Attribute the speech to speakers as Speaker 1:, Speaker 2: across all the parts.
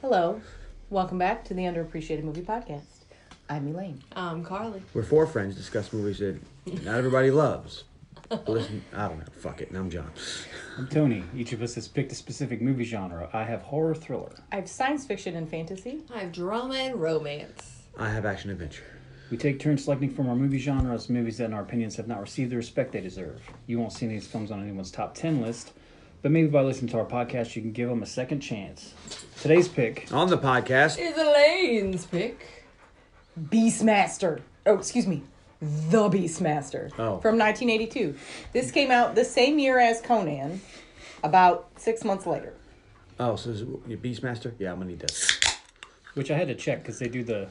Speaker 1: Hello. Welcome back to the Underappreciated Movie Podcast. I'm Elaine.
Speaker 2: Um, Carly.
Speaker 3: We're four friends discuss movies that not everybody loves. But listen, I don't know. Fuck it. And I'm John.
Speaker 4: I'm Tony. Each of us has picked a specific movie genre. I have horror thriller.
Speaker 1: I have science fiction and fantasy.
Speaker 2: I have drama and romance.
Speaker 3: I have action adventure.
Speaker 4: We take turns selecting from our movie genres movies that, in our opinions, have not received the respect they deserve. You won't see these films on anyone's top 10 list, but maybe by listening to our podcast, you can give them a second chance. Today's pick
Speaker 3: On the podcast,
Speaker 2: Is Elaine's pick.
Speaker 1: Beastmaster. Oh, excuse me. The Beastmaster.
Speaker 3: Oh.
Speaker 1: From 1982. This came out the same year as Conan, about six months later.
Speaker 3: oh, so is it your Beastmaster? Yeah, I'm gonna need that.
Speaker 4: which I had to check because they do the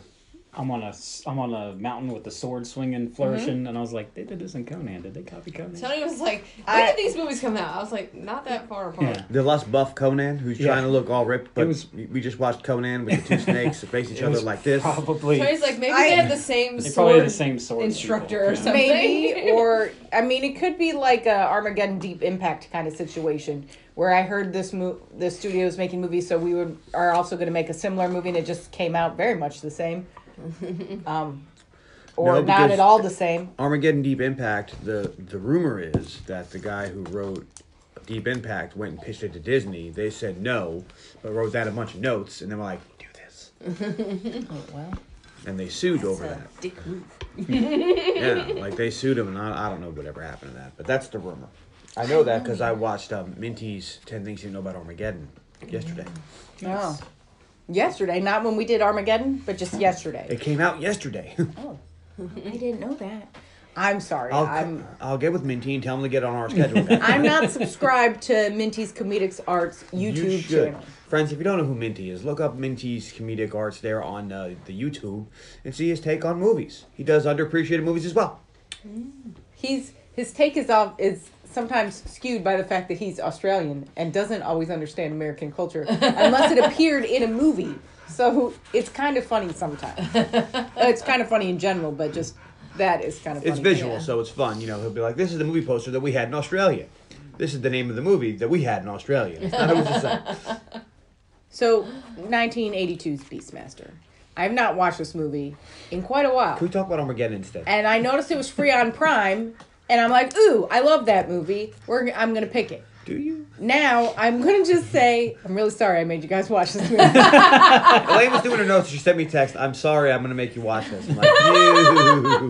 Speaker 4: I'm on a s- I'm on a mountain with the sword swinging,
Speaker 2: Mm-hmm.
Speaker 4: flourishing, and I was like, they did this in Conan. Did they copy Conan?
Speaker 2: Tony was like, when
Speaker 1: I-
Speaker 2: did these movies come out? I was like, not that far apart.
Speaker 4: Yeah.
Speaker 3: The less buff Conan, who's
Speaker 4: Yeah.
Speaker 3: trying to look all ripped, but
Speaker 4: was-
Speaker 3: we just watched Conan with the two snakes that face each
Speaker 4: It
Speaker 3: other
Speaker 4: was
Speaker 3: like this.
Speaker 4: Probably.
Speaker 2: Tony's like, maybe
Speaker 1: I-
Speaker 2: they had the same
Speaker 4: They
Speaker 2: sword
Speaker 4: probably had the same sword
Speaker 2: instructor
Speaker 4: people,
Speaker 2: or
Speaker 4: yeah.
Speaker 2: something.
Speaker 1: Maybe, or I mean, it could be like a Armageddon Deep Impact kind of situation where I heard this mo- the studio is making movies, so we would are also going to make a similar movie, and it just came out very much the same, um, or
Speaker 3: No,
Speaker 1: not
Speaker 3: because-
Speaker 1: at all the same.
Speaker 3: Armageddon Deep Impact, the the rumor is that the guy who wrote Deep Impact went and pitched it to Disney. They said no, but wrote down a bunch of notes and they were like, do this.
Speaker 1: well,
Speaker 3: And they sued over that.
Speaker 2: Dick move.
Speaker 3: yeah, like they sued him, and I, I don't know whatever happened to that, but that's the rumor. I know that because I watched um, Minty's 10 Things You Know About Armageddon yesterday.
Speaker 1: Mm. no. Oh. Yesterday, not when we did Armageddon, but
Speaker 3: Mm-hmm.
Speaker 1: just yesterday.
Speaker 3: It came out yesterday.
Speaker 1: Oh, I didn't know that. I'm sorry.
Speaker 3: I'll,
Speaker 1: I'm
Speaker 3: I'll get with Minty and tell him to get on our schedule. guys.
Speaker 1: I'm not subscribed to Minty's Comedics Arts
Speaker 3: You
Speaker 1: YouTube
Speaker 3: should.
Speaker 1: channel.
Speaker 3: Friends, if you don't know who Minty is, look up Minty's Comedic Arts there on uh, the YouTube and see his take on movies. He does underappreciated movies as well.
Speaker 1: he's his take is off is sometimes skewed by the fact that he's Australian and doesn't always understand American culture unless it appeared in a movie. So it's kind of funny sometimes. it's kind of funny in general, but just that is kind of funny.
Speaker 3: It's visual,
Speaker 2: yeah.
Speaker 3: so it's fun. You know, he'll be like, this is the movie poster that we had in Australia. This is the name of the movie that we had in Australia. It's not always the same.
Speaker 1: So 1982's Beastmaster. I have not watched this movie in quite a while.
Speaker 3: Can we talk about Armageddon instead?
Speaker 1: and I noticed it was free on Prime, and I'm like, ooh, I love that movie. We're I'm gonna pick it.
Speaker 3: Do you?
Speaker 1: Now I'm gonna just say I'm really sorry I made you guys watch this movie.
Speaker 3: Elaine was doing her notes. She sent me a text. I'm sorry. I'm going to make you watch this. I'm like, "Ew."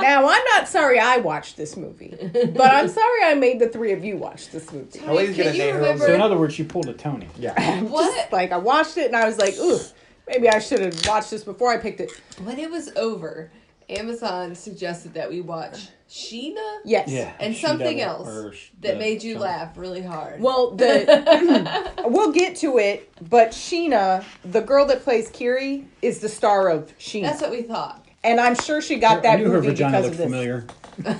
Speaker 1: Now, I'm not sorry I watched this movie, but I'm sorry I made the three of you watch this movie.
Speaker 2: Tony,
Speaker 3: Elaine's
Speaker 2: can
Speaker 3: gonna
Speaker 2: you
Speaker 3: name her own
Speaker 2: remember
Speaker 4: So in other words, you pulled a Tony.
Speaker 3: yeah.
Speaker 2: what?
Speaker 1: Just, like, I watched it and I was like, ooh, maybe I should have watched this before I picked it.
Speaker 2: When it was over, Amazon suggested that we watch Sheena
Speaker 1: Yes.
Speaker 4: Yeah.
Speaker 2: and
Speaker 4: She
Speaker 2: something
Speaker 4: Devil,
Speaker 2: else
Speaker 4: or sh-
Speaker 2: that
Speaker 4: the
Speaker 2: made you
Speaker 4: Shona.
Speaker 2: laugh really hard.
Speaker 1: Well, the we'll get to it, but Sheena, the girl that plays Kiri, is the star of Sheena,
Speaker 2: That's what we thought.
Speaker 1: and I'm sure she got
Speaker 4: I
Speaker 1: that
Speaker 4: knew her
Speaker 1: movie
Speaker 4: vagina
Speaker 1: because
Speaker 4: looked
Speaker 1: of this.
Speaker 4: familiar.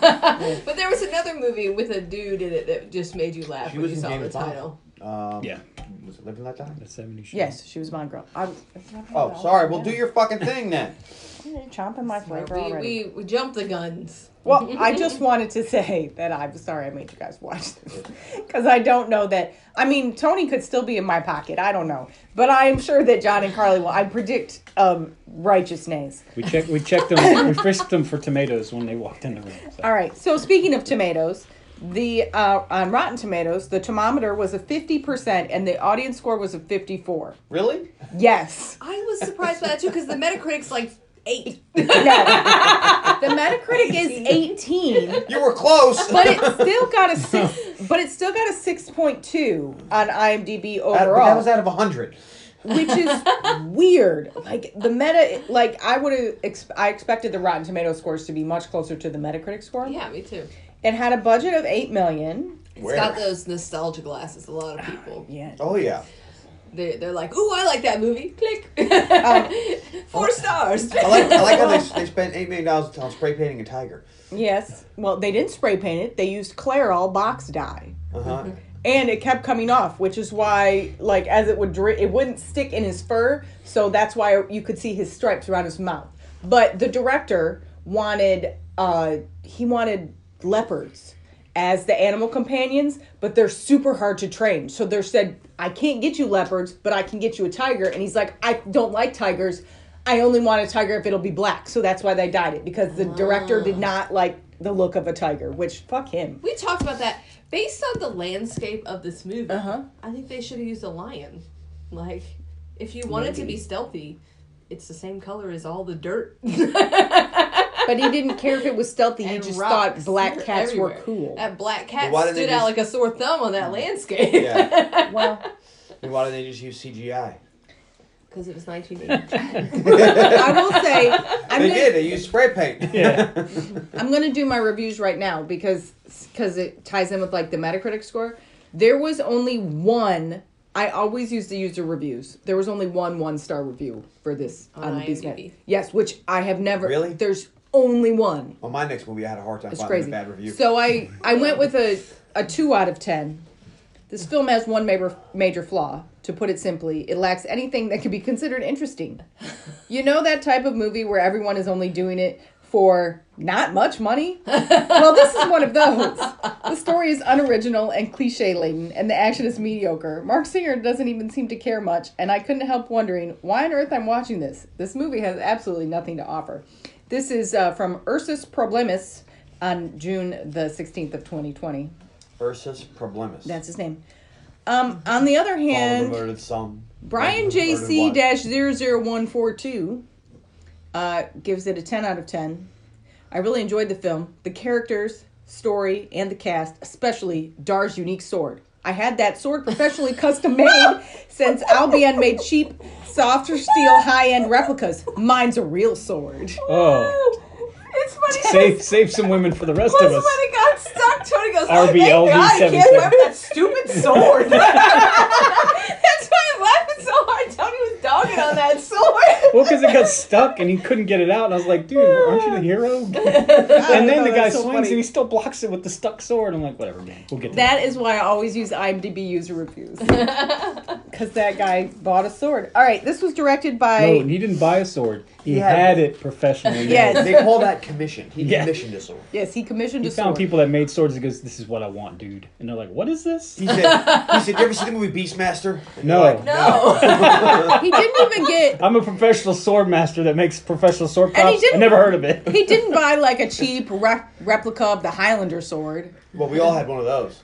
Speaker 2: But there was another movie with a dude in it that just made you laugh
Speaker 3: She
Speaker 2: when
Speaker 3: was
Speaker 2: you
Speaker 3: in
Speaker 2: saw
Speaker 3: Game
Speaker 2: the
Speaker 3: of Thrones.
Speaker 2: title.
Speaker 3: Um,
Speaker 4: Yeah.
Speaker 3: Was it Living That Time?
Speaker 4: The 70s show.
Speaker 1: Yes, she was Bond girl. I'm,
Speaker 3: Oh, sorry. Well, do your fucking thing then.
Speaker 1: chomping my flavor
Speaker 2: We,
Speaker 1: already.
Speaker 2: we we jumped the guns.
Speaker 1: Well, I just wanted to say that I'm sorry I made you guys watch this because I don't know that. I mean, Tony could still be in my pocket. I don't know, but I am sure that John and Carly will. I predict um, righteous nays.
Speaker 4: We checked. We checked them. we frisked them for tomatoes when they walked in the room. so.
Speaker 1: All right. So speaking of tomatoes, the uh, on Rotten Tomatoes, the thermometer was a 50 percent, and the audience score was a 54.
Speaker 3: Really?
Speaker 1: Yes.
Speaker 2: I was surprised by that too because the Metacritic's like eight.
Speaker 1: Yes. the Metacritic is 18.
Speaker 3: You were close.
Speaker 1: But it still got a six. But it still got a six point two on IMDb overall.
Speaker 3: That, that was out of 100.
Speaker 1: which is weird. Like the meta, like I would have, ex- I expected the Rotten Tomato scores to be much closer to the Metacritic score.
Speaker 2: Yeah, me too.
Speaker 1: It had a budget of eight million.
Speaker 2: It's
Speaker 3: Where?
Speaker 2: got those nostalgia glasses. A lot of people
Speaker 1: Yeah.
Speaker 3: Oh, yeah.
Speaker 2: they they're like, "Ooh, I like that movie." Click. Four stars.
Speaker 3: I like, I like how they, they spent $8 million on spray painting a tiger.
Speaker 1: Yes. Well, they didn't spray paint it. They used Clairol box dye,
Speaker 3: Uh huh.
Speaker 1: and it kept coming off, which is why, like, as it would, dri- it wouldn't stick in his fur. So that's why you could see his stripes around his mouth. But the director wanted, uh, he wanted leopards. as the animal companions, but they're super hard to train. So they said I can't get you leopards, but I can get you a tiger. And he's like, I don't like tigers. I only want a tiger if it'll be black. So that's why they dyed it because the director did not like the look of a tiger, which fuck him.
Speaker 2: We talked about that. Based on the landscape of this movie,
Speaker 1: Uh-huh.
Speaker 2: I think they should have used a lion. Like, if you wanted to be stealthy, it's the same color as all the dirt.
Speaker 1: But he didn't care if it was stealthy. He
Speaker 2: And
Speaker 1: just
Speaker 2: rocks
Speaker 1: thought black
Speaker 2: They're
Speaker 1: cats were
Speaker 2: everywhere.
Speaker 1: cool.
Speaker 2: That black cat
Speaker 3: But why didn't they
Speaker 2: stood out like
Speaker 3: just-
Speaker 2: a sore thumb on that landscape.
Speaker 3: Yeah.
Speaker 1: Well,
Speaker 3: And why did they just use CGI?
Speaker 2: Because it was 1980.
Speaker 1: I will say, I'm
Speaker 3: they
Speaker 1: gonna,
Speaker 3: did. They used spray paint.
Speaker 4: Yeah.
Speaker 1: I'm gonna do my reviews right now because because it ties in with like the Metacritic score. There was only one. I always use the user reviews. There was only one one star review for this
Speaker 2: On
Speaker 1: on,
Speaker 2: IMDb.
Speaker 1: Beastnet. Yes, which I have never.
Speaker 3: Really?
Speaker 1: There's only one.
Speaker 3: On my next movie, I had a hard time
Speaker 1: It's
Speaker 3: finding
Speaker 1: crazy.
Speaker 3: a bad review.
Speaker 1: So I I went with a a two out of ten. This film has one major major flaw. To put it simply, it lacks anything that could be considered interesting. You know that type of movie where everyone is only doing it for not much money? well, this is one of those. The story is unoriginal and cliche laden, and the action is mediocre. Mark Singer doesn't even seem to care much, and I couldn't help wondering why on earth I'm watching this. This movie has absolutely nothing to offer. This is uh, from Ursus Problemis on June the 16th of 2020.
Speaker 3: Ursus Problemus.
Speaker 1: That's his name. Um, on the other
Speaker 3: All the
Speaker 1: hand,
Speaker 3: murdered some.
Speaker 1: Brian
Speaker 3: all the murdered
Speaker 1: JC
Speaker 3: one.
Speaker 1: 00142 uh, gives it a 10 out of 10. I really enjoyed the film, the characters, story, and the cast, especially Dar's unique sword. I had that sword professionally custom made since Albion made cheap, softer steel, high end replicas. Mine's a real sword.
Speaker 4: Oh,
Speaker 2: it's funny.
Speaker 4: save save some women for the rest of us.
Speaker 2: it got stuck, Tony goes,
Speaker 4: RBLD seven seven.
Speaker 2: that stupid sword. That's why I'm laughing so hard. Tony was dogging on that sword.
Speaker 4: Well, because it got stuck and he couldn't get it out, and I was like, "Dude, aren't you the hero?" and then
Speaker 1: know,
Speaker 4: the guy
Speaker 1: Oh, that's so
Speaker 4: swings
Speaker 1: funny.
Speaker 4: and he still blocks it with the stuck sword. I'm like, "Whatever, man. We'll get to
Speaker 1: That is why I always use IMDb user reviews. Because that guy bought a sword. All right, this was directed by.
Speaker 4: No, he didn't buy a sword. He
Speaker 3: Yeah.
Speaker 4: had it professionally. made.
Speaker 1: Yes.
Speaker 3: They call that commission. He
Speaker 4: Yeah.
Speaker 3: commissioned this one.
Speaker 1: Yes, he commissioned
Speaker 4: He
Speaker 1: a
Speaker 4: found
Speaker 1: sword.
Speaker 4: people that made swords and goes, This is what I want, dude. And they're like, What is this?
Speaker 3: He said, he said, you ever see the movie Beastmaster? And
Speaker 4: No.
Speaker 3: they're like,
Speaker 2: No.
Speaker 1: He didn't even get.
Speaker 4: I'm a professional sword master that makes professional sword
Speaker 1: And he
Speaker 4: props. I
Speaker 1: didn't-
Speaker 4: never heard of it.
Speaker 1: He didn't buy like a cheap rep- replica of the Highlander sword.
Speaker 3: Well, we all had one of those.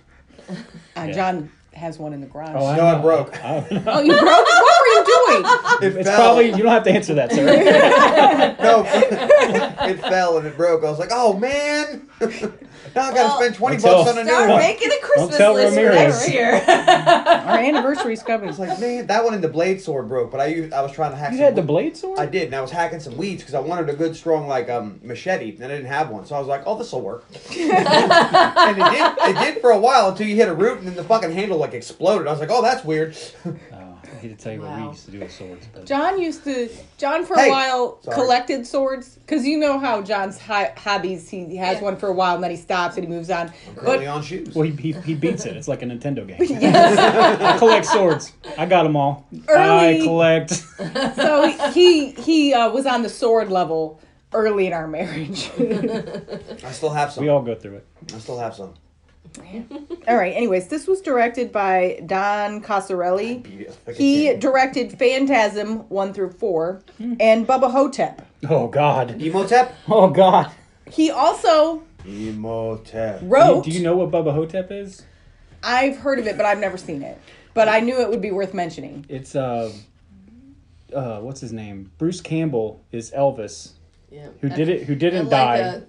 Speaker 1: Uh,
Speaker 4: Yeah.
Speaker 1: John has one in the garage.
Speaker 4: Oh,
Speaker 1: Oh,
Speaker 4: I
Speaker 3: No, I
Speaker 4: know.
Speaker 3: broke.
Speaker 4: I don't know.
Speaker 1: you broke it? What were you doing?
Speaker 3: It
Speaker 4: It's probably, you don't have to answer that, sir.
Speaker 3: No, it fell and it broke. I was like, oh man. now I gotta
Speaker 2: Well,
Speaker 3: spend 20
Speaker 4: Until-
Speaker 3: bucks on a new
Speaker 2: Start
Speaker 3: one.
Speaker 2: making a Christmas
Speaker 4: tell
Speaker 2: list
Speaker 4: Ramirez.
Speaker 2: for next year.
Speaker 1: Our anniversary scrubbing.
Speaker 3: It's like, man, that one in the blade sword broke, but I used, I was trying to hack
Speaker 4: You
Speaker 3: some
Speaker 4: had the
Speaker 3: we-
Speaker 4: blade sword?
Speaker 3: I did, and I was hacking some weeds because I wanted a good, strong, like, um, machete, and I didn't have one. So I was like, oh, this will work. and it did, it did for a while until you hit a root, and then the fucking handle, like, exploded. I was like, oh, that's weird.
Speaker 4: Oh, I hate to tell you what we
Speaker 2: Wow.
Speaker 4: used to do with swords. But
Speaker 1: John used to. John for a
Speaker 3: Hey.
Speaker 1: while
Speaker 3: Sorry.
Speaker 1: collected swords because you know how John's hi- hobbies. He has
Speaker 2: Yeah.
Speaker 1: one for a while and then he stops and he moves on. But
Speaker 3: Currently on shoes.
Speaker 4: Well, he, he, he beats it. It's like a Nintendo game. I collect swords. I got them all. I
Speaker 1: Early-
Speaker 4: collect.
Speaker 1: so he he uh, was on the sword level early in our marriage.
Speaker 3: I still have some.
Speaker 4: We all go through it.
Speaker 3: I still have some.
Speaker 1: All right. Anyways, this was directed by Don Coscarelli. He directed Phantasm one through four and Bubba Hotep.
Speaker 4: Oh, God.
Speaker 3: Emotep?
Speaker 4: Oh, God.
Speaker 1: He also
Speaker 3: Emotep.
Speaker 4: Do you,
Speaker 1: wrote.
Speaker 4: do you know what Bubba Hotep is?
Speaker 1: I've heard of it, but I've never seen it. But I knew it would be worth mentioning.
Speaker 4: It's, uh, uh, what's his name? Bruce Campbell is Elvis.
Speaker 2: Yeah.
Speaker 4: who did it who
Speaker 2: I
Speaker 4: didn't
Speaker 2: Uh, like
Speaker 4: die
Speaker 2: a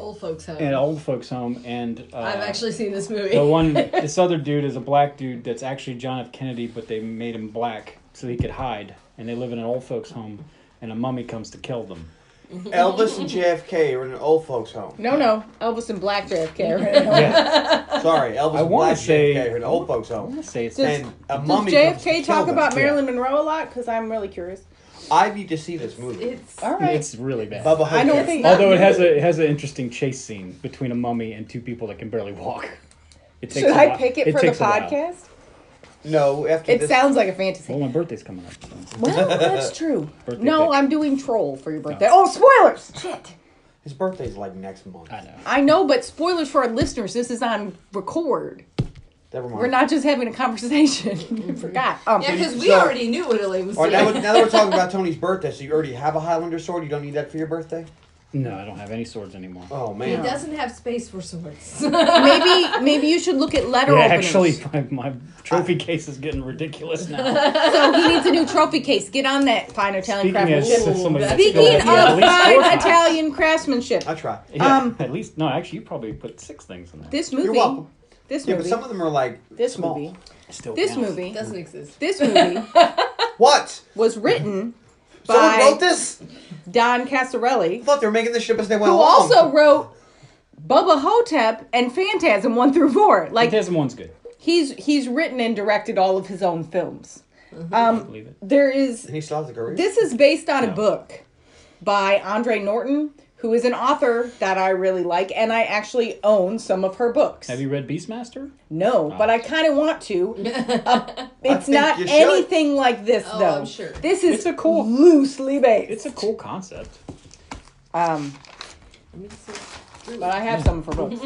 Speaker 2: old folks home.
Speaker 4: in an old folks home and uh,
Speaker 2: I've actually seen this movie.
Speaker 4: the one this other dude is a black dude that's actually john f kennedy but they made him black so he could hide and they live in an old folks home and a mummy comes to kill them
Speaker 3: Elvis and JFK are in an old folks' home.
Speaker 1: No, no, Elvis and Black JFK.
Speaker 4: yeah
Speaker 3: Sorry, Elvis
Speaker 4: I
Speaker 3: and
Speaker 4: wanna
Speaker 3: Black
Speaker 4: say-
Speaker 3: JFK are in an old folks' home.
Speaker 4: say it's
Speaker 1: Does-
Speaker 3: And a
Speaker 1: Does
Speaker 3: mummy comes to
Speaker 1: JFK
Speaker 3: kill
Speaker 1: talk
Speaker 3: them.
Speaker 1: about
Speaker 4: yeah.
Speaker 1: Marilyn Monroe a lot? Because I'm really curious.
Speaker 3: I need to see this movie.
Speaker 2: it's
Speaker 1: All right.
Speaker 4: it's really bad
Speaker 3: Bubba
Speaker 1: I don't
Speaker 3: Hotep.
Speaker 1: think-
Speaker 4: although it has a it has an interesting chase scene between a mummy and two people that can barely walk it takes
Speaker 1: Should
Speaker 4: a
Speaker 1: I
Speaker 4: while-
Speaker 1: pick it,
Speaker 4: it
Speaker 1: for the
Speaker 4: takes a while.
Speaker 1: podcast?
Speaker 3: No, after
Speaker 1: It
Speaker 3: this.
Speaker 1: sounds like a fantasy.
Speaker 4: well my birthday's coming up so.
Speaker 1: Well, that's true.
Speaker 4: Birthday
Speaker 1: no,
Speaker 4: pic.
Speaker 1: I'm doing troll for your birthday. Oh, spoilers! Shit.
Speaker 3: His birthday's like next month.
Speaker 4: i know
Speaker 1: I know, but spoilers for our listeners. This is on record.
Speaker 3: Never mind.
Speaker 1: We're not just having a conversation. Forgot. Um,
Speaker 2: Yeah, because we
Speaker 3: So-
Speaker 2: already knew what Elaine was
Speaker 3: All right,
Speaker 2: saying.
Speaker 3: now, now that we're talking about Tony's birthday, so you already have a Highlander sword. You don't need that for your birthday.
Speaker 4: No, I don't have any swords anymore.
Speaker 3: Oh
Speaker 2: he
Speaker 3: man.
Speaker 2: doesn't have space for swords.
Speaker 1: maybe maybe you should look at letter
Speaker 4: yeah,
Speaker 1: openers.
Speaker 4: actually, my, my trophy case is getting ridiculous now.
Speaker 1: so he needs a new trophy case. Get on that fine Italian
Speaker 4: Speaking of
Speaker 1: craftsmanship.
Speaker 4: since somebody
Speaker 2: Ooh,
Speaker 4: has to go
Speaker 1: Speaking
Speaker 4: with
Speaker 1: of
Speaker 4: me, at least
Speaker 1: fine
Speaker 4: four times.
Speaker 1: Italian craftsmanship,
Speaker 3: I try.
Speaker 4: Yeah,
Speaker 1: um,
Speaker 4: at least no. Actually, you probably put six things in there.
Speaker 1: this
Speaker 3: You're
Speaker 1: movie,
Speaker 3: welcome.
Speaker 1: this
Speaker 3: Yeah,
Speaker 1: movie,
Speaker 3: but some of them are like
Speaker 1: this
Speaker 3: small.
Speaker 1: movie,
Speaker 4: Still
Speaker 1: this
Speaker 4: counts.
Speaker 1: movie,
Speaker 2: doesn't exist.
Speaker 1: this movie
Speaker 3: What?
Speaker 1: was written
Speaker 3: Someone
Speaker 1: by
Speaker 3: wrote this?
Speaker 1: Don
Speaker 3: I
Speaker 1: Casarelli,
Speaker 3: thought they were making this shit as they went
Speaker 1: who
Speaker 3: along.
Speaker 1: also wrote Bubba Hotep and Phantasm one through four. Like
Speaker 4: Phantasm one's good.
Speaker 1: he's he's written and directed all of his own films.
Speaker 4: I
Speaker 1: Um,
Speaker 4: believe it.
Speaker 1: there is
Speaker 3: and he still has a career.
Speaker 1: This is based on a book by Andre Norton, who is an author that I really like, and I actually own some of her books.
Speaker 4: Have you Oh. read Beastmaster?
Speaker 1: No, but I kind of want to. Uh, it's
Speaker 3: think
Speaker 1: not
Speaker 3: you should.
Speaker 1: anything like this,
Speaker 2: Oh,
Speaker 1: though.
Speaker 2: I'm sure.
Speaker 1: This is
Speaker 4: It's a cool-
Speaker 1: loosely based.
Speaker 4: It's a cool concept.
Speaker 1: um,
Speaker 2: Let me see.
Speaker 1: but I have some of her books.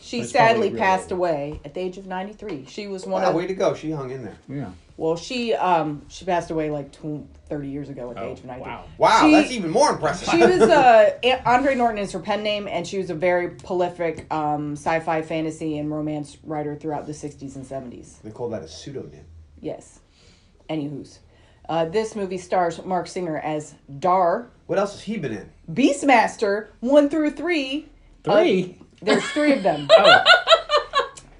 Speaker 1: She
Speaker 4: That's
Speaker 1: sadly
Speaker 4: probably real.
Speaker 1: passed away at the age of ninety three. She was one
Speaker 3: Wow,
Speaker 1: of
Speaker 3: way to go. She hung in there.
Speaker 4: Yeah.
Speaker 1: well, she um she passed away like tw- thirty years ago at the
Speaker 4: Oh,
Speaker 1: age of ninety three.
Speaker 4: wow.
Speaker 3: Wow,
Speaker 1: She-
Speaker 3: that's even more impressive.
Speaker 1: She was uh, A- Andre Norton is her pen name, and she was a very prolific um, sci-fi, fantasy, and romance writer throughout the '60s and '70s.
Speaker 3: they call that a pseudonym.
Speaker 1: Yes. Anywho's, uh, this movie stars Mark Singer as Dar
Speaker 3: What else has he been in?
Speaker 1: Beastmaster one through three. Uh,
Speaker 4: Three.
Speaker 1: there's three of them.
Speaker 4: oh,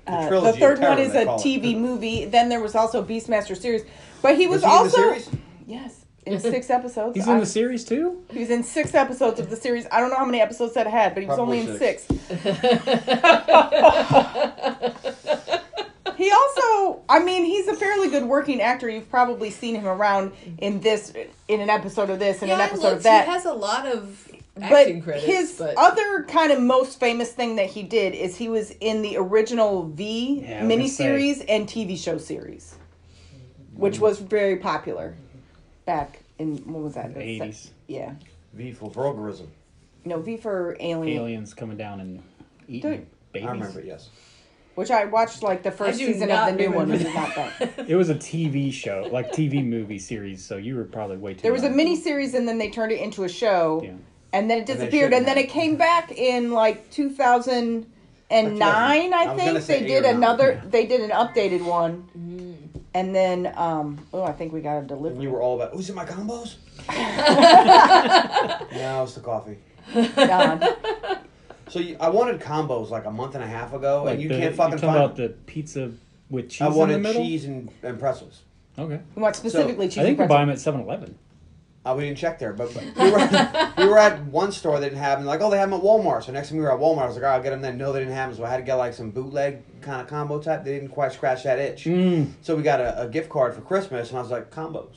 Speaker 3: The,
Speaker 1: Uh, the
Speaker 3: trilogy of
Speaker 1: third
Speaker 3: terror,
Speaker 1: one is
Speaker 3: they
Speaker 1: a
Speaker 3: call it.
Speaker 1: TV movie. Then there was also Beastmaster series, but he was,
Speaker 3: Was he in the
Speaker 1: also
Speaker 3: series?
Speaker 1: yes in six episodes.
Speaker 4: he's in
Speaker 1: I-
Speaker 4: the series too.
Speaker 1: He was in six episodes of the series. I don't know how many episodes that had, but he was
Speaker 3: Probably
Speaker 1: only in
Speaker 3: six.
Speaker 1: six. he also, I mean, he's a fairly good working actor. You've probably seen him around in this, in an episode of this, in
Speaker 2: yeah,
Speaker 1: an
Speaker 2: I
Speaker 1: episode
Speaker 2: looked,
Speaker 1: of that.
Speaker 2: He has a lot of acting
Speaker 1: but
Speaker 2: credits.
Speaker 1: his
Speaker 2: but
Speaker 1: other kind of most famous thing that he did is he was in the original V
Speaker 4: Yeah, I was gonna say.
Speaker 1: miniseries and TV show series, which was very popular back in what was that? The se-
Speaker 4: 80s.
Speaker 1: Yeah.
Speaker 3: V for vulgarism.
Speaker 1: No, V for Alien,
Speaker 4: Aliens coming down and eating
Speaker 1: Dude.
Speaker 4: babies.
Speaker 3: I remember, yes.
Speaker 1: which I watched like the first
Speaker 2: do
Speaker 1: season of
Speaker 2: not
Speaker 1: the new one,
Speaker 2: remember
Speaker 1: which is not bad.
Speaker 4: It was a TV show, like TV movie series. So you were probably way too.
Speaker 1: There was a
Speaker 4: young.
Speaker 1: mini series and then they turned it into a show,
Speaker 4: Yeah.
Speaker 1: and then it
Speaker 3: they
Speaker 1: disappeared, and
Speaker 3: shouldn't
Speaker 1: then
Speaker 3: have.
Speaker 1: it came back in like 2009,
Speaker 3: I
Speaker 1: I
Speaker 3: was
Speaker 1: think
Speaker 3: gonna say
Speaker 1: they
Speaker 3: eight
Speaker 1: did
Speaker 3: or nine.
Speaker 1: another. They did an updated one, and then um, oh, I think we got a
Speaker 3: And you
Speaker 1: delivery.
Speaker 3: were all about, who's in my combos? no, it's the coffee.
Speaker 1: Don.
Speaker 3: So you, I wanted combos like a month and a half ago,
Speaker 4: Like
Speaker 3: and you
Speaker 4: the-
Speaker 3: can't fucking
Speaker 4: you're talking
Speaker 3: find
Speaker 4: about
Speaker 3: them.
Speaker 4: the pizza with cheese
Speaker 3: I
Speaker 4: in
Speaker 3: wanted
Speaker 4: the middle.
Speaker 3: cheese and, and pretzels.
Speaker 4: Okay.
Speaker 1: You want specifically cheese?
Speaker 4: I
Speaker 1: and
Speaker 4: think we
Speaker 1: pretzel.
Speaker 4: buy them at 7-Eleven.
Speaker 3: Uh, we didn't check there, but, but we, were, we were at one store that didn't have them. Like, oh, they have them at Walmart. So next time we were at Walmart, I was like, all right, I'll get them then. No, they didn't have them. So I had to get like some bootleg kind of combo type. They didn't quite scratch that itch. So we got a, a gift card for Christmas, and I was like, combos.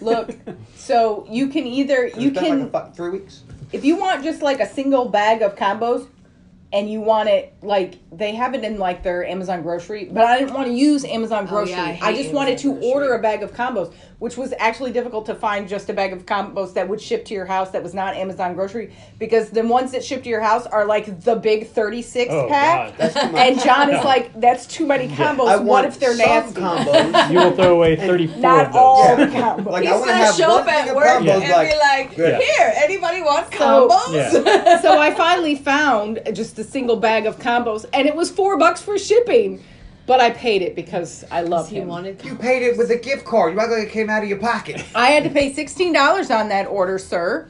Speaker 1: Look, so you can either
Speaker 3: And
Speaker 1: you
Speaker 3: it's been
Speaker 1: can
Speaker 3: like a fuck, three weeks.
Speaker 1: if you want just like a single bag of combos and you want it like they have it in like their Amazon grocery, but I didn't want to use Amazon
Speaker 2: Oh,
Speaker 1: grocery.
Speaker 2: yeah, I
Speaker 1: I,
Speaker 2: hate
Speaker 1: just wanted to
Speaker 2: Amazon grocery.
Speaker 1: order a bag of combos, which was actually difficult to find just a bag of combos that would ship to your house that was not Amazon grocery because the ones that ship to your house are like the big 36
Speaker 4: Oh
Speaker 1: pack.
Speaker 4: God.
Speaker 3: That's too much.
Speaker 1: And John is like, that's too many combos.
Speaker 3: I
Speaker 1: Oh, what
Speaker 3: want
Speaker 1: if they're
Speaker 3: some
Speaker 1: nasty?
Speaker 3: combos.
Speaker 4: You will throw away 34
Speaker 1: Not
Speaker 4: of those.
Speaker 1: all
Speaker 3: Yeah.
Speaker 1: the combos.
Speaker 3: Like,
Speaker 2: he's
Speaker 3: I want to
Speaker 2: gonna
Speaker 3: have
Speaker 2: show
Speaker 3: one
Speaker 2: up
Speaker 3: thing
Speaker 2: at
Speaker 3: of
Speaker 2: work
Speaker 3: combos,
Speaker 2: and
Speaker 3: like,
Speaker 2: be like,
Speaker 3: good.
Speaker 2: "Here, anybody want
Speaker 1: So-
Speaker 2: combos?"
Speaker 4: Yeah.
Speaker 1: so I finally found just a single bag of combos, and it was four bucks for shipping. But I paid it because I love
Speaker 2: He
Speaker 1: him.
Speaker 2: wanted.
Speaker 3: you paid it with a gift card. You act like it came out of your pocket.
Speaker 1: I had to pay sixteen dollars on that order, sir,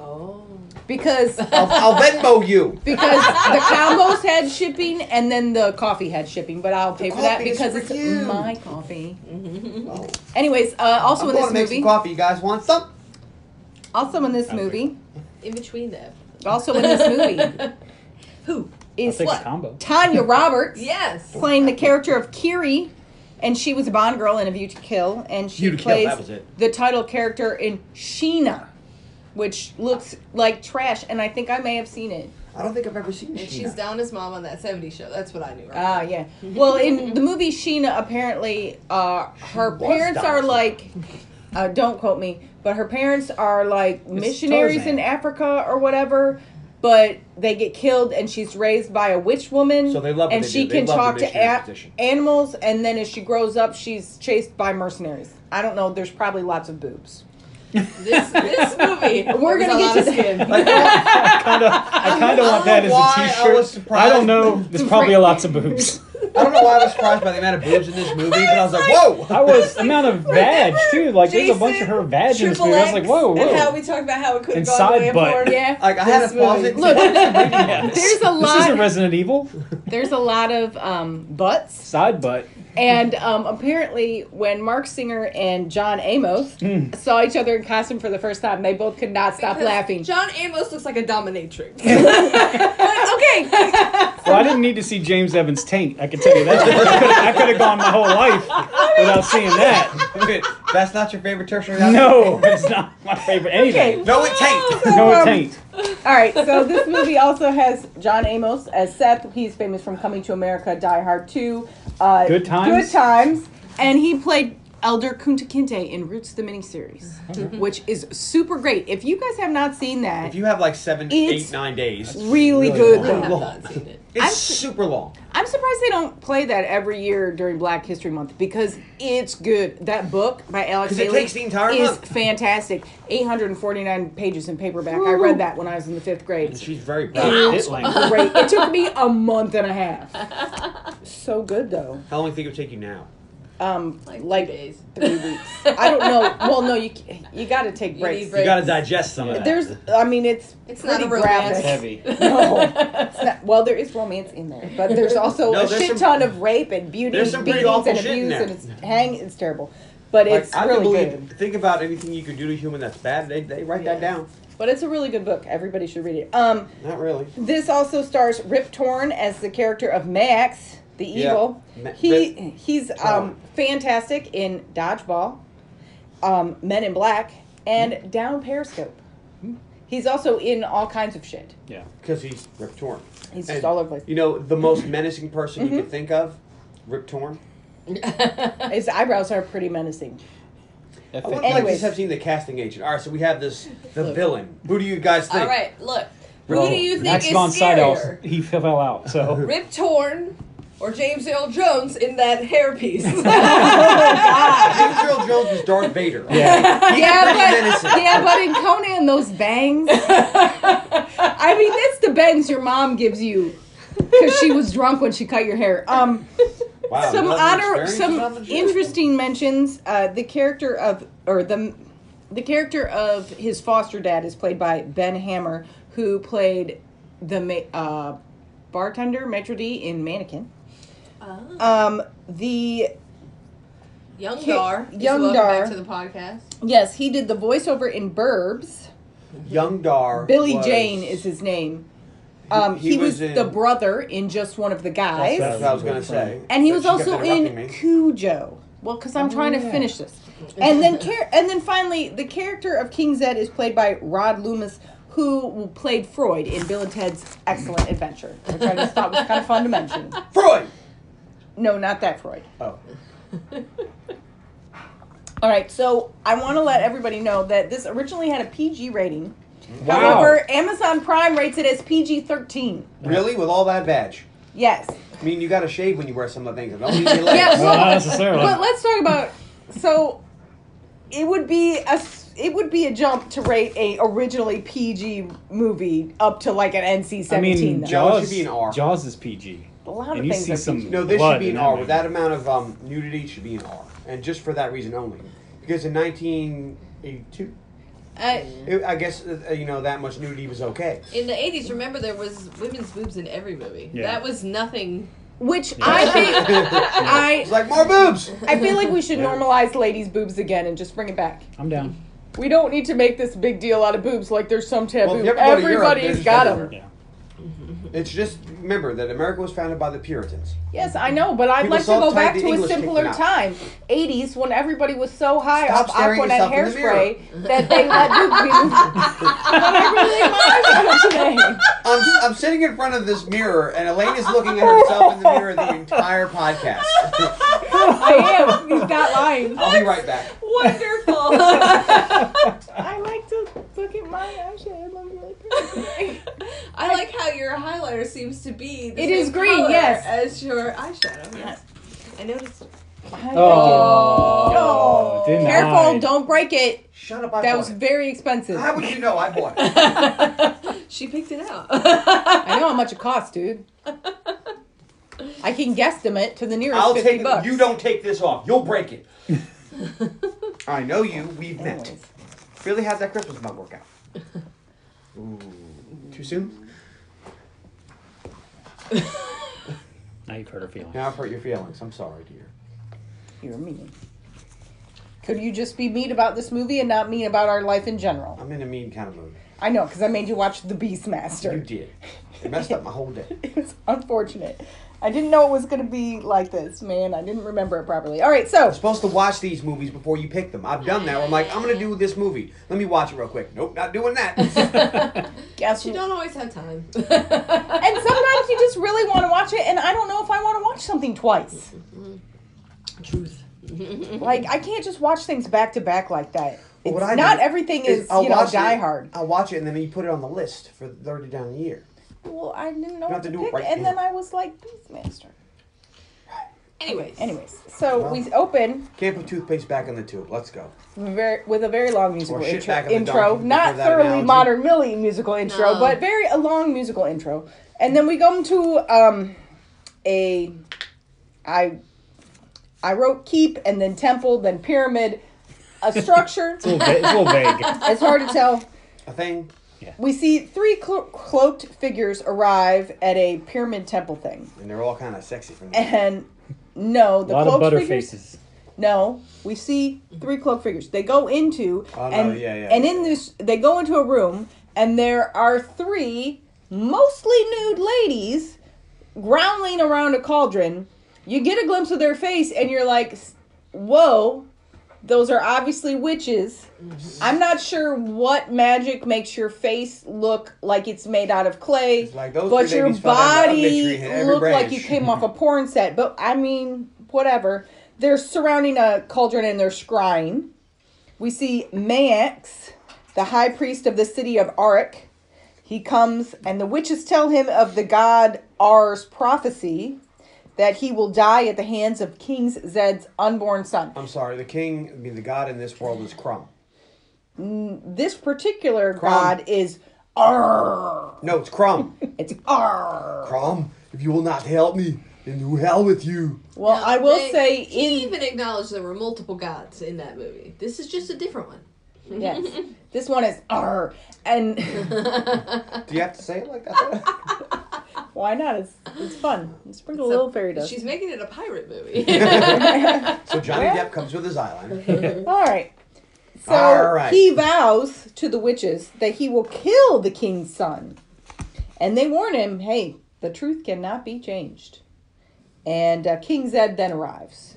Speaker 2: Oh.
Speaker 1: because
Speaker 3: I'll, I'll Venmo you.
Speaker 1: because the combos had shipping and then the coffee had shipping. But I'll pay for that
Speaker 3: coffee is
Speaker 1: because
Speaker 3: for
Speaker 1: it's
Speaker 3: you.
Speaker 1: my coffee.
Speaker 3: Oh.
Speaker 1: Anyways, uh, also
Speaker 3: I'm
Speaker 1: in
Speaker 3: going
Speaker 1: this
Speaker 3: to make some
Speaker 1: movie,
Speaker 3: coffee. You guys want some?
Speaker 1: also in this movie,
Speaker 2: In between them.
Speaker 1: also in this movie
Speaker 2: Who?
Speaker 4: I'll
Speaker 1: is
Speaker 4: take
Speaker 2: What?
Speaker 4: a combo.
Speaker 1: Tanya Roberts.
Speaker 2: Yes.
Speaker 1: playing the character of Kiri, and she was a Bond girl in A View to Kill, and she
Speaker 3: View to Kill,
Speaker 1: plays
Speaker 3: that was it.
Speaker 1: the title character in Sheena, which looks like trash, and I think I may have seen it.
Speaker 3: I don't think I've ever seen
Speaker 2: And
Speaker 3: Sheena.
Speaker 2: she's down as mom on that 70s show. That's what I knew. Right?
Speaker 1: Ah, yeah. Well, in the movie Sheena, apparently, uh, her
Speaker 3: was
Speaker 1: parents are
Speaker 3: Dawson.
Speaker 1: like, uh, don't quote me, but her parents are like missionaries in
Speaker 4: Tarzan.
Speaker 1: Africa or whatever. but they get killed, and she's raised by a witch woman.
Speaker 3: So they love what
Speaker 1: and
Speaker 3: they
Speaker 1: she
Speaker 3: do. They
Speaker 1: can
Speaker 3: love the
Speaker 1: talk to
Speaker 3: missionary
Speaker 1: a-
Speaker 3: position.
Speaker 1: animals, and then as she grows up, she's chased by mercenaries. I don't know. There's probably lots of boobs.
Speaker 2: This this movie.
Speaker 1: We're
Speaker 2: there
Speaker 1: gonna get
Speaker 2: was a lot
Speaker 1: to
Speaker 2: of
Speaker 1: the-
Speaker 2: skin.
Speaker 4: Kinda, I kind of want
Speaker 3: I
Speaker 4: that
Speaker 3: don't
Speaker 4: as
Speaker 3: know why
Speaker 4: a
Speaker 3: I
Speaker 4: T-shirt.
Speaker 3: was surprised.
Speaker 4: I don't know. There's probably a lots of boobs.
Speaker 3: I don't know why I was surprised by the amount of boobs in this movie, but I was like, whoa!
Speaker 4: I was amount of vag too. Like there's a bunch of
Speaker 5: Jason,
Speaker 4: her vag in this
Speaker 5: Triple
Speaker 4: movie. I was
Speaker 5: X,
Speaker 4: like, whoa,
Speaker 5: and how
Speaker 4: whoa.
Speaker 5: we talked about how it could
Speaker 4: And
Speaker 5: have gone
Speaker 4: side
Speaker 5: way
Speaker 4: butt.
Speaker 5: more.
Speaker 1: Yeah.
Speaker 3: Like I had to pause it.
Speaker 1: Look, there's a
Speaker 4: This isn't
Speaker 1: lot.
Speaker 4: Resident Evil.
Speaker 1: There's a lot of um, butts.
Speaker 4: Side butt.
Speaker 1: And um, apparently, when Mark Singer and John Amos saw each other in costume for the first time, they both could not stop
Speaker 2: Because
Speaker 1: laughing.
Speaker 2: John Amos looks like a dominatrix.
Speaker 5: okay,
Speaker 4: Well, I didn't need to see James Evans' taint. I can tell you that. I could've- I could have gone my whole life without seeing that.
Speaker 3: Wait, That's not your favorite tertiary. outfit?
Speaker 4: No, it's not my favorite anything.
Speaker 3: No, it tanked.
Speaker 4: No taint.
Speaker 1: All right, so this movie also has John Amos as Seth. He's famous from Coming to America, Die Hard 2, uh,
Speaker 4: Good Times?
Speaker 1: Good Times, and he played Elder Kunta Kinte in Roots the miniseries, which is super great. If you guys have not seen that,
Speaker 3: If you have like seven,
Speaker 1: It's-
Speaker 3: eight, nine days, it's
Speaker 1: really,
Speaker 4: Really
Speaker 1: good.
Speaker 2: I
Speaker 3: long.
Speaker 2: have not seen it.
Speaker 3: super long.
Speaker 1: I'm surprised they don't play that every year during Black History Month because it's good. That book by Alex
Speaker 3: 'Cause it
Speaker 1: Haley
Speaker 3: takes the entire
Speaker 1: is
Speaker 3: month.
Speaker 1: fantastic. 849 pages in paperback. I read that when I was in the fifth grade.
Speaker 3: And she's very proud.
Speaker 4: It language.
Speaker 1: Great. It took me a month and a half. So good though.
Speaker 3: How long do you think it would take you now?
Speaker 1: Um,
Speaker 2: Like
Speaker 1: like,
Speaker 2: two days.
Speaker 1: three weeks. I don't know. Well, no, you c- you got to take
Speaker 2: You
Speaker 1: breaks.
Speaker 2: need
Speaker 3: You
Speaker 2: breaks.
Speaker 3: got to digest some of that.
Speaker 1: There's, I mean, it's
Speaker 2: It's not
Speaker 1: pretty
Speaker 2: a romance.
Speaker 1: graphic.
Speaker 4: Heavy.
Speaker 1: No, it's not, well, there is romance in there, but there's also
Speaker 3: No,
Speaker 1: a
Speaker 3: there's
Speaker 1: shit
Speaker 3: some-
Speaker 1: ton of rape and beauty
Speaker 3: there's some
Speaker 1: and
Speaker 3: pretty
Speaker 1: beatings
Speaker 3: awful
Speaker 1: and
Speaker 3: shit
Speaker 1: abuse,
Speaker 3: in there.
Speaker 1: and it's hang. It's terrible, but
Speaker 3: Like,
Speaker 1: it's
Speaker 3: I can
Speaker 1: really
Speaker 3: believe.
Speaker 1: good.
Speaker 3: Think about anything you can do to a human that's bad. They, they write that
Speaker 1: Yeah.
Speaker 3: down.
Speaker 1: But it's a really good book. Everybody should read it. Um,
Speaker 3: Not really.
Speaker 1: this also stars Rip Torn as the character of Max, the
Speaker 3: Yeah.
Speaker 1: evil.
Speaker 3: Ma-
Speaker 1: He
Speaker 3: Rip
Speaker 1: he's um fantastic in Dodgeball, um, Men in Black,
Speaker 3: Hmm.
Speaker 1: and Down Periscope. He's also in all kinds of shit.
Speaker 4: Yeah.
Speaker 3: Because he's Rip Torn.
Speaker 1: He's
Speaker 3: And,
Speaker 1: just all over the place.
Speaker 3: You know, the most menacing person you could think of, Rip Torn.
Speaker 1: His eyebrows are pretty menacing.
Speaker 3: I would like
Speaker 1: Anyways.
Speaker 3: to just have seen the casting agent. All right, so we have this the villain. Who do you guys think?
Speaker 2: All right, look.
Speaker 4: Well,
Speaker 2: Who do you think
Speaker 4: Max
Speaker 2: is
Speaker 4: von Sydow,
Speaker 2: scarier?
Speaker 4: he fell out. So
Speaker 2: Rip Torn or James Earl Jones in that hairpiece?
Speaker 3: James Earl Jones was Darth Vader.
Speaker 4: yeah,
Speaker 3: He
Speaker 1: Yeah,
Speaker 3: pretty
Speaker 1: but-
Speaker 3: menacing.
Speaker 1: Yeah, but in Conan, those bangs. I mean, that's the bangs your mom gives you because she was drunk when she cut your hair. Um,
Speaker 3: Wow,
Speaker 1: some
Speaker 3: another
Speaker 1: honor,
Speaker 3: experience
Speaker 1: some
Speaker 3: is on the show.
Speaker 1: interesting mentions. Uh, the character of, or the, the character of his foster dad is played by Ben Hammer, who played the ma- uh, bartender maitre d in Mannequin. Um, the
Speaker 2: Young
Speaker 1: Ki-
Speaker 2: Dar. is
Speaker 1: Young
Speaker 2: welcome
Speaker 1: Dar.
Speaker 2: Back to the podcast.
Speaker 1: yes, he did the voiceover in Burbs.
Speaker 3: Young Dar.
Speaker 1: Billy
Speaker 3: was-
Speaker 1: Jane is his name. Um, he,
Speaker 3: he
Speaker 1: was,
Speaker 3: was in-
Speaker 1: the brother in just one of the guys,
Speaker 3: That's what I was gonna say.
Speaker 1: and he
Speaker 3: But
Speaker 1: was
Speaker 3: she kept
Speaker 1: also
Speaker 3: interrupting
Speaker 1: in
Speaker 3: me.
Speaker 1: Cujo. Well, because I'm trying to finish this, and then char- and then finally, the character of King Zed is played by Rod Loomis, who played Freud in Bill and Ted's Excellent Adventure, which I just thought was kind of fun to mention.
Speaker 3: Freud.
Speaker 1: No, not that Freud.
Speaker 3: Oh,
Speaker 1: All right, so I want to let everybody know that this originally had a PG rating.
Speaker 4: Wow.
Speaker 1: However, Amazon Prime rates it as PG 13.
Speaker 3: really? With all that badge?
Speaker 1: Yes.
Speaker 3: I mean, you got to shave when you wear some of the things. I don't need your legs.
Speaker 1: Yeah,
Speaker 4: well, not necessarily.
Speaker 1: But let's talk about so it would be a s- it would be a jump to rate a originally PG movie up to like an NC
Speaker 4: I
Speaker 1: seventeen.
Speaker 4: mean,
Speaker 1: though.
Speaker 3: Jaws
Speaker 4: Jaws
Speaker 3: should be an R.
Speaker 4: Jaws is PG.
Speaker 1: a lot of
Speaker 4: And you
Speaker 1: things
Speaker 4: see
Speaker 1: are
Speaker 4: some.
Speaker 1: PG.
Speaker 3: No, this
Speaker 4: blood
Speaker 3: should be
Speaker 4: in
Speaker 3: an R.
Speaker 4: movie.
Speaker 3: With that amount of um, nudity, it should be an R, and just for that reason only. Because in 1982,
Speaker 2: I,
Speaker 3: it, I guess uh, you know that much nudity was okay.
Speaker 2: in the eighties, remember there was women's boobs in every movie.
Speaker 4: Yeah.
Speaker 2: That was nothing.
Speaker 1: which I think I
Speaker 3: It's like more boobs.
Speaker 1: I feel like we should
Speaker 4: Yeah.
Speaker 1: normalize ladies' boobs again and just bring it back.
Speaker 4: I'm down.
Speaker 1: We don't need to make this big deal out of boobs like there's some taboo.
Speaker 3: Well, if you ever go to Europe,
Speaker 1: Everybody's
Speaker 3: they're just
Speaker 1: got them.
Speaker 3: everywhere.
Speaker 4: Yeah.
Speaker 3: It's just remember that America was founded by the Puritans.
Speaker 1: Yes, I know, but I'd
Speaker 3: People
Speaker 1: like to
Speaker 3: saw
Speaker 1: go
Speaker 3: tight
Speaker 1: back
Speaker 3: the
Speaker 1: to a
Speaker 3: English
Speaker 1: simpler
Speaker 3: taken out.
Speaker 1: time. 80s, when everybody was so high
Speaker 3: Stop
Speaker 1: off
Speaker 3: staring
Speaker 1: Aquanet
Speaker 3: yourself in the mirror.
Speaker 1: hairspray that they let me But I really am
Speaker 3: I'm, I'm sitting in front of this mirror, and Elaine is looking at herself in the mirror the entire podcast.
Speaker 1: I am. He's not lying.
Speaker 3: I'll be right back.
Speaker 2: Wonderful.
Speaker 1: I like to look at my eyeshadow. I look really pretty.
Speaker 2: I like how your highlighter seems to be. The
Speaker 1: It
Speaker 2: same
Speaker 1: is green,
Speaker 2: color
Speaker 1: yes.
Speaker 2: As your eyeshadow. Yes. I noticed.
Speaker 4: Oh,
Speaker 1: Thank you.
Speaker 4: denied.
Speaker 1: Careful, don't break it.
Speaker 3: Shut up! I
Speaker 1: That
Speaker 3: bought
Speaker 1: was
Speaker 3: it.
Speaker 1: very expensive.
Speaker 3: How would you know I bought it?
Speaker 2: she picked it out.
Speaker 1: I know how much it costs, dude. I can guesstimate to the nearest
Speaker 3: I'll
Speaker 1: 50
Speaker 3: take.
Speaker 1: bucks.
Speaker 3: You don't take this off. You'll break it. I know you. We've met.
Speaker 1: Anyways.
Speaker 3: Really, how'd that Christmas mug work out? Ooh. Too soon?
Speaker 4: Now you've hurt her feelings.
Speaker 3: Now I've hurt your feelings. I'm sorry, dear.
Speaker 1: You're mean. Could you just be mean about this movie and not mean about our life in general?
Speaker 3: I'm in a mean kind of mood.
Speaker 1: I know, because I made you watch The
Speaker 3: You
Speaker 1: Beastmaster.
Speaker 3: did. It messed up my whole day.
Speaker 1: It was unfortunate. I didn't know it was going to be like this, man. I didn't remember it properly. All right, so.
Speaker 3: You're supposed to watch these movies before you pick them. I've done that. Where I'm like, I'm gonna do this movie. Let me watch it real quick. Nope, not doing that.
Speaker 1: Guess
Speaker 2: you
Speaker 1: what?
Speaker 2: don't always have time.
Speaker 1: And sometimes you just really want to watch it, and I don't know if I want to watch something twice.
Speaker 2: Truth.
Speaker 1: Like, I can't just watch things back to back like that. It's,
Speaker 3: Well, what I
Speaker 1: not
Speaker 3: do
Speaker 1: everything is,
Speaker 3: I'll
Speaker 1: you know,
Speaker 3: watch it-
Speaker 1: die hard.
Speaker 3: I'll watch it and then you put it on the list for 30 down the year.
Speaker 1: Well, I didn't know
Speaker 3: You
Speaker 1: what
Speaker 3: have
Speaker 1: to
Speaker 3: to do it
Speaker 1: pick,
Speaker 3: right
Speaker 1: and
Speaker 3: now.
Speaker 1: then I was like, Beastmaster.
Speaker 2: Anyways.
Speaker 1: Anyways, so
Speaker 3: Well.
Speaker 1: we open
Speaker 3: Can't put toothpaste back in the tube. Let's go.
Speaker 1: very, with a very long musical
Speaker 3: shit
Speaker 1: intro,
Speaker 3: back on the
Speaker 1: intro
Speaker 3: donkey,
Speaker 1: not
Speaker 3: before that
Speaker 1: thoroughly
Speaker 3: analogy.
Speaker 1: modern Millie musical intro,
Speaker 2: No.
Speaker 1: but very a long musical intro, and then we come to um, a I I wrote keep and then temple then pyramid, a structure.
Speaker 4: It's a little, va- it's a little vague.
Speaker 1: it's hard to tell.
Speaker 3: A thing.
Speaker 1: We see three clo- cloaked figures arrive at a pyramid temple thing,
Speaker 3: And they're all kind of sexy from there.
Speaker 1: and no, the
Speaker 4: A lot of
Speaker 1: cloaked
Speaker 4: butter
Speaker 1: figures-
Speaker 4: faces.
Speaker 1: No, we see three cloak figures. They go into
Speaker 3: Oh, no,
Speaker 1: and
Speaker 3: yeah, yeah,
Speaker 1: and
Speaker 3: yeah,
Speaker 1: in
Speaker 3: yeah.
Speaker 1: this they go into a room and there are three mostly nude ladies growling around a cauldron. You get a glimpse of their face and you're like, "Whoa, those are obviously witches."
Speaker 3: Mm-hmm.
Speaker 1: I'm not sure what magic makes your face look like it's made out of clay,
Speaker 3: It's like those
Speaker 1: but
Speaker 3: three
Speaker 1: your
Speaker 3: ladies fell down the ugly tree
Speaker 1: body
Speaker 3: and hit every
Speaker 1: looked like
Speaker 3: branch.
Speaker 1: you came off a porn set. But I mean, whatever. They're surrounding a cauldron and they're scrying. We see Max, the high priest of the city of Arik. He comes, and the witches tell him of the god Ar's prophecy that he will die at the hands of King Zed's unborn son.
Speaker 3: I'm sorry. The king, I mean, the god in this world is Crumb.
Speaker 1: This particular
Speaker 3: Crumb.
Speaker 1: god is Ar.
Speaker 3: No, it's Crumb.
Speaker 1: It's Ar.
Speaker 3: Crumb, if you will not help me, then to hell with you.
Speaker 1: Well, I will
Speaker 2: Uh, They-
Speaker 1: say
Speaker 2: He
Speaker 1: in
Speaker 2: even acknowledged there were multiple gods in that movie. This is just a different one.
Speaker 1: yes, this one is Ar, and
Speaker 3: Do you have to say it like that?
Speaker 1: why not? It's it's fun. Sprinkle a little fairy dust.
Speaker 2: She's making it a pirate movie.
Speaker 3: so Johnny Depp comes with his eyeliner.
Speaker 1: All right. So
Speaker 3: All right.
Speaker 1: he vows to the witches that he will kill the king's son. And they warn him, hey, the truth cannot be changed. And uh, King Zed then arrives.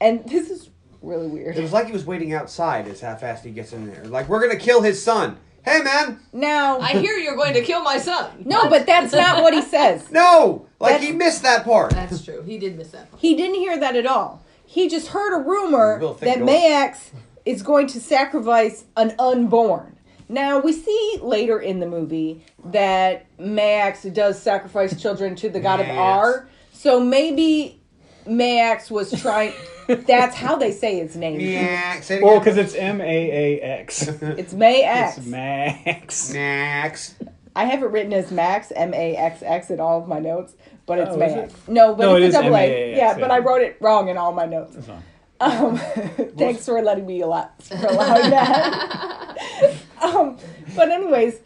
Speaker 1: And this is really
Speaker 3: It
Speaker 1: weird.
Speaker 3: was like he was waiting outside as how fast he gets in there. Like, we're going to kill his son. Hey, man.
Speaker 1: Now,
Speaker 2: I hear you're going to kill my son.
Speaker 1: no, but that's not what he says.
Speaker 3: No. Like,
Speaker 1: That's-
Speaker 3: he missed that part.
Speaker 2: That's true. He did miss that part.
Speaker 1: He didn't hear that at all. He just heard a
Speaker 3: Real
Speaker 1: rumor
Speaker 3: thick
Speaker 1: that
Speaker 3: door.
Speaker 1: Mayax is going to sacrifice an unborn. Now we see later in the movie that Mayax does sacrifice children to the god of
Speaker 3: Mayax.
Speaker 1: R. So maybe Mayax was trying. that's how they say his name.
Speaker 3: Yeah. Say it
Speaker 4: Well,
Speaker 3: again.
Speaker 4: because it's M A A X.
Speaker 1: It's Mayax.
Speaker 4: It's Max.
Speaker 3: Max.
Speaker 1: I have it written as Max M A X X in all of my notes, but it's
Speaker 4: Oh, is
Speaker 1: Mayax.
Speaker 4: it?
Speaker 1: No, but
Speaker 4: No,
Speaker 1: it's
Speaker 4: it
Speaker 1: a
Speaker 4: is
Speaker 1: double A.
Speaker 4: M-A-A-X,
Speaker 1: Yeah, but
Speaker 4: yeah.
Speaker 1: I wrote it wrong in all my notes.
Speaker 4: fine.
Speaker 1: Um, thanks for letting me allow, for allowing that. um, but anyways,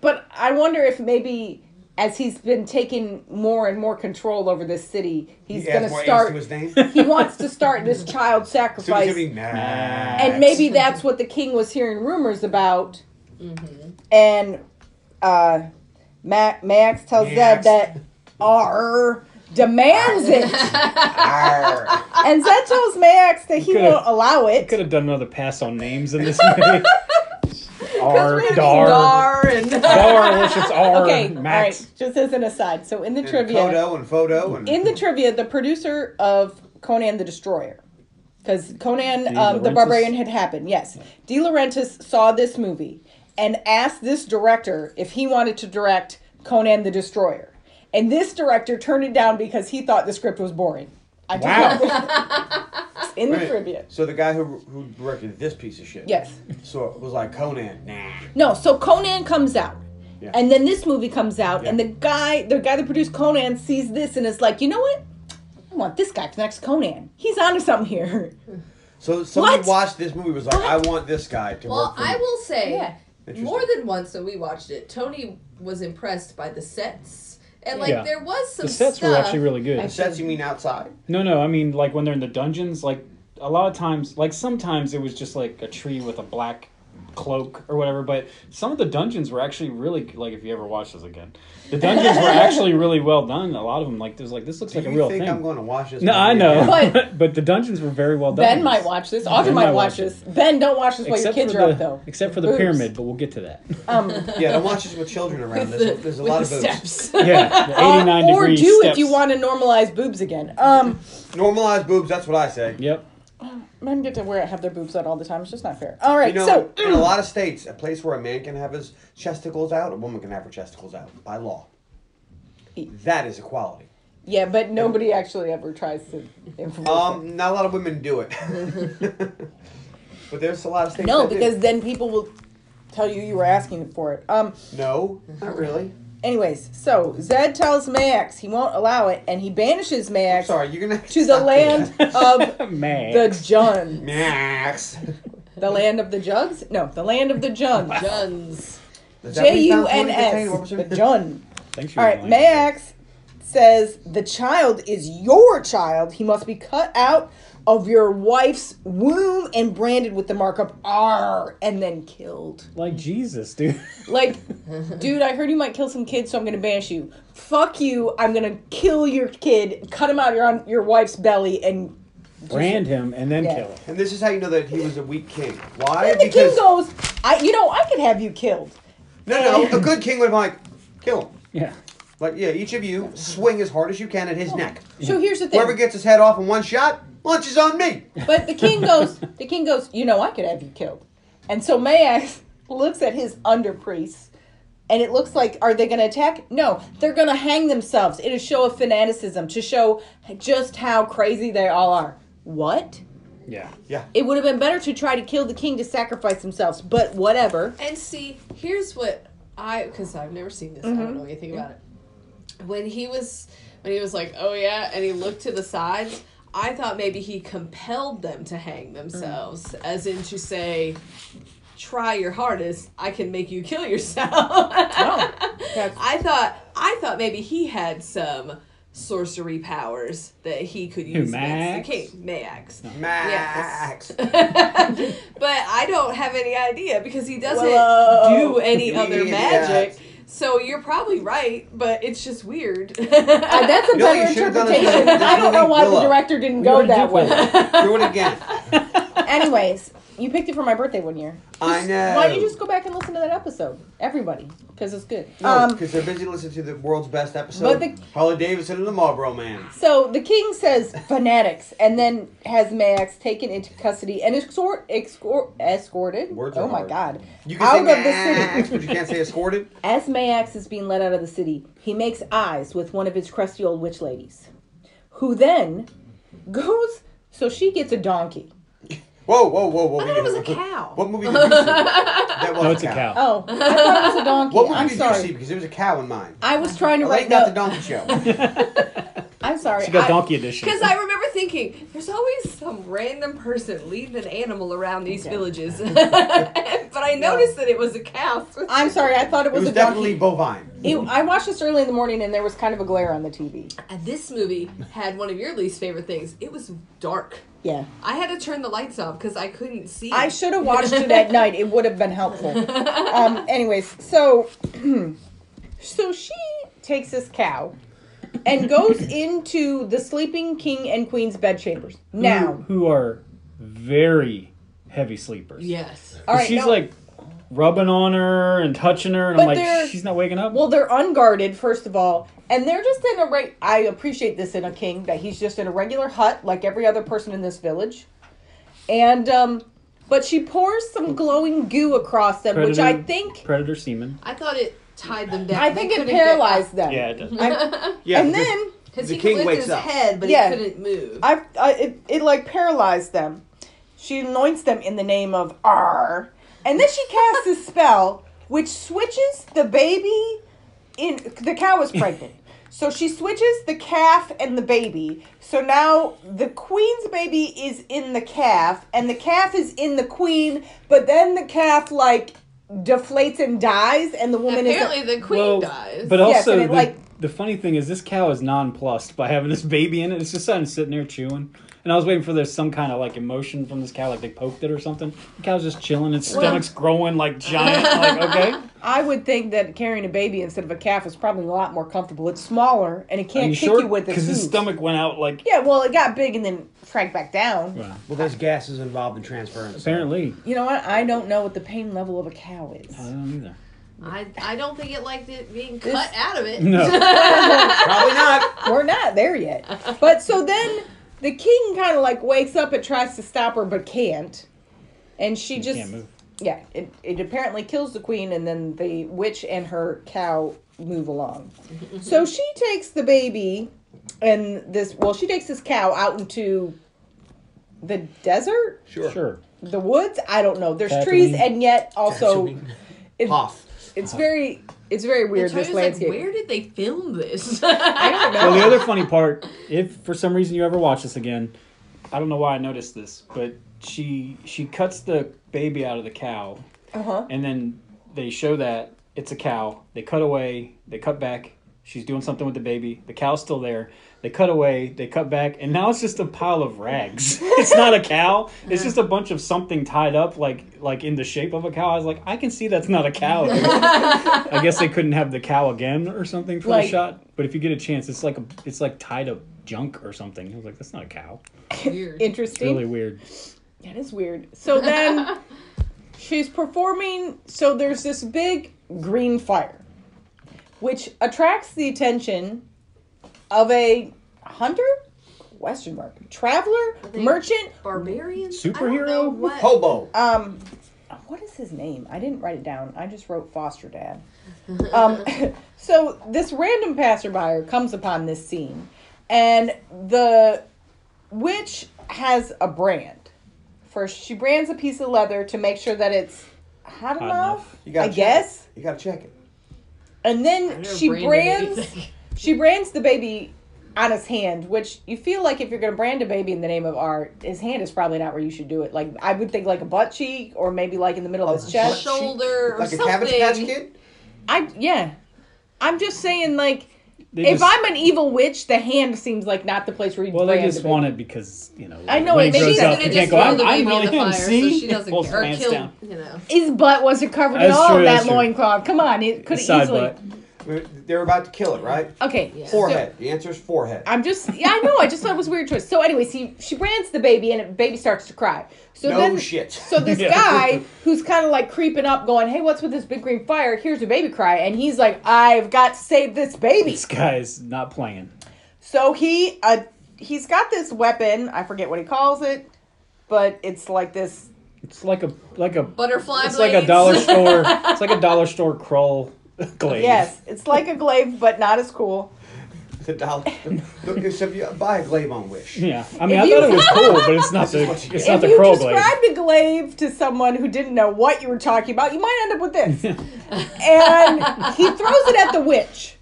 Speaker 1: but I wonder if maybe as he's been taking more and more control over this city, he's
Speaker 3: He
Speaker 1: gonna
Speaker 3: adds more A's
Speaker 1: start.
Speaker 3: to his name.
Speaker 1: He wants to start this child
Speaker 3: So he's
Speaker 1: sacrifice
Speaker 3: gonna be Max.
Speaker 1: and maybe that's what the king was hearing rumors about. And uh, Ma- Max tells Zed
Speaker 3: Max.
Speaker 1: that R demands it,
Speaker 3: Arr.
Speaker 1: and Zed tells Max that he
Speaker 4: Could've-
Speaker 1: won't allow it.
Speaker 4: Could have done another pass on names in this movie. R,
Speaker 1: we have
Speaker 4: Dar,
Speaker 2: Dar and
Speaker 4: Dar, which it's R,
Speaker 1: Okay, all right.
Speaker 4: Max.
Speaker 1: Just as an aside, so in the
Speaker 3: And
Speaker 1: trivia,
Speaker 3: Kodo and photo and
Speaker 1: in the trivia, the producer of Conan the Destroyer, because Conan
Speaker 4: De
Speaker 1: um, the
Speaker 4: Laurentiis?
Speaker 1: Barbarian had happened. Yes, De Laurentiis saw this movie and asked this director if he wanted to direct Conan the Destroyer. And this director turned it down because he thought the script was boring. I just
Speaker 4: Wow.
Speaker 1: It's in the trivia.
Speaker 3: So the guy who who directed this piece of shit.
Speaker 1: Yes.
Speaker 3: So it was like Conan. Nah.
Speaker 1: No, so Conan comes out.
Speaker 3: Yeah.
Speaker 1: And then this movie comes out, and
Speaker 3: Yeah.
Speaker 1: the guy, the guy that produced Conan, sees this and is like, you know what? I want this guy for the next Conan. He's onto something here.
Speaker 3: So somebody
Speaker 1: What?
Speaker 3: watched this movie was like, I want this guy to
Speaker 2: Well,
Speaker 3: work. For
Speaker 2: I
Speaker 3: me.
Speaker 2: will say,
Speaker 1: Yeah.
Speaker 3: Interesting.
Speaker 2: more than once when we watched it, Tony was impressed by the sets. And, like,
Speaker 4: Yeah.
Speaker 2: there was some
Speaker 4: The sets
Speaker 2: stuff.
Speaker 4: were actually really good.
Speaker 3: The sets you mean outside?
Speaker 4: No, no, I mean like when they're in the dungeons, like a lot of times, like sometimes it was just like a tree with a black cloak or whatever. But some of the dungeons were actually really like if you ever watch this again, the dungeons were actually really well done. A lot of them, like there's like this looks
Speaker 3: Do
Speaker 4: like a
Speaker 3: you
Speaker 4: real
Speaker 3: think
Speaker 4: thing.
Speaker 3: I'm going to watch this?
Speaker 4: no, I
Speaker 3: movie
Speaker 4: know,
Speaker 3: again?
Speaker 1: But-
Speaker 4: but, the dungeons were very well done.
Speaker 1: Ben might watch this. Audrey might watch this. Ben, don't watch this while your
Speaker 4: Except
Speaker 1: kids
Speaker 4: for
Speaker 1: are
Speaker 4: the,
Speaker 1: up, though.
Speaker 4: except for the
Speaker 1: Boobs.
Speaker 4: pyramid, but we'll get to that.
Speaker 1: Um,
Speaker 3: Yeah, don't watch this with children around.
Speaker 2: with
Speaker 3: There's,
Speaker 2: the-
Speaker 3: there's a
Speaker 2: with
Speaker 3: lot
Speaker 2: the
Speaker 3: of boobs.
Speaker 2: steps.
Speaker 4: yeah, the
Speaker 1: Uh, or-
Speaker 4: 89
Speaker 1: or
Speaker 4: degree
Speaker 1: do if
Speaker 4: steps.
Speaker 1: you want to normalize boobs again. Um,
Speaker 3: Normalized boobs. That's what I say.
Speaker 4: Yep.
Speaker 1: men get to wear have their boobs out all the time. It's just not fair. All right,
Speaker 3: You know,
Speaker 1: so mm.
Speaker 3: in a lot of states, a place where a man can have his chesticles out, a woman can have her chesticles out by law. That is equality.
Speaker 1: yeah, but nobody actually ever tries to enforce it.
Speaker 3: Um, not a lot of women do it, but there's a lot of states.
Speaker 1: No,
Speaker 3: that do.
Speaker 1: because then people will tell you you were asking for it. Um,
Speaker 3: no, not really.
Speaker 1: anyways, so Zed tells Max he won't allow it, and he banishes Max
Speaker 3: Sorry, you're gonna
Speaker 1: to the land of
Speaker 4: Man.
Speaker 1: the Jun.
Speaker 3: Max.
Speaker 1: The land of the Jugs? No, the land of the Jun.
Speaker 2: Guns.
Speaker 3: Does that
Speaker 1: J
Speaker 3: mean
Speaker 1: U
Speaker 3: Tom Cruise
Speaker 1: N
Speaker 3: contained
Speaker 1: S.
Speaker 3: Robertson?
Speaker 1: The Jun.
Speaker 4: Thanks for
Speaker 1: All right, Max says the child is your child. He must be cut out of your wife's womb and branded with the mark of R and then killed.
Speaker 4: Like Jesus, dude.
Speaker 1: Like, dude, I heard you might kill some kids, so I'm gonna banish you. Fuck you! I'm gonna kill your kid, cut him out of your own- your wife's belly, and
Speaker 4: Brand him and then
Speaker 1: Yeah.
Speaker 4: kill him.
Speaker 3: And this is how you know that he was a weak king. Why?
Speaker 1: then the king goes, I, you know, I could have you killed.
Speaker 3: no, no, a good king would have been like, kill him.
Speaker 4: Yeah.
Speaker 3: Like, yeah, each of you swing as hard as you can at
Speaker 1: Oh.
Speaker 3: his neck.
Speaker 1: So here's the thing.
Speaker 3: Whoever gets his head off in one shot, lunch is on me.
Speaker 1: But the king goes, the king goes, you know, I could have you killed. And so Mayax looks at his under priests, and it looks like, are they going to attack? No, they're going to hang themselves. It is a show of fanaticism to show just how crazy they all are. What?
Speaker 4: Yeah.
Speaker 3: Yeah.
Speaker 1: It would have been better to try to kill the king to sacrifice themselves, but whatever.
Speaker 2: And see, here's what I because I've never seen this. I don't know anything about it. When he was when he was like, "Oh yeah," and he looked to the sides, I thought maybe he compelled them to hang themselves, as in to say, "Try your hardest. I can make you kill yourself."
Speaker 1: that's-
Speaker 2: I thought I thought maybe he had some sorcery powers that he could use
Speaker 4: Max?
Speaker 2: against the king, Max.
Speaker 3: Max.
Speaker 2: But I don't have any idea because he doesn't
Speaker 1: Whoa.
Speaker 2: do any other
Speaker 3: Yeah.
Speaker 2: magic. So you're probably right, but it's just weird.
Speaker 1: Uh, that's a
Speaker 3: No, you
Speaker 1: better
Speaker 3: should've done a-
Speaker 1: interpretation. I don't know why the
Speaker 3: Willow.
Speaker 1: director didn't
Speaker 4: We
Speaker 1: go
Speaker 4: already
Speaker 1: that
Speaker 4: did
Speaker 1: way.
Speaker 3: Do it again.
Speaker 1: Anyways, you picked it for my birthday one year.
Speaker 3: I know.
Speaker 1: Why don't you just go back and listen to that episode? Everybody, because it's good. Um,
Speaker 3: because they're busy listening to the world's best
Speaker 1: but
Speaker 3: episode.
Speaker 1: the-
Speaker 3: Harley Davidson and the Marlboro Man.
Speaker 1: So the king says fanatics, and then has Max taken into custody and escort, escort escorted.
Speaker 3: Words
Speaker 1: oh
Speaker 3: are
Speaker 1: my
Speaker 3: hard.
Speaker 1: god!
Speaker 3: You
Speaker 1: out
Speaker 3: can
Speaker 1: of
Speaker 3: say
Speaker 1: the
Speaker 3: Max,
Speaker 1: city.
Speaker 3: but you can't say escorted.
Speaker 1: As Max is being led out of the city, he makes eyes with one of his crusty old witch ladies, who then goes. So she gets a donkey.
Speaker 3: Whoa, whoa, whoa, whoa.
Speaker 2: I thought it was a cow.
Speaker 3: What movie did you see? That was
Speaker 4: No, it's a cow.
Speaker 1: Oh, I thought it was a donkey.
Speaker 3: What movie
Speaker 1: I'm
Speaker 3: did
Speaker 1: sorry.
Speaker 3: you see? Because it was a cow in mine.
Speaker 1: I was trying to
Speaker 3: I
Speaker 1: write
Speaker 3: like not the
Speaker 1: notes.
Speaker 3: donkey show.
Speaker 1: I'm sorry.
Speaker 4: She got
Speaker 1: I-
Speaker 4: donkey edition.
Speaker 2: Because I remember thinking, there's always some random person leading an animal around these villages. but I noticed that it was a cow.
Speaker 1: I'm sorry. I thought it
Speaker 3: It
Speaker 1: was,
Speaker 3: was
Speaker 1: a donkey.
Speaker 3: definitely bovine.
Speaker 1: It, I watched this early in the morning, and there was kind of a glare on the TV.
Speaker 2: This movie had one of your least favorite things. It was dark.
Speaker 1: Yeah.
Speaker 2: I had to turn the lights off because I couldn't see.
Speaker 1: I should have watched it at night. It would have been helpful. Um, anyways, so so she takes this cow and goes into the sleeping king and queen's
Speaker 4: Mm.
Speaker 1: bedchambers. Now,
Speaker 4: Who are very heavy sleepers.
Speaker 2: Yes.
Speaker 1: all right,
Speaker 4: she's
Speaker 1: no-
Speaker 4: like rubbing on her and touching her, and
Speaker 1: But
Speaker 4: I'm
Speaker 1: they're-
Speaker 4: like, she's not waking up.
Speaker 1: well, they're unguarded first of all, and they're just in a right. I appreciate this in a king that he's just in a regular hut like every other person in this village, and um, but she pours some glowing goo across them, which I
Speaker 4: Predator-
Speaker 1: think
Speaker 4: Predator semen.
Speaker 2: I thought it tied them down.
Speaker 1: I
Speaker 2: They
Speaker 1: think it
Speaker 2: couldn't get up.
Speaker 1: paralyzed them.
Speaker 4: Yeah, it does.
Speaker 1: I-
Speaker 6: Yeah,
Speaker 1: and
Speaker 6: because-
Speaker 1: then
Speaker 2: Because
Speaker 6: The
Speaker 2: he
Speaker 6: king
Speaker 2: could lift
Speaker 6: wakes
Speaker 2: his
Speaker 6: up.
Speaker 2: head, but
Speaker 1: Yeah.
Speaker 2: he couldn't move.
Speaker 1: I, I it, it like paralyzed them. She anoints them in the name of R, and then she casts a spell which switches the baby. In the cow is pregnant, so she switches the calf and the baby. So now the queen's baby is in the calf, and the calf is in the queen. But then the calf like deflates and dies, and the woman is
Speaker 2: Apparently, the queen
Speaker 4: Well,
Speaker 2: dies.
Speaker 4: But
Speaker 1: Yes,
Speaker 4: also,
Speaker 1: and it,
Speaker 4: the,
Speaker 1: like-
Speaker 4: the funny thing is, this cow is nonplussed by having this baby in it. It's just sitting sitting there chewing. And I was waiting for there's some kind of like emotion from this cow, like they poked it or something. The cow's just chilling, its stomach's growing like giant. like okay,
Speaker 1: I would think that carrying a baby instead of a calf is probably a lot more comfortable. It's smaller and it
Speaker 4: are
Speaker 1: can't
Speaker 4: you
Speaker 1: kick
Speaker 4: sure?
Speaker 1: you with its
Speaker 4: Because his
Speaker 1: hooves.
Speaker 4: stomach went out like
Speaker 1: Yeah, well, it got big and then shrank back down.
Speaker 4: Wow.
Speaker 6: Well, there's gases involved in transference.
Speaker 4: apparently.
Speaker 1: You know what? I don't know what the pain level of a cow is.
Speaker 4: I don't either.
Speaker 2: I, I don't think it liked it being cut out of it.
Speaker 4: No,
Speaker 3: Probably not.
Speaker 1: We're not there yet. But so then the king kind of like wakes up and tries to stop her, but can't. And she just
Speaker 4: can't move.
Speaker 1: yeah, it it apparently kills the queen, and then the witch and her cow move along. so she takes the baby and this well, she takes this cow out into the desert,
Speaker 6: Sure.
Speaker 4: sure.
Speaker 1: the woods. I don't know. There's
Speaker 4: Tatooine.
Speaker 1: trees, and yet also. it-
Speaker 3: Off.
Speaker 1: It's very it's very
Speaker 2: And
Speaker 1: weird
Speaker 2: Tony
Speaker 1: this
Speaker 2: was like,
Speaker 1: landscape.
Speaker 2: where did they film this?
Speaker 1: I don't know.
Speaker 4: Well, the other funny part, if for some reason you ever watch this again, I don't know why I noticed this, but she she cuts the baby out of the cow,
Speaker 1: Uh-huh.
Speaker 4: and then they show that it's a cow. They cut away, they cut back. She's doing something with the baby. The cow's still there. They cut away, they cut back, and now it's just a pile of rags. it's not a cow. It's just a bunch of something tied up, like like in the shape of a cow. I was like, I can see that's not a cow. I guess they couldn't have the cow again or something for
Speaker 1: Like-
Speaker 4: the shot. But if you get a chance, it's like a, it's like tied up junk or something. I was like, that's not a cow.
Speaker 2: Weird.
Speaker 4: It's
Speaker 1: Interesting.
Speaker 4: really weird.
Speaker 1: That is weird. So then she's performing. So there's this big green fire, which attracts the attention of a hunter? Question mark. Traveler?
Speaker 2: they-
Speaker 1: Merchant?
Speaker 2: Barbarian?
Speaker 4: Superhero?
Speaker 2: What?
Speaker 3: Hobo.
Speaker 1: Um, what is his name? I didn't write it down. I just wrote foster dad. Um, so this random passerby comes upon this scene, and the witch has a brand. First, she brands a piece of leather to make sure that it's hot,
Speaker 4: Hot
Speaker 1: enough.
Speaker 4: enough.
Speaker 3: You
Speaker 1: I
Speaker 3: gotta check
Speaker 1: guess,
Speaker 3: it. You gotta check it.
Speaker 1: and
Speaker 2: I
Speaker 1: then
Speaker 2: never
Speaker 1: she
Speaker 2: branded
Speaker 1: brands
Speaker 2: anything.
Speaker 1: she brands the baby on his hand, which you feel like if you're gonna brand a baby in the name of art, his hand is probably not where you should do it. Like I would think like a butt cheek or maybe like in the middle of his
Speaker 3: butt
Speaker 1: chest.
Speaker 2: shoulder or
Speaker 3: Like a
Speaker 2: something.
Speaker 3: cabbage patch kid?
Speaker 1: I yeah. I'm just saying like
Speaker 4: They
Speaker 1: if
Speaker 4: just-
Speaker 1: I'm an evil witch, the hand seems like not the place where you
Speaker 4: well, they
Speaker 1: brand
Speaker 4: just
Speaker 1: it.
Speaker 4: want it because you know.
Speaker 1: I know,
Speaker 4: when
Speaker 1: it
Speaker 4: he
Speaker 1: makes sense.
Speaker 4: grows
Speaker 2: She's gonna
Speaker 4: up, he
Speaker 2: just
Speaker 4: can't go.
Speaker 2: throw
Speaker 4: I'm,
Speaker 2: the
Speaker 4: I'm
Speaker 2: baby
Speaker 4: really
Speaker 2: in the
Speaker 4: him.
Speaker 2: fire so
Speaker 4: See,
Speaker 2: she doesn't
Speaker 4: Pulls
Speaker 2: or
Speaker 4: pants
Speaker 2: kill,
Speaker 4: down.
Speaker 2: you know.
Speaker 1: his butt wasn't covered at
Speaker 4: That's
Speaker 1: all
Speaker 4: true,
Speaker 1: in that
Speaker 4: that's true.
Speaker 1: loincloth. Come on, it could
Speaker 4: Side
Speaker 1: easily
Speaker 4: butt.
Speaker 3: They're about to kill it, right?
Speaker 1: Okay.
Speaker 2: Yeah.
Speaker 1: so-
Speaker 3: Forehead. The answer is forehead.
Speaker 1: I'm just yeah, I know, I just thought it was a weird choice. So anyways, he she brands the baby and it, baby starts to cry. So
Speaker 3: No
Speaker 1: then
Speaker 3: shit.
Speaker 1: So this
Speaker 4: Yeah.
Speaker 1: guy who's kind of like creeping up, going, "Hey, what's with this big green fire?" Here's a baby cry, and he's like, "I've got to save this baby."
Speaker 4: This guy is not playing.
Speaker 1: So he uh, he's got this weapon. I forget what he calls it, but it's like this.
Speaker 4: It's like a like a
Speaker 2: Butterfly
Speaker 4: it's like a
Speaker 2: blades.
Speaker 4: dollar store. It's like a dollar store crawl glaive.
Speaker 1: Yes, it's like a glaive, but not as cool.
Speaker 3: The dollar. Look, if you buy a glaive on Wish.
Speaker 4: Yeah. I mean,
Speaker 1: If
Speaker 4: I
Speaker 1: you-
Speaker 4: thought it was cool, but it's not the
Speaker 3: what you
Speaker 4: it's
Speaker 3: get.
Speaker 4: not
Speaker 1: If
Speaker 4: the
Speaker 1: you
Speaker 4: crawl glaive.
Speaker 1: described a glaive to someone who didn't know what you were talking about, you might end up with this. and he throws it at the witch,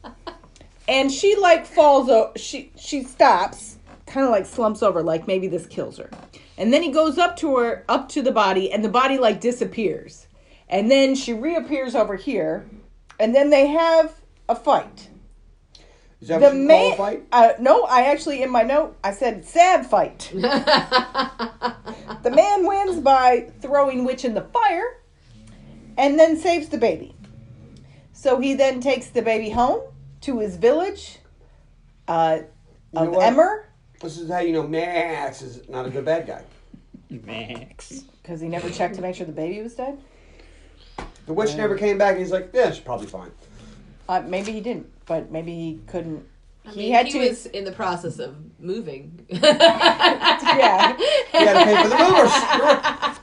Speaker 1: and she like falls. O- she she stops, kind of like slumps over, like maybe this kills her. And then he goes up to her, up to the body, and the body like disappears. And then she reappears over here, and then they have a fight.
Speaker 3: Is that
Speaker 1: The
Speaker 3: what you call
Speaker 1: man,
Speaker 3: a fight?
Speaker 1: uh, no, I actually in my note I said sad fight. the man wins by throwing witch in the fire, and then saves the baby. So he then takes the baby home to his village uh,
Speaker 3: You know
Speaker 1: of
Speaker 3: what?
Speaker 1: Emmer
Speaker 3: This is how you know Max is not a good bad guy.
Speaker 4: Max.
Speaker 1: because he never checked to make sure the baby was dead.
Speaker 3: The witch never came back, and he's like, "Yeah, she's probably fine."
Speaker 1: Uh, maybe he didn't, but maybe he couldn't
Speaker 2: I
Speaker 1: He
Speaker 2: mean,
Speaker 1: had
Speaker 2: he
Speaker 1: to-
Speaker 2: was in the process of moving.
Speaker 1: Yeah.
Speaker 3: You gotta pay for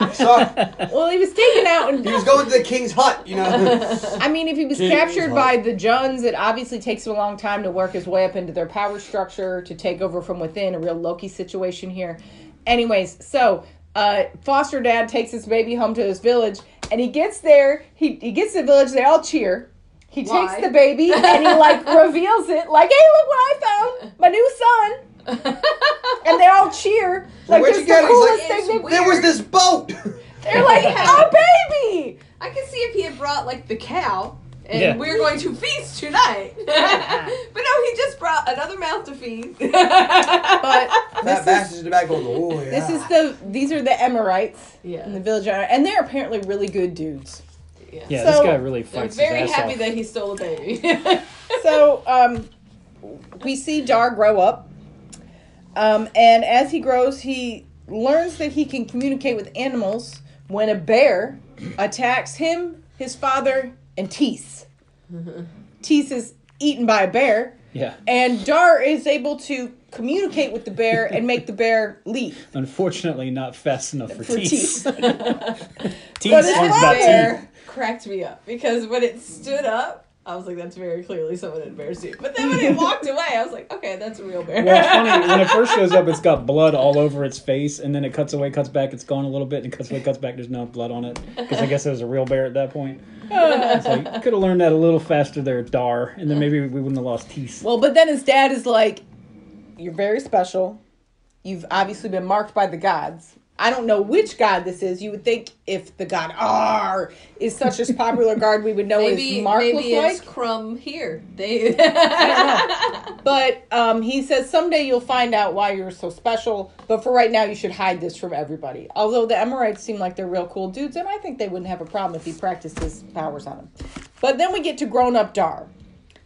Speaker 3: the movers. so,
Speaker 1: Well, he was taken out, and
Speaker 3: he was going to the king's hut, you know.
Speaker 1: I mean, if he was
Speaker 3: Jeez,
Speaker 1: captured
Speaker 3: huh?
Speaker 1: by the Juns, it obviously takes him a long time to work his way up into their power structure to take over from within. A real Loki situation here. Anyways, so uh, foster dad takes his baby home to his village, and he gets there. He he gets to the village. They all cheer. He
Speaker 2: Why?
Speaker 1: takes the baby and he like reveals it, like, "Hey, look what I found! My new son!" And they all cheer, like
Speaker 3: Where'd
Speaker 1: it's
Speaker 3: you
Speaker 1: the
Speaker 3: get it? He's
Speaker 1: coolest
Speaker 3: like,
Speaker 1: thing. they've-
Speaker 3: there was this boat.
Speaker 1: They're like, "Our baby!"
Speaker 2: I can see if he had brought like the cow and
Speaker 4: Yeah.
Speaker 2: we're going to feast tonight. but no, he just brought another mouth to feed. but
Speaker 1: But
Speaker 3: That
Speaker 1: this is,
Speaker 3: bastard's in the back going, oh, yeah.
Speaker 1: this is the these are the Emirites. in the
Speaker 2: yeah,
Speaker 1: village are- and they're apparently really good dudes
Speaker 2: yeah.
Speaker 4: Yeah,
Speaker 1: So-
Speaker 4: this guy really
Speaker 2: I'm
Speaker 4: fights.
Speaker 2: very
Speaker 4: his ass
Speaker 2: happy
Speaker 4: off.
Speaker 2: that he stole a baby.
Speaker 1: so um, we see dar grow up um, and as he grows he learns that he can communicate with animals when a bear attacks him his father and tees tees is eaten by a bear
Speaker 4: Yeah.
Speaker 1: and dar is able to communicate with the bear and make the bear leave
Speaker 4: Unfortunately, not fast enough for,
Speaker 1: for
Speaker 4: teeth.
Speaker 1: teeth
Speaker 4: Teeth
Speaker 1: But it's
Speaker 4: learns
Speaker 1: not
Speaker 4: about
Speaker 1: fair.
Speaker 4: teeth.
Speaker 2: Cracked me up because when it stood up, I was like, "That's very clearly someone in bear suit." But then when it walked away, I was like, "Okay, that's a real bear."
Speaker 4: Well, it's funny when it first shows up, it's got blood all over its face, and then it cuts away, cuts back, it's gone a little bit, and it cuts away, cuts back. There's no blood on it because I guess it was a real bear at that point. It's like you could have learned that a little faster there, Dar, and then maybe we wouldn't have lost teeth.
Speaker 1: Well, but then his dad is like, "You're very special. You've obviously been marked by the gods. I don't know which god this is. You would think if the god R is such a popular god, we would know what
Speaker 2: Maybe
Speaker 1: his mark
Speaker 2: maybe
Speaker 1: was
Speaker 2: it's
Speaker 1: like.
Speaker 2: crumb here. They
Speaker 1: But um, he says someday you'll find out why you're so special. But for right now, you should hide this from everybody. Although the Emirates seem like they're real cool dudes, and I think they wouldn't have a problem if he practiced his powers on them. But then we get to grown up Dar.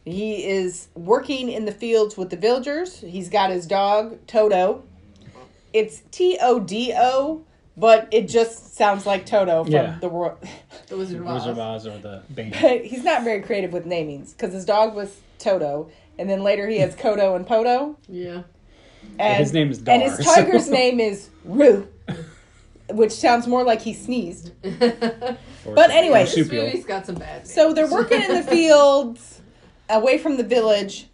Speaker 1: He is working in the fields with the villagers. He's got his dog Toto. It's T O D O, but it just sounds like Toto from
Speaker 4: Yeah.
Speaker 1: the world.
Speaker 2: the Wizard of
Speaker 4: Wizard of
Speaker 2: Oz.
Speaker 4: Oz or the Bane.
Speaker 1: But he's not very creative with namings because his dog was Toto, and then later he has Kodo and Poto.
Speaker 2: Yeah.
Speaker 1: And
Speaker 4: his name is
Speaker 1: And his
Speaker 4: Dar, so-
Speaker 1: tiger's name is Roo, which sounds more like he sneezed. But anyway,
Speaker 2: this movie's got some bad.
Speaker 1: So they're working in the fields away from the village,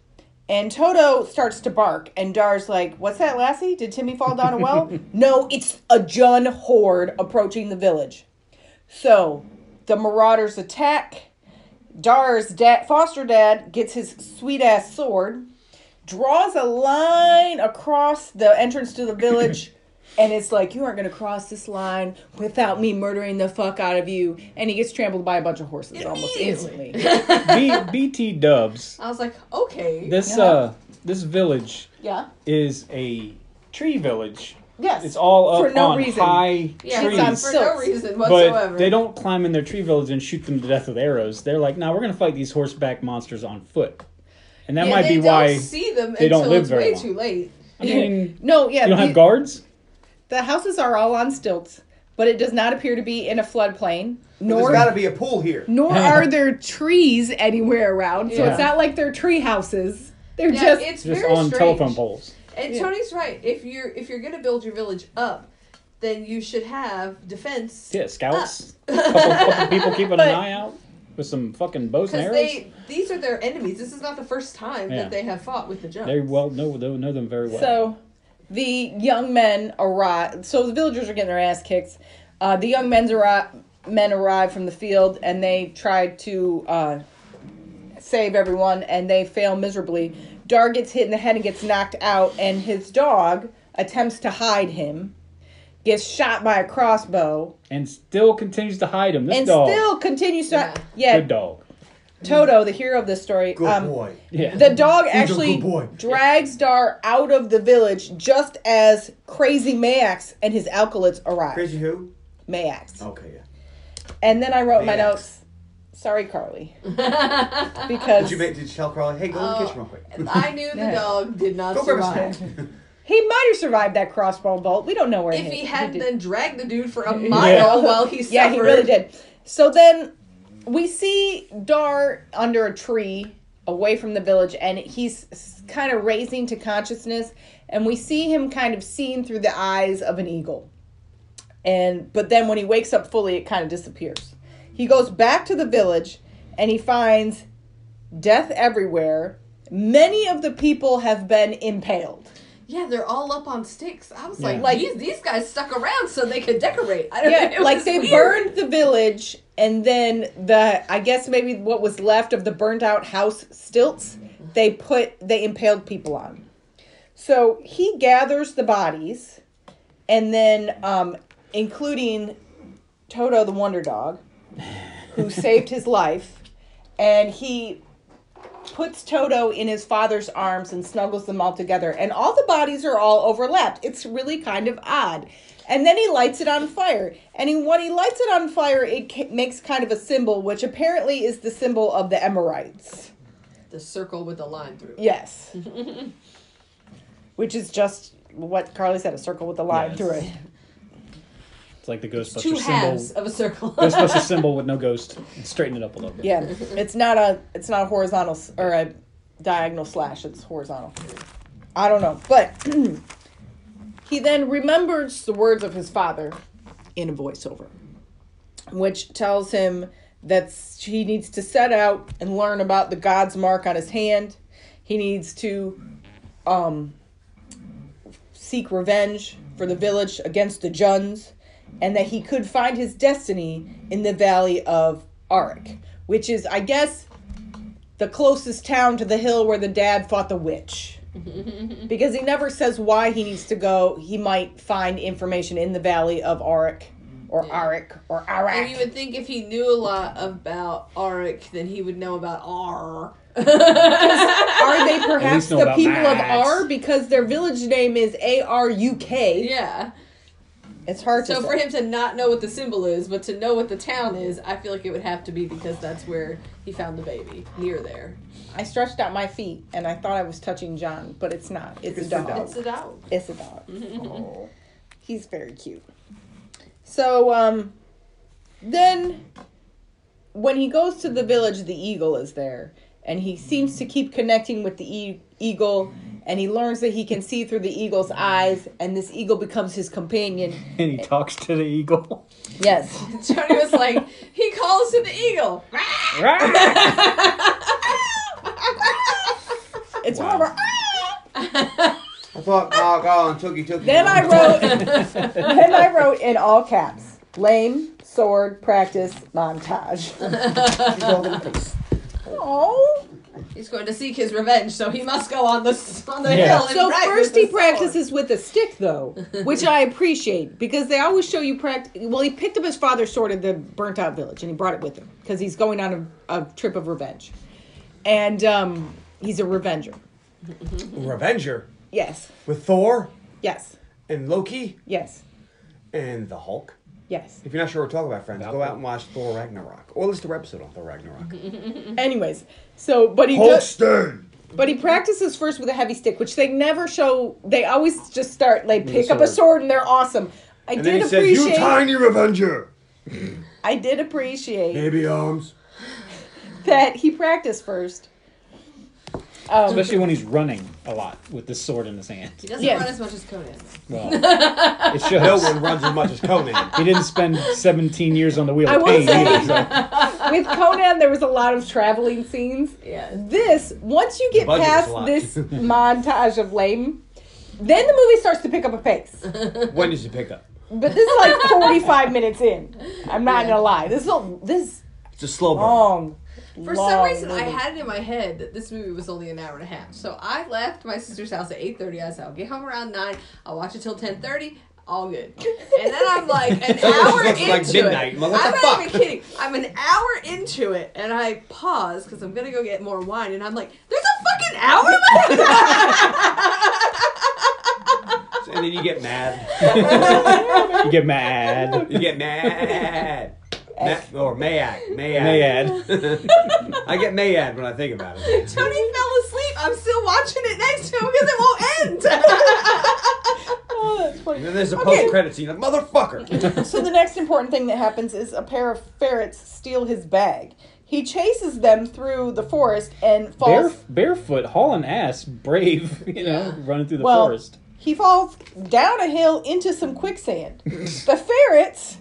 Speaker 1: and Toto starts to bark. And Dar's like, What's that, Lassie? Did Timmy fall down a well? no, it's a Jun horde approaching the village. So the marauders attack. Dar's dad, foster dad gets his sweet ass sword, draws a line across the entrance to the village, and it's like, You aren't going to cross this line without me murdering the fuck out of you. And he gets trampled by a bunch of horses almost
Speaker 2: Immediately.
Speaker 1: instantly.
Speaker 4: B- BT Dubs.
Speaker 2: I was like, okay.
Speaker 4: This uh, this village
Speaker 1: Yeah.
Speaker 4: is a tree village.
Speaker 1: Yes.
Speaker 4: It's all up
Speaker 1: For no
Speaker 4: on
Speaker 1: reason.
Speaker 4: high
Speaker 2: yeah, it's
Speaker 4: trees.
Speaker 2: on for no
Speaker 1: Silks.
Speaker 2: reason whatsoever.
Speaker 4: But they don't climb in their tree village and shoot them to death with arrows. They're like, nah, we're gonna fight these horseback monsters on foot, and that
Speaker 2: Yeah,
Speaker 4: might
Speaker 2: they
Speaker 4: be
Speaker 2: don't
Speaker 4: why.
Speaker 2: see them
Speaker 4: they
Speaker 2: until
Speaker 4: don't live
Speaker 2: it's
Speaker 4: very
Speaker 2: way
Speaker 4: long.
Speaker 2: too late.
Speaker 4: I mean,
Speaker 1: No, yeah.
Speaker 4: you don't
Speaker 1: the,
Speaker 4: have guards.
Speaker 1: the houses are all on stilts, but it does not appear to be in a floodplain.
Speaker 3: There's
Speaker 1: Nor
Speaker 3: got to be a pool here.
Speaker 1: nor are there trees anywhere around. So
Speaker 4: Yeah.
Speaker 1: it's not like they're tree houses. They're
Speaker 2: Yeah,
Speaker 1: just
Speaker 2: it's
Speaker 4: Just
Speaker 2: very
Speaker 4: on
Speaker 2: strange.
Speaker 4: telephone poles.
Speaker 2: And
Speaker 1: Yeah.
Speaker 2: Tony's right. If you're if you're gonna build your village up, then you should have defense.
Speaker 4: Yeah, scouts. couple, couple people keeping an eye out with some fucking bows and
Speaker 2: Because
Speaker 4: arrows. They,
Speaker 2: they these are their enemies. This is not the first time
Speaker 4: Yeah.
Speaker 2: that they have fought with the Jones.
Speaker 4: well know they know them very well.
Speaker 1: So the young men arrive. So the villagers are getting their ass kicked. Uh, the young men's arrive, men arrive from the field and they try to uh, save everyone and they fail miserably. Dar gets hit in the head and gets knocked out, and his dog attempts to hide him, gets shot by a crossbow,
Speaker 4: and still continues to hide them. This
Speaker 1: and
Speaker 4: dog,
Speaker 1: still continues to.
Speaker 2: Yeah.
Speaker 1: Yeah,
Speaker 4: good dog.
Speaker 1: Toto, the hero of this story.
Speaker 3: Good
Speaker 1: um,
Speaker 3: boy.
Speaker 4: Yeah,
Speaker 1: the dog
Speaker 3: a
Speaker 1: actually
Speaker 3: good boy.
Speaker 1: drags Dar out of the village just as Crazy Max and his acolytes arrive.
Speaker 3: Crazy who?
Speaker 1: Max.
Speaker 3: Okay, yeah.
Speaker 1: And then I wrote my
Speaker 3: Max.
Speaker 1: notes. Sorry, Carly. because
Speaker 3: Did you, make, did you tell Carly, hey, go to the kitchen real quick?
Speaker 2: I knew the
Speaker 1: Yeah.
Speaker 2: dog did not
Speaker 3: Go grab a snack.
Speaker 2: survive.
Speaker 1: he might have survived that crossbow bolt. We don't know where
Speaker 2: If he had
Speaker 1: did.
Speaker 2: been dragged the dude for a mile while he suffered.
Speaker 1: Yeah, he really did. So then we see Dar under a tree away from the village and he's kind of raising to consciousness and we see him kind of seen through the eyes of an eagle and but then when he wakes up fully it kind of disappears he goes back to the village and he finds death everywhere many of the people have been impaled
Speaker 2: Yeah, they're all up on sticks. I was like,
Speaker 1: Like-
Speaker 2: these, these guys stuck around so they could decorate. I don't know.
Speaker 1: yeah
Speaker 2: It
Speaker 1: like
Speaker 2: was
Speaker 1: they
Speaker 2: weird.
Speaker 1: burned the village and then the i guess maybe what was left of the burnt out house stilts they put they impaled people on so he gathers the bodies and then um including toto the wonder dog who saved his life and he puts toto in his father's arms and snuggles them all together and all the bodies are all overlapped it's really kind of odd and then he lights it on fire and he, when he lights it on fire it ca- makes kind of a symbol which apparently is the symbol of the emerites
Speaker 2: The circle with the line through. it.
Speaker 1: yes which is just what carly said a circle with a line
Speaker 4: Yes.
Speaker 1: through it
Speaker 4: It's like the Ghostbuster
Speaker 2: Two halves
Speaker 4: symbol.
Speaker 2: of a circle.
Speaker 4: Ghostbuster symbol with no ghost. Straighten it up a little bit.
Speaker 1: yeah it's not a it's not a horizontal s- or a diagonal slash it's horizontal i don't know but he then remembers the words of his father in a voiceover which tells him that s- he needs to set out and learn about the god's mark on his hand he needs to um seek revenge for the village against the Juns, and that he could find his destiny in the valley of Arik, which is, I guess, the closest town to the hill where the dad fought the witch. because he never says why he needs to go. He might find information in the valley of Arik, or
Speaker 2: Yeah.
Speaker 1: Arik, or
Speaker 2: And you
Speaker 1: Arak.
Speaker 2: would think if he knew a lot about Arik, then he would know about R.
Speaker 1: Are they perhaps
Speaker 4: know
Speaker 1: the
Speaker 4: about
Speaker 1: people of
Speaker 4: Max.
Speaker 1: R? Because their village name is A R U K.
Speaker 2: Yeah.
Speaker 1: It's hard to
Speaker 2: So
Speaker 1: say.
Speaker 2: for him to not know what the symbol is, but to know what the town is, I feel like it would have to be because that's where he found the baby, near there.
Speaker 1: I stretched out my feet and I thought I was touching John, but it's not. It's, a
Speaker 3: It's a
Speaker 1: dog.
Speaker 3: dog.
Speaker 2: It's a dog.
Speaker 1: It's a dog. Oh. He's very cute. So um then when he goes to the village the eagle is there and he seems to keep connecting with the e- eagle and he learns that he can see through the eagle's eyes and this eagle becomes his companion.
Speaker 4: And he talks to the eagle.
Speaker 1: Yes.
Speaker 2: Tony was like, he calls to the eagle.
Speaker 1: It's more of a
Speaker 3: I thought, oh, God, Tookie, Tookie.
Speaker 1: Then I wrote. then I wrote in all caps. Lame sword practice montage. Oh.
Speaker 2: He's going to seek his revenge, so he must go on the on the
Speaker 4: Yeah.
Speaker 2: hill. And
Speaker 1: So
Speaker 2: practice
Speaker 1: first he
Speaker 2: the sword.
Speaker 1: practices with a stick though, which I appreciate because they always show you practice. Well, he picked up his father's sword at the burnt out village and he brought it with him because he's going on a, a trip of revenge, and um, he's a revenger.
Speaker 3: Revenger
Speaker 1: Yes.
Speaker 3: with Thor
Speaker 1: Yes.
Speaker 3: and Loki
Speaker 1: Yes.
Speaker 3: and the Hulk.
Speaker 1: Yes.
Speaker 3: If you're not sure what we're talking about, friends, go
Speaker 4: Valkyrie.
Speaker 3: out and watch Thor Ragnarok. Or listen to our episode on Thor Ragnarok.
Speaker 2: Mm-hmm.
Speaker 1: Anyways, so but he does.
Speaker 3: Hulkstein!
Speaker 1: But he practices first with a heavy stick, which they never show. They always just start. They pick up a
Speaker 4: sword.
Speaker 1: sword and they're awesome. I
Speaker 3: And then
Speaker 1: did
Speaker 3: he says, You
Speaker 1: appreciate.
Speaker 3: tiny Revenger!
Speaker 1: I did appreciate
Speaker 3: Baby arms.
Speaker 1: that he practiced first. Um,
Speaker 4: Especially when he's running a lot with this sword in his hand.
Speaker 2: He doesn't
Speaker 1: Yes.
Speaker 2: run as much as Conan.
Speaker 4: Well, it shows.
Speaker 3: No one runs as much as Conan.
Speaker 4: He didn't spend 17 years on the wheel
Speaker 1: I
Speaker 4: of
Speaker 1: will
Speaker 4: pain.
Speaker 1: say-
Speaker 4: either, so-
Speaker 1: with Conan, there was a lot of traveling scenes.
Speaker 2: Yeah.
Speaker 1: This once you get
Speaker 3: budget was
Speaker 1: past
Speaker 3: a lot.
Speaker 1: this montage of lame, then the movie starts to pick up a pace.
Speaker 3: When does he pick up?
Speaker 1: But this is like forty-five minutes in. I'm not gonna lie. This is a, this is
Speaker 3: It's a slow burn.
Speaker 1: long.
Speaker 2: For some
Speaker 1: long
Speaker 2: reason, I
Speaker 1: movie.
Speaker 2: had it in my head that this movie was only an hour and a half. So I left my sister's house at eight thirty. I said, "I'll get home around nine. I'll watch it till ten thirty. All good." And then I'm like an hour
Speaker 3: looks
Speaker 2: into
Speaker 3: like midnight.
Speaker 2: it.
Speaker 3: I'm like, what
Speaker 2: I'm
Speaker 3: the
Speaker 2: not
Speaker 3: fuck?
Speaker 2: even kidding. I'm an hour into it, and I pause because I'm gonna go get more wine, and I'm like, "There's a fucking hour
Speaker 3: And then you get mad.
Speaker 4: you get mad.
Speaker 3: You get mad. Ma- or Mayak. Mayak.
Speaker 4: Mad.
Speaker 3: I get Mayad when I think about it.
Speaker 2: left. Tony fell asleep. I'm still watching it next to him because it won't end.
Speaker 1: Oh, that's funny.
Speaker 3: And then there's a
Speaker 1: Okay.
Speaker 3: post-credit scene. Like, Motherfucker!
Speaker 1: So the next important thing that happens is a pair of ferrets steal his bag.
Speaker 7: He chases them through the forest and falls.
Speaker 4: Bare, barefoot, hauling ass, brave, you know,
Speaker 2: Yeah.
Speaker 4: running through the
Speaker 7: Well,
Speaker 4: forest.
Speaker 7: He falls down a hill into some quicksand. the ferrets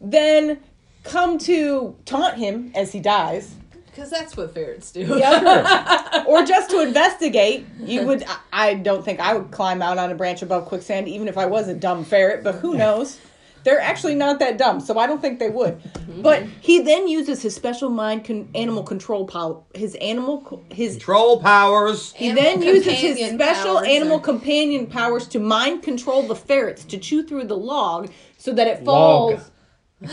Speaker 1: Then come to taunt him as he dies,
Speaker 2: Because that's what ferrets do.
Speaker 1: or just to investigate. You would. I, I don't think I would climb out on a branch above quicksand, even if I was a dumb ferret. But who knows? They're actually not that dumb, so I don't think they would. But he then uses his special mind con- animal control power. His animal co- his
Speaker 3: Troll powers.
Speaker 1: He
Speaker 2: Animal
Speaker 1: then uses his
Speaker 2: companion
Speaker 1: special
Speaker 2: powers
Speaker 1: animal
Speaker 2: are-
Speaker 1: companion powers to mind control the ferrets to chew through the log so that it falls.
Speaker 4: Log.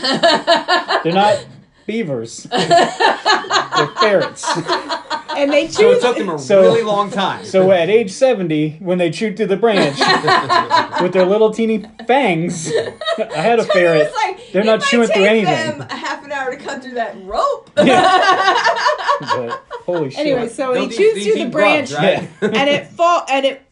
Speaker 4: They're not beavers. They're ferrets.
Speaker 1: And they
Speaker 3: So
Speaker 1: chew.
Speaker 3: it took them a
Speaker 4: So-
Speaker 3: really long time.
Speaker 4: So at age 70, when they chewed through the branch with their little teeny fangs, I had a ferret.
Speaker 2: like,
Speaker 4: They're
Speaker 2: it
Speaker 4: not
Speaker 2: might
Speaker 4: chewing through
Speaker 2: take
Speaker 4: anything.
Speaker 2: Them a half an hour to cut through that rope.
Speaker 4: But holy shit.
Speaker 1: anyway, so
Speaker 3: Don't
Speaker 1: he
Speaker 3: these-
Speaker 1: chews
Speaker 3: these
Speaker 1: through the
Speaker 3: eat
Speaker 1: branch,
Speaker 3: grubs, right?
Speaker 1: and it fall and it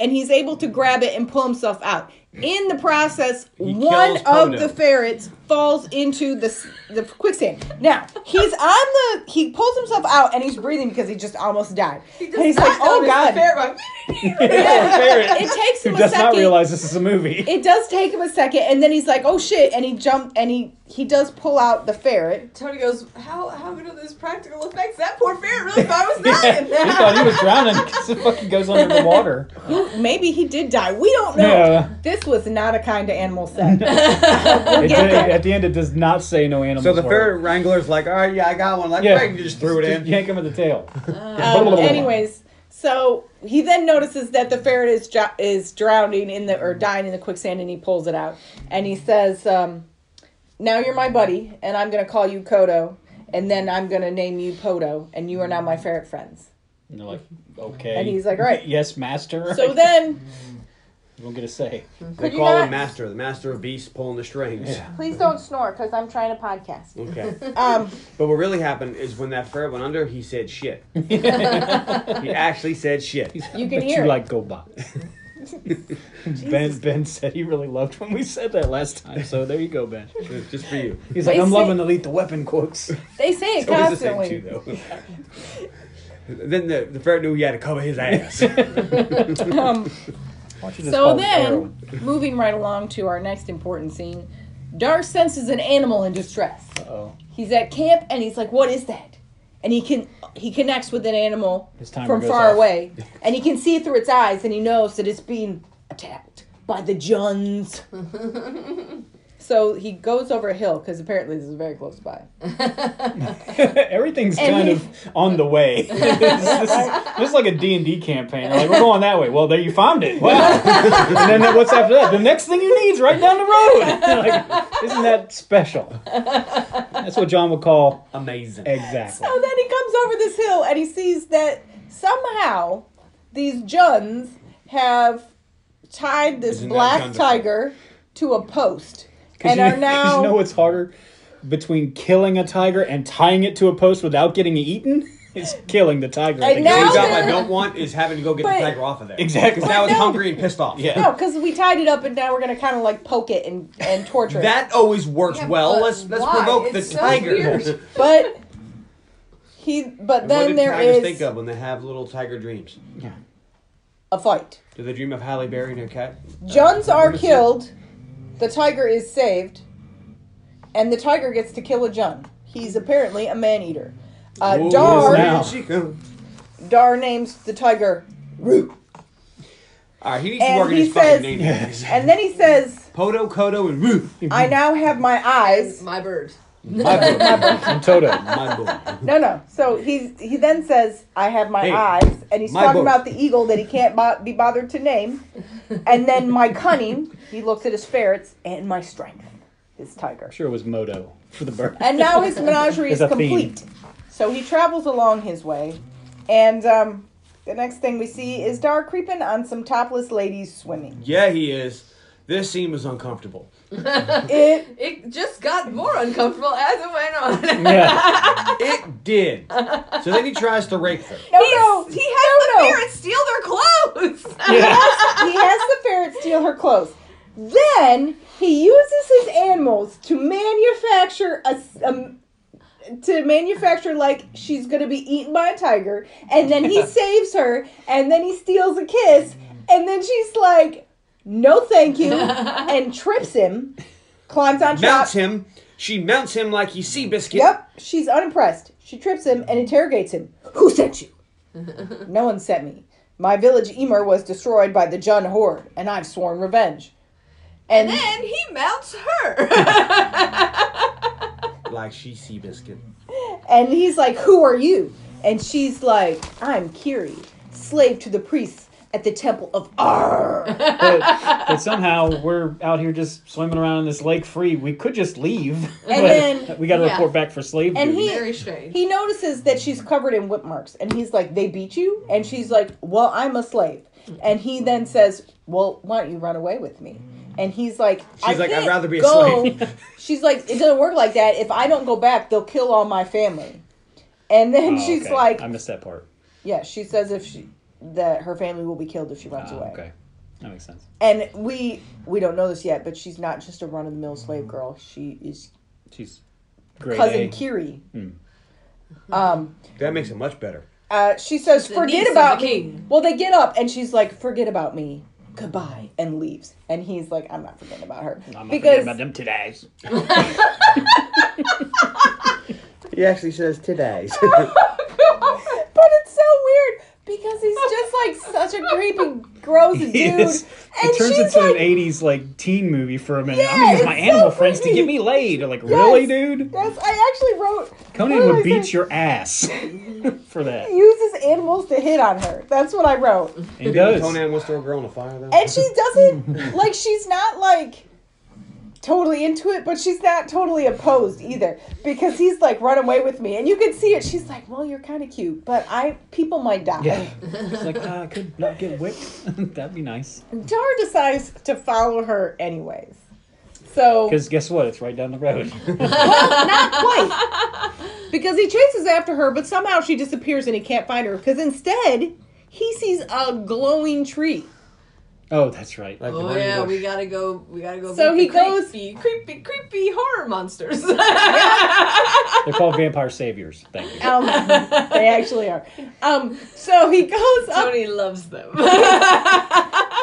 Speaker 1: and he's able to grab it and pull himself out. In the process, one
Speaker 3: kills
Speaker 1: of
Speaker 3: Podo.
Speaker 1: the ferrets falls into the s- the quicksand. Now he's on the he pulls himself out and he's breathing because he just almost died. and he's like, "Oh God!"
Speaker 4: ferret
Speaker 1: it takes
Speaker 4: who
Speaker 1: him a
Speaker 4: does not
Speaker 1: second.
Speaker 4: realize this is a movie.
Speaker 1: it does take him a second, and then he's like, "Oh shit!" and he jumped, and he he does pull out the ferret.
Speaker 2: Tony goes, how how good are those practical effects? That poor ferret really thought I was dying.
Speaker 4: he thought he was drowning because it fucking goes under the water.
Speaker 1: Maybe he did die. We don't know.
Speaker 4: Yeah.
Speaker 1: This was not a kind of animal set. Um,
Speaker 4: It
Speaker 1: get
Speaker 4: did-
Speaker 1: that.
Speaker 4: at the end, it does not say no animals.
Speaker 3: So the
Speaker 4: were.
Speaker 3: ferret wrangler's like, all right, yeah, I got one. Like,
Speaker 4: Yeah.
Speaker 3: yeah. just threw it
Speaker 4: Just
Speaker 3: in.
Speaker 4: yank him at the tail.
Speaker 1: Um, anyways, so he then notices that the ferret is jo- is drowning in the or dying in the quicksand, and he pulls it out, and he says, um, "Now you're my buddy, and I'm gonna call you Kodo, and then I'm gonna name you Podo, and you are now my ferret friends."
Speaker 4: And they're like, okay.
Speaker 1: And he's like, "Right."
Speaker 4: Yes, master.
Speaker 1: So then,
Speaker 4: we don't get a say.
Speaker 3: They
Speaker 1: you
Speaker 3: call
Speaker 1: not-
Speaker 3: him master, the master of beasts pulling the strings.
Speaker 1: please don't snore because I'm trying to podcast.
Speaker 3: Okay.
Speaker 1: Um,
Speaker 3: But what really happened is when that ferret went under, he said shit. he actually said shit.
Speaker 1: you can
Speaker 4: That
Speaker 1: hear.
Speaker 4: you
Speaker 1: it.
Speaker 4: like go by. ben Ben said he really loved when we said that last time. So there you go, Ben.
Speaker 3: Just for you.
Speaker 4: He's like,
Speaker 1: They
Speaker 4: I'm
Speaker 1: say-
Speaker 4: loving the lethal weapon quotes.
Speaker 1: They say it
Speaker 3: It's always the same
Speaker 1: constantly.
Speaker 3: too, though. then the, the ferret knew he had to cover his ass.
Speaker 1: Um,
Speaker 4: Why don't you just
Speaker 1: so
Speaker 4: call it Arrow?
Speaker 1: then, moving right along to our next important scene, Dar senses an animal in distress.
Speaker 4: Uh-oh.
Speaker 1: He's at camp and he's like, "What is that?" And he can he connects with an animal
Speaker 4: His timer
Speaker 1: from
Speaker 4: goes
Speaker 1: far
Speaker 4: off.
Speaker 1: away, and he can see it through its eyes, and he knows that it's being attacked by the Juns. so he goes over a hill because apparently this is very close by.
Speaker 4: Everything's
Speaker 1: And
Speaker 4: kind
Speaker 1: he-
Speaker 4: of on the way. this, this is, this is like a D&D campaign. Like, we're going that way. Well, there you found it. Wow. and then that- what's after that? The next thing you need is right down the road. like, isn't that special? That's what John would call
Speaker 3: Amazing.
Speaker 4: exactly.
Speaker 1: So then he comes over this hill and he sees that somehow these Juns have tied this
Speaker 3: Isn't that
Speaker 1: black
Speaker 3: wonderful?
Speaker 1: tiger to a post
Speaker 4: Because
Speaker 1: and
Speaker 4: you,
Speaker 1: are
Speaker 4: 'cause
Speaker 1: now
Speaker 4: you know what's harder between killing a tiger and tying it to a post without getting it eaten? It's killing the tiger. I
Speaker 1: And
Speaker 4: think.
Speaker 3: The
Speaker 1: now-
Speaker 3: only job
Speaker 1: they're-
Speaker 3: I don't want is having to go get
Speaker 1: But-
Speaker 3: the tiger off of there.
Speaker 4: Exactly.
Speaker 3: Because now it's
Speaker 1: no.
Speaker 3: hungry and pissed off.
Speaker 4: Yeah.
Speaker 1: no, because we tied it up and now we're gonna kind of like poke it and, and torture it.
Speaker 3: That always works
Speaker 2: Yeah,
Speaker 3: well.
Speaker 2: but
Speaker 3: Let's let's
Speaker 2: why?
Speaker 3: provoke the
Speaker 2: It's so
Speaker 3: tiger.
Speaker 2: weird.
Speaker 1: But he, but
Speaker 3: what do
Speaker 1: then there
Speaker 3: tigers
Speaker 1: is
Speaker 3: think of when they have little tiger dreams?
Speaker 4: Yeah.
Speaker 1: a fight.
Speaker 3: Do they dream of Halle Berry and her cat?
Speaker 1: Juns are
Speaker 3: Mr.
Speaker 1: killed. The tiger is saved, and the tiger gets to kill a Jun. He's apparently a man eater. Uh,
Speaker 3: Ooh,
Speaker 1: Dar
Speaker 4: now.
Speaker 3: here she comes.
Speaker 1: Dar names the tiger Root,
Speaker 3: All right, he needs
Speaker 1: And
Speaker 3: to work on
Speaker 1: he
Speaker 3: his fucking
Speaker 1: says-
Speaker 3: name.
Speaker 4: Yes.
Speaker 1: and then he says,
Speaker 3: Poto, Koto, and Roof.
Speaker 1: "I now have my eyes."
Speaker 2: My bird.
Speaker 4: And Toto.
Speaker 3: My boy.
Speaker 1: No, no. So he he then says, "I have my
Speaker 3: Hey,
Speaker 1: eyes," and he's
Speaker 3: my
Speaker 1: talking
Speaker 3: book.
Speaker 1: about the eagle that he can't bo- be bothered to name, and then my cunning. He looks at his ferrets and my strength, his tiger.
Speaker 4: I'm sure it was Moto for the bird.
Speaker 1: And now his menagerie is
Speaker 4: It's a theme.
Speaker 1: complete. So he travels along his way, and um, the next thing we see is Dar creeping on some topless ladies swimming.
Speaker 3: Yeah, he is. This scene was uncomfortable.
Speaker 1: It
Speaker 2: It just got more uncomfortable as it went on.
Speaker 4: yeah.
Speaker 3: It did. So then he tries to rape her.
Speaker 1: no, no,
Speaker 2: He has
Speaker 1: No,
Speaker 2: the
Speaker 1: no.
Speaker 2: ferret steal their clothes.
Speaker 1: he has the ferret steal her clothes. Then he uses his animals to manufacture a, s- um, to manufacture like she's gonna be eaten by a tiger, and then he saves her, and then he steals a kiss, and then she's like, "No, thank you," and trips him, climbs on top.
Speaker 8: Mounts him. She mounts him like you see biscuit.
Speaker 1: Yep, she's unimpressed. She trips him and interrogates him. Who sent you? no one sent me. My village Emer was destroyed by the Jun horde, and I've sworn revenge. And
Speaker 2: Then he mounts her.
Speaker 8: Like she see biscuit.
Speaker 1: and he's like, "Who are you?" And she's like, "I'm Kiri, slave to the priests at the temple of Ar."
Speaker 4: But, but somehow we're out here just swimming around in this lake free. We could just leave. but
Speaker 1: then-
Speaker 4: we got to
Speaker 2: yeah.
Speaker 4: report back for slave
Speaker 1: And
Speaker 4: duty.
Speaker 1: he-
Speaker 2: Very strange.
Speaker 1: He notices that she's covered in whip marks, and he's like, "They beat you?" And she's like, "Well, I'm a slave." And he then says, "Well, why don't you run away with me?" And he's like, I
Speaker 8: She's like, "I'd
Speaker 1: can't
Speaker 8: rather be a
Speaker 1: go."
Speaker 8: slave.
Speaker 1: she's like, "It doesn't work like that. If I don't go back, they'll kill all my family." And then
Speaker 4: Oh,
Speaker 1: she's
Speaker 4: okay.
Speaker 1: like,
Speaker 4: I missed that part.
Speaker 1: "Yeah." She says, "If she that her family will be killed if she runs
Speaker 4: Ah,
Speaker 1: away."
Speaker 4: okay, that makes sense.
Speaker 1: And we we don't know this yet, but she's not just a run of the mill slave girl. She is
Speaker 4: She's great.
Speaker 1: cousin
Speaker 4: A.
Speaker 1: Kiri.
Speaker 4: Hmm.
Speaker 1: Um,
Speaker 8: That makes it much better.
Speaker 1: uh, she says,
Speaker 2: The niece of
Speaker 1: "Forget
Speaker 2: the
Speaker 1: about me."
Speaker 2: king.
Speaker 1: Well, they get up, and she's like, "Forget about me." Goodbye, and leaves. And he's like, "I'm not forgetting about her
Speaker 4: I'm not forgetting
Speaker 1: because
Speaker 4: about them today.
Speaker 8: He actually says today's.
Speaker 1: but it's so weird because he's just like such a creepy, gross dude.
Speaker 4: Yes.
Speaker 1: And
Speaker 4: It turns
Speaker 1: she's
Speaker 4: into
Speaker 1: like,
Speaker 4: an '80s like teen movie for a minute. I'm
Speaker 1: Yeah,
Speaker 4: gonna use
Speaker 1: it's
Speaker 4: my
Speaker 1: so
Speaker 4: animal friends to
Speaker 1: creepy.
Speaker 4: get me laid. They're like, really, dude?
Speaker 1: "Yes, Oh I actually wrote."
Speaker 4: Conan
Speaker 1: what did I
Speaker 4: would beat
Speaker 1: say?
Speaker 4: your ass for that.
Speaker 1: He uses animals to hit on her. That's what I wrote.
Speaker 4: He does.
Speaker 8: Conan wants to throw a girl in the fire though.
Speaker 1: and she doesn't like she's not like totally into it but she's not totally opposed either because he's like run away with me and you can see it she's like well you're kind of cute but i people might die
Speaker 4: Yeah. It's like, ah, I could not get whipped. That'd be nice.
Speaker 1: tar decides to follow her anyways so
Speaker 4: Because guess what? It's right down the road.
Speaker 1: not quite because he chases after her but somehow she disappears and he can't find her because instead he sees a glowing tree
Speaker 4: oh, that's right.
Speaker 8: Like the
Speaker 2: Oh
Speaker 8: burning
Speaker 2: yeah,
Speaker 8: bush.
Speaker 2: we gotta go. We gotta go.
Speaker 1: So
Speaker 2: meet
Speaker 1: he
Speaker 2: the
Speaker 1: goes-
Speaker 2: creepy, creepy, creepy horror monsters.
Speaker 4: They're called vampire saviors. Thank you.
Speaker 1: um, they actually are um so he goes up
Speaker 2: Tony loves them.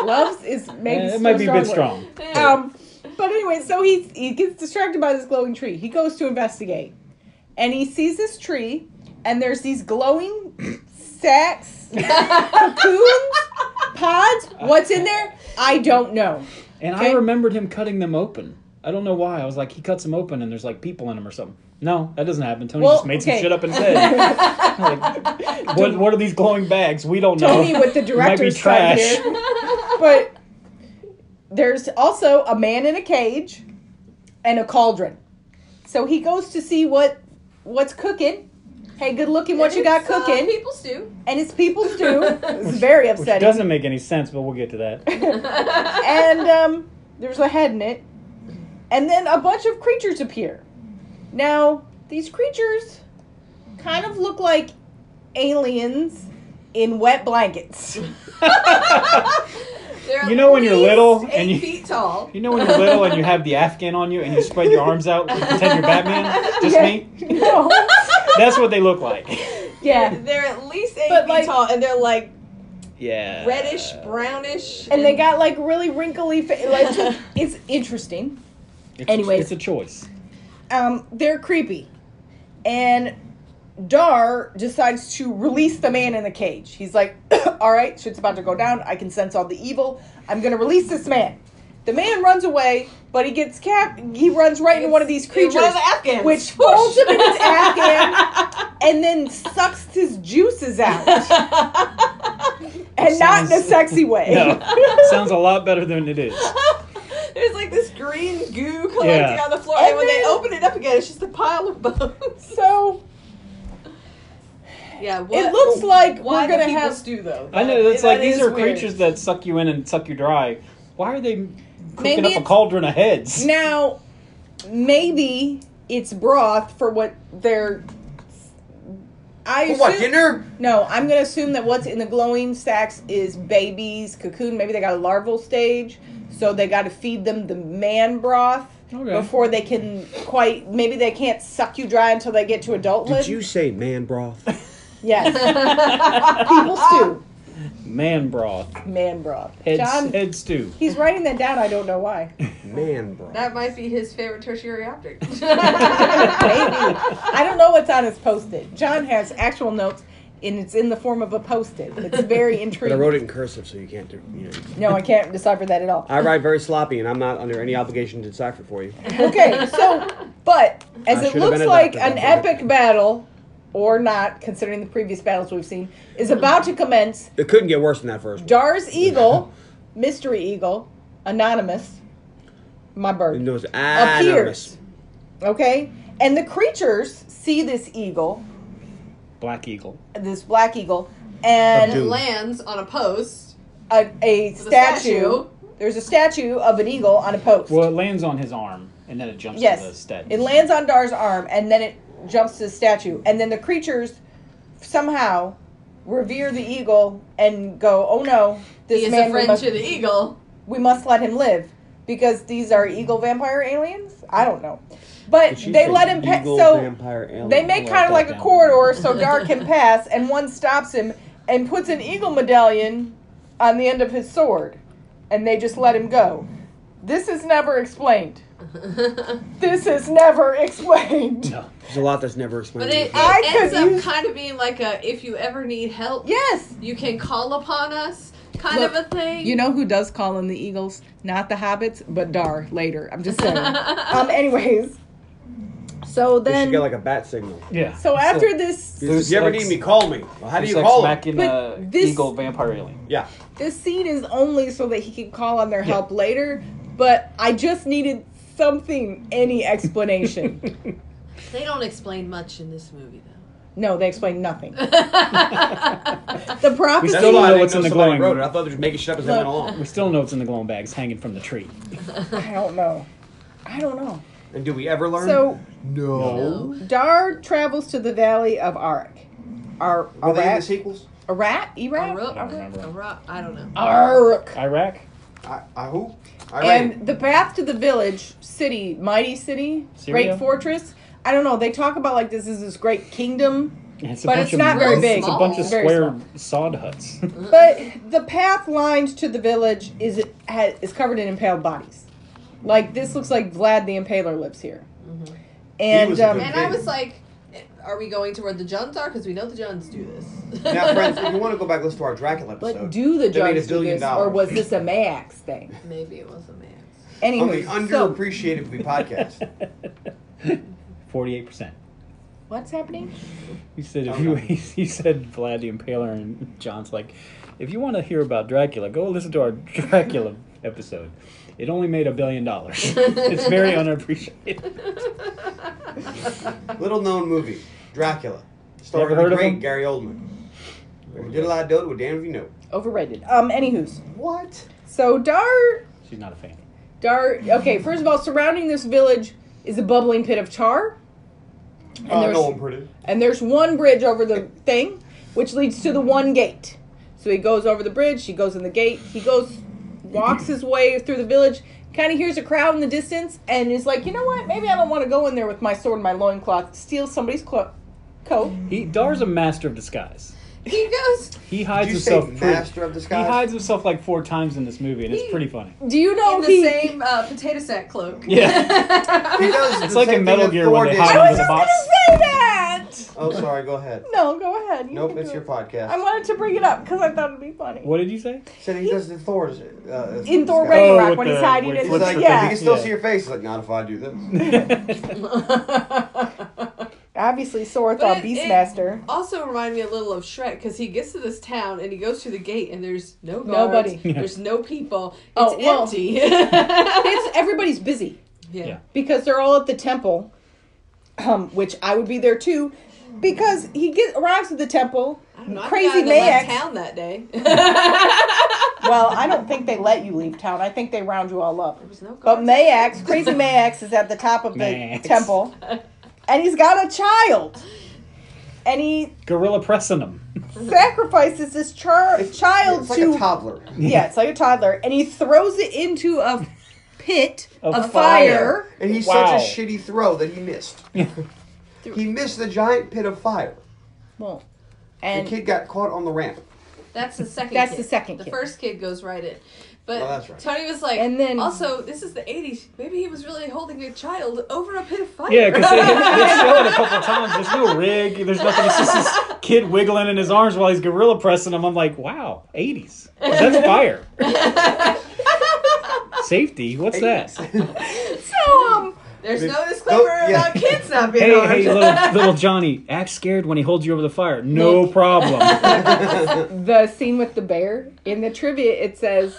Speaker 1: loves is maybe
Speaker 4: Eh,
Speaker 1: so
Speaker 4: it might be a bit
Speaker 1: word.
Speaker 4: strong.
Speaker 1: Um, but anyway, so he he gets distracted by this glowing tree. He goes to investigate, and he sees this tree, and there's these glowing sacks, cocoons, pods. What's in there? I don't know.
Speaker 4: And I
Speaker 1: Okay.
Speaker 4: remembered him cutting them open. I don't know why. I was like, he cuts them open and there's like people in them or something. No, that doesn't happen. Tony
Speaker 1: Well,
Speaker 4: just made
Speaker 1: okay.
Speaker 4: some shit up instead. like, what, what are these glowing bags? We don't know.
Speaker 1: Tony with the
Speaker 4: It might be
Speaker 1: director's cut
Speaker 4: trash.
Speaker 1: here, but there's also a man in a cage and a cauldron. So he goes to see what what's cooking. Hey, good looking, what you got
Speaker 2: It's, uh,
Speaker 1: cooking?
Speaker 2: People stew.
Speaker 1: and his people do. It's very
Speaker 4: Which
Speaker 1: upsetting.
Speaker 4: doesn't make any sense, but we'll get to that.
Speaker 1: and um, there's a head in it. And then a bunch of creatures appear. Now, these creatures kind of look like aliens in wet blankets.
Speaker 2: They're
Speaker 4: You
Speaker 2: at
Speaker 4: know when you're
Speaker 2: least
Speaker 4: little
Speaker 2: eight
Speaker 4: and you-
Speaker 2: feet tall.
Speaker 4: You know when you're little and you have the Afghan on you and you spread your arms out and pretend you're Batman? Just
Speaker 1: Yeah.
Speaker 4: me?
Speaker 1: No.
Speaker 4: That's what they look like.
Speaker 1: yeah.
Speaker 2: They're at least eight
Speaker 1: But,
Speaker 2: feet
Speaker 1: like-
Speaker 2: tall, and they're like
Speaker 4: Yeah.
Speaker 2: reddish, brownish,
Speaker 1: And they got like really wrinkly fa- like it's interesting.
Speaker 4: It's
Speaker 1: Anyways.
Speaker 4: it's a choice.
Speaker 1: Um, they're creepy. And Dar decides to release the man in the cage. He's like, all right, shit's about to go down. I can sense all the evil. I'm going to release this man. The man runs away, but he gets cap. He runs right into one of these
Speaker 2: It's- it's
Speaker 1: creatures,
Speaker 2: one of the Afghans.
Speaker 1: which folds him in its Afghan, and then sucks his juices out, and not in a
Speaker 4: Sounds-
Speaker 1: sexy way.
Speaker 4: No. Sounds a lot better than it is.
Speaker 2: There's like this green goo collecting
Speaker 4: Yeah.
Speaker 2: on the floor,
Speaker 1: And
Speaker 2: and, when they
Speaker 1: then-
Speaker 2: open it up again, it's just a pile of bones.
Speaker 1: So
Speaker 2: Yeah,
Speaker 1: it looks like we're gonna have
Speaker 2: stew though.
Speaker 4: I know that's
Speaker 2: That
Speaker 4: like these
Speaker 2: is
Speaker 4: are
Speaker 2: weird.
Speaker 4: creatures that suck you in and suck you dry. Why are they cooking
Speaker 1: Maybe
Speaker 4: up a
Speaker 1: it's-
Speaker 4: cauldron of heads?
Speaker 1: Now, maybe it's broth for what they're. I
Speaker 3: For
Speaker 1: assume,
Speaker 3: what, dinner?
Speaker 1: No, I'm gonna assume that what's in the glowing sacks is babies, cocoon. Maybe they got a larval stage, so they got to feed them the man broth.
Speaker 4: Okay.
Speaker 1: before they can quite. Maybe they can't suck you dry until they get to adulthood.
Speaker 8: Did you say man broth?
Speaker 1: Yes. People stew.
Speaker 4: Man broth.
Speaker 1: Man broth.
Speaker 4: Head,
Speaker 1: John,
Speaker 4: head stew.
Speaker 1: he's writing that down. I don't know why.
Speaker 8: Man broth.
Speaker 2: That might be his favorite tertiary object.
Speaker 1: Maybe. I don't know what's on his post-it. John has actual notes, and it's in the form of a post-it. It's very
Speaker 8: But I
Speaker 1: intriguing.
Speaker 8: wrote it in cursive, so you can't do. You know.
Speaker 1: No, I can't decipher that at all.
Speaker 8: I write very sloppy, and I'm not under any obligation to decipher for you.
Speaker 1: Okay, so, but as
Speaker 8: I
Speaker 1: it
Speaker 8: should've
Speaker 1: looks
Speaker 8: been a
Speaker 1: like
Speaker 8: doctor,
Speaker 1: an
Speaker 8: I'm sorry.
Speaker 1: epic battle, or not, considering the previous battles we've seen, is about to commence.
Speaker 8: It couldn't get worse than that first. one.
Speaker 1: Dar's eagle, mystery eagle, anonymous, my bird.
Speaker 8: And it was anonymous.
Speaker 1: Okay? And the creatures see this eagle,
Speaker 4: Black eagle.
Speaker 1: this black eagle, and
Speaker 8: Dude.
Speaker 2: and lands on a post.
Speaker 1: a, a
Speaker 2: a
Speaker 1: statue.
Speaker 2: statue.
Speaker 1: There's a statue of an eagle on a post.
Speaker 4: Well, it lands on his arm, and then it jumps
Speaker 1: yes.
Speaker 4: to the statue.
Speaker 1: It lands on Dar's arm, and then it jumps to the statue. And then the creatures somehow revere the eagle and go, oh no, this
Speaker 2: He is
Speaker 1: man, we
Speaker 2: a friend
Speaker 1: must,
Speaker 2: to the eagle.
Speaker 1: we must let him live. Because these are eagle vampire aliens? I don't know. But
Speaker 8: Did she
Speaker 1: they
Speaker 8: say
Speaker 1: let him pass.
Speaker 8: eagle,
Speaker 1: So
Speaker 8: vampire, alien?
Speaker 1: They make
Speaker 4: Write
Speaker 1: kind of
Speaker 4: that
Speaker 1: like a
Speaker 4: down.
Speaker 1: corridor so Dar can pass, and one stops him and puts an eagle medallion on the end of his sword, and they just let him go. This is never explained. This is never explained.
Speaker 4: No.
Speaker 8: There's a lot that's never explained.
Speaker 2: But it, it
Speaker 1: I could
Speaker 2: ends up
Speaker 1: use-
Speaker 2: kind of being like a if you ever need help,
Speaker 1: Yes.
Speaker 2: you can call upon us kind
Speaker 9: Look,
Speaker 2: of a thing.
Speaker 9: You know who does call in the Eagles? Not the Hobbits, but Dar later. I'm just saying.
Speaker 1: Um. Anyways, so
Speaker 8: They should
Speaker 1: then,
Speaker 8: get like a bat signal.
Speaker 4: Yeah.
Speaker 1: so after this,
Speaker 8: If you ever need me, call me. Well, how do you
Speaker 4: It's like
Speaker 8: call him?
Speaker 4: smacking
Speaker 1: But
Speaker 4: a
Speaker 1: this-
Speaker 4: eagle vampire alien.
Speaker 8: Yeah.
Speaker 1: this scene is only so that he can call on their help later. But I just needed something, any explanation.
Speaker 2: they don't explain much in this movie though.
Speaker 1: No, they explain nothing. the prophecy.
Speaker 8: That's
Speaker 4: Still don't
Speaker 8: why I didn't
Speaker 4: know what's in the
Speaker 8: somebody
Speaker 4: glowing-
Speaker 8: wrote it. I thought they were just making shit up as they went
Speaker 1: Look.
Speaker 8: along.
Speaker 4: We still know it's in the glowing bags hanging from the tree.
Speaker 1: I don't know. I don't know.
Speaker 8: And do we ever learn?
Speaker 1: So
Speaker 8: no.
Speaker 1: Dar travels to the valley of Arak. Ar-
Speaker 3: Are they in the
Speaker 1: Arak?
Speaker 3: sequels?
Speaker 1: Arak?
Speaker 2: A
Speaker 1: Iraq?
Speaker 2: rook,
Speaker 4: I don't remember.
Speaker 2: a rock, I don't know.
Speaker 1: Arak.
Speaker 4: Iraq?
Speaker 3: I, I who? I ran.
Speaker 1: And the path to the village, city, mighty city,
Speaker 4: Syria?
Speaker 1: great fortress. I don't know. They talk about like this is this great kingdom,
Speaker 4: It's
Speaker 1: But it's not
Speaker 2: very big.
Speaker 4: It's a bunch of
Speaker 1: Very
Speaker 4: square sod huts.
Speaker 1: but the path lined to the village is ha is covered in impaled bodies. Like this looks like Vlad the Impaler lives here. And
Speaker 3: was a
Speaker 1: um,
Speaker 3: good
Speaker 2: And I was like, are we going to where the Juns are? Because we know the Juns do this.
Speaker 3: now, friends, if you want to go back, listen to our Dracula episode.
Speaker 1: But do the
Speaker 3: They made a
Speaker 1: drugs do
Speaker 3: billion
Speaker 1: this, or
Speaker 3: dollars.
Speaker 1: was this a Max thing?
Speaker 2: Maybe it was a man.
Speaker 3: on the
Speaker 1: Anyway, so
Speaker 3: underappreciated we podcast.
Speaker 4: 48%.
Speaker 1: what's happening?
Speaker 4: He said, if
Speaker 3: Oh,
Speaker 4: you,
Speaker 3: no.
Speaker 4: he said, Vlad the Impaler and John's like, if you want to hear about Dracula, go listen to our Dracula episode. It only made a billion dollars. it's very unappreciated.
Speaker 3: Little known movie, Dracula, starring
Speaker 4: Never heard
Speaker 3: the
Speaker 4: of
Speaker 3: great
Speaker 4: him?
Speaker 3: Gary Oldman. We did a lot of dope, we're damned if you know.
Speaker 1: Overrated. Um, anywho's.
Speaker 3: What?
Speaker 1: So Dar,
Speaker 4: She's not a fan.
Speaker 1: Dar. Okay, first of all, surrounding this village is a bubbling pit of tar, and
Speaker 3: Oh,
Speaker 1: there's
Speaker 3: no one pretty.
Speaker 1: and there's one bridge over the thing, which leads to the one gate. So he goes over the bridge. He goes in the gate. He goes, walks his way through the village. Kind of hears a crowd in the distance, and is like, you know what? Maybe I don't want to go in there with my sword and my loincloth. Steal somebody's clo- coat.
Speaker 4: He Dar's a master of disguise.
Speaker 2: He goes,
Speaker 4: He hides
Speaker 3: Did you say
Speaker 4: himself.
Speaker 3: Master of
Speaker 4: He
Speaker 3: Disguise?
Speaker 4: hides himself like four times in this movie, and it's
Speaker 2: He-
Speaker 4: pretty funny.
Speaker 1: Do you know
Speaker 2: in the
Speaker 1: Oh, he?
Speaker 2: same uh, potato sack cloak.
Speaker 4: Yeah.
Speaker 3: He does
Speaker 4: It's
Speaker 3: the
Speaker 4: like
Speaker 3: same thing
Speaker 4: in Metal
Speaker 3: that
Speaker 4: Gear
Speaker 3: Thor
Speaker 4: when they
Speaker 3: did.
Speaker 4: hide
Speaker 1: I
Speaker 4: under
Speaker 1: was
Speaker 4: the
Speaker 1: just
Speaker 4: box.
Speaker 1: gonna say that.
Speaker 3: Oh, sorry, go ahead.
Speaker 1: No, go ahead. You
Speaker 3: Nope,
Speaker 1: can
Speaker 3: it's
Speaker 1: do
Speaker 3: your
Speaker 1: it.
Speaker 3: podcast.
Speaker 1: I wanted to bring it up because I thought it'd be funny.
Speaker 4: What did you say?
Speaker 3: Said he does the Thor's. Uh,
Speaker 1: In Thor
Speaker 3: disguise.
Speaker 1: Ragnarok,
Speaker 4: with
Speaker 1: when he's
Speaker 4: the-
Speaker 1: hiding
Speaker 4: with-
Speaker 1: in
Speaker 3: He's
Speaker 4: with
Speaker 1: the-
Speaker 3: like,
Speaker 1: yeah.
Speaker 3: you can still
Speaker 4: Yeah.
Speaker 3: see your face. He's like, not if I do this.
Speaker 1: Obviously, Sora
Speaker 2: But
Speaker 1: thought
Speaker 2: it- it-
Speaker 1: Beastmaster.
Speaker 2: also remind me a little of Shrek because he gets to this town and he goes through the gate and there's no guards,
Speaker 1: Nobody.
Speaker 2: there's no people. It's
Speaker 1: Oh, well.
Speaker 2: empty.
Speaker 1: it's everybody's busy
Speaker 2: yeah.
Speaker 4: Yeah.
Speaker 1: because they're all at the temple, um, which I would be there too, because he get arrives at the temple.
Speaker 2: I'm not
Speaker 1: Crazy
Speaker 2: the guy that left
Speaker 1: Max.
Speaker 2: town that day.
Speaker 1: Well, I don't think they let you leave town. I think they round you all up.
Speaker 2: There's no
Speaker 1: But
Speaker 2: guards.
Speaker 1: Mayax, crazy Mayax, is at the top of the
Speaker 4: Mayax.
Speaker 1: temple, and he's got a child, and he
Speaker 4: Gorilla pressing him.
Speaker 1: sacrifices this char- child
Speaker 3: It's like
Speaker 1: to
Speaker 3: a toddler.
Speaker 1: yeah, it's like a toddler, and he throws it into a pit
Speaker 4: Of
Speaker 1: of,
Speaker 4: fire.
Speaker 1: fire.
Speaker 3: And he's
Speaker 4: Wow.
Speaker 3: such a shitty throw that he missed. he missed the giant pit of fire.
Speaker 1: Well,
Speaker 3: The
Speaker 1: and
Speaker 3: kid got caught on the ramp.
Speaker 2: That's the second.
Speaker 1: That's
Speaker 2: kid.
Speaker 1: the second
Speaker 2: The
Speaker 1: kid.
Speaker 2: first kid goes right in, but
Speaker 3: Oh, that's right.
Speaker 2: Tony was like,
Speaker 1: And
Speaker 2: and
Speaker 1: then-
Speaker 2: then also this is the '80s. Maybe he was really holding a child over a pit of fire.
Speaker 4: Yeah, because they, they show it a couple times. There's no rig. There's nothing. It's just this kid wiggling in his arms while he's gorilla pressing him. I'm like, wow, 80s. That's fire. Safety? What's that?
Speaker 1: so um,
Speaker 2: There's
Speaker 3: They-
Speaker 2: no disclaimer
Speaker 3: Oh, yeah.
Speaker 2: about kids not being
Speaker 4: Hey,
Speaker 2: armed.
Speaker 4: hey, little, little Johnny, act scared when he holds you over the fire. No problem.
Speaker 1: the scene with the bear in the trivia, it says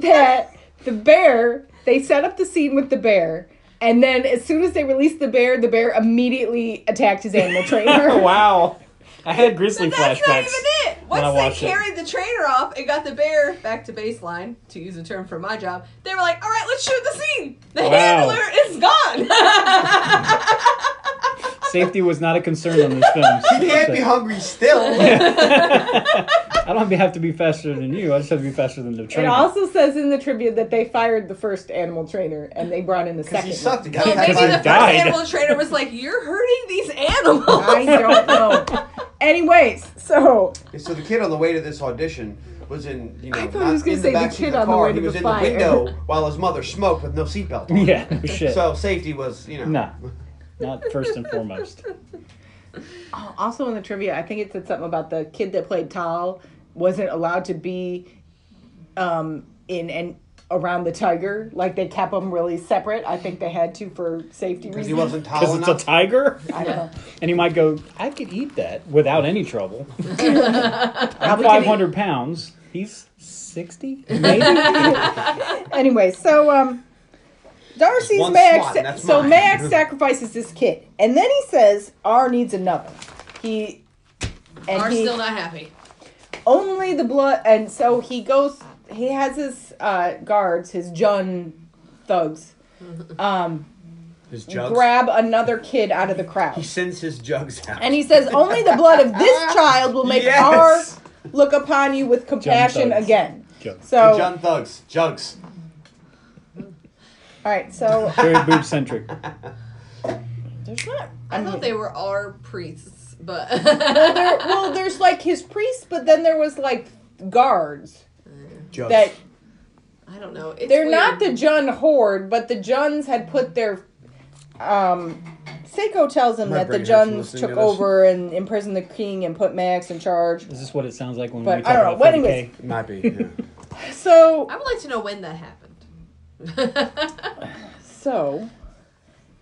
Speaker 1: that the bear they set up the scene with the bear, and then as soon as they released the bear, the bear immediately attacked his animal trainer.
Speaker 4: wow. I had grizzly
Speaker 2: That's
Speaker 4: flashbacks.
Speaker 2: not even it.
Speaker 4: when I
Speaker 2: Once they
Speaker 4: watched it.
Speaker 2: carried the trainer off and got the bear back to baseline, to use a term from my job, they were like, "All right, let's shoot the scene. The
Speaker 4: Wow.
Speaker 2: handler is gone."
Speaker 4: Safety was not a concern on this film.
Speaker 3: He can't be hungry still.
Speaker 4: I don't have to be faster than you. I just have to be faster than the
Speaker 1: It
Speaker 4: train.
Speaker 1: also says in the trivia that they fired the first animal trainer and they brought in the
Speaker 3: Because
Speaker 1: second.
Speaker 3: he sucked. He got
Speaker 2: well,
Speaker 3: attacked
Speaker 2: maybe
Speaker 3: by
Speaker 2: the
Speaker 3: a
Speaker 2: first
Speaker 4: died.
Speaker 2: animal trainer was like, "You're hurting these animals."
Speaker 1: I don't know. Anyways, so
Speaker 3: So the kid on the way to this audition was in, you know,
Speaker 1: I thought he
Speaker 3: not
Speaker 1: was gonna
Speaker 3: in
Speaker 1: say the
Speaker 3: backseat of
Speaker 1: kid on the
Speaker 3: car.
Speaker 1: way to
Speaker 3: He was
Speaker 1: the
Speaker 3: in
Speaker 1: fire.
Speaker 3: the window while his mother smoked with no seatbelt. on.
Speaker 4: Yeah, no shit.
Speaker 3: So safety was, you know.
Speaker 4: nah, not first and foremost.
Speaker 1: Oh, also in the trivia, I think it said something about the kid that played Tal wasn't allowed to be um, in and around the tiger. Like they kept them really separate. I think they had to for safety
Speaker 3: Because he
Speaker 1: reasons.
Speaker 3: wasn't tall
Speaker 8: Oh,
Speaker 4: Because
Speaker 3: enough.
Speaker 4: it's a tiger?
Speaker 1: I don't know.
Speaker 4: And he might go, I could eat that without any trouble. I'm
Speaker 1: Probably
Speaker 4: 500 pounds. He's 60? Maybe?
Speaker 1: anyway, so um, Darcy's
Speaker 3: One
Speaker 1: Max.
Speaker 3: swat, and that's
Speaker 1: so
Speaker 3: mine.
Speaker 1: Max sacrifices this kid, and then he says, "R needs another." He and
Speaker 2: Are
Speaker 1: he
Speaker 2: still not happy.
Speaker 1: only the blood, and so he goes. He has his uh, guards, his Jun thugs, um,
Speaker 3: his jugs.
Speaker 1: grab another kid out of the crowd.
Speaker 3: he sends his jugs out.
Speaker 1: And he says, Only the blood of this child will make
Speaker 3: Yes.
Speaker 1: our look upon you with compassion
Speaker 4: thugs.
Speaker 1: again.
Speaker 4: Junk.
Speaker 1: So,
Speaker 3: John Thugs, jugs.
Speaker 1: all right, so
Speaker 4: Very boob centric.
Speaker 1: there's not.
Speaker 2: I,
Speaker 1: mean,
Speaker 2: thought they were our priests, but
Speaker 1: well, there, well, there's like his priest, but then there was like guards
Speaker 3: Jugs.
Speaker 1: that
Speaker 2: I don't know. It's
Speaker 1: they're
Speaker 2: weird.
Speaker 1: not the Jun horde, but the Juns had put their. Um, Seiko tells him
Speaker 3: My
Speaker 1: that the
Speaker 3: brain hurts from
Speaker 1: Juns
Speaker 3: listening
Speaker 1: took
Speaker 3: to this.
Speaker 1: over and imprisoned the king and put Max in charge.
Speaker 4: Is this what it sounds like when
Speaker 1: But
Speaker 4: we
Speaker 1: I
Speaker 4: talk
Speaker 1: don't know.
Speaker 4: about
Speaker 1: What
Speaker 4: 40K?
Speaker 1: anyways-
Speaker 3: Might be. Yeah.
Speaker 1: So
Speaker 2: I would like to know when that happened.
Speaker 1: So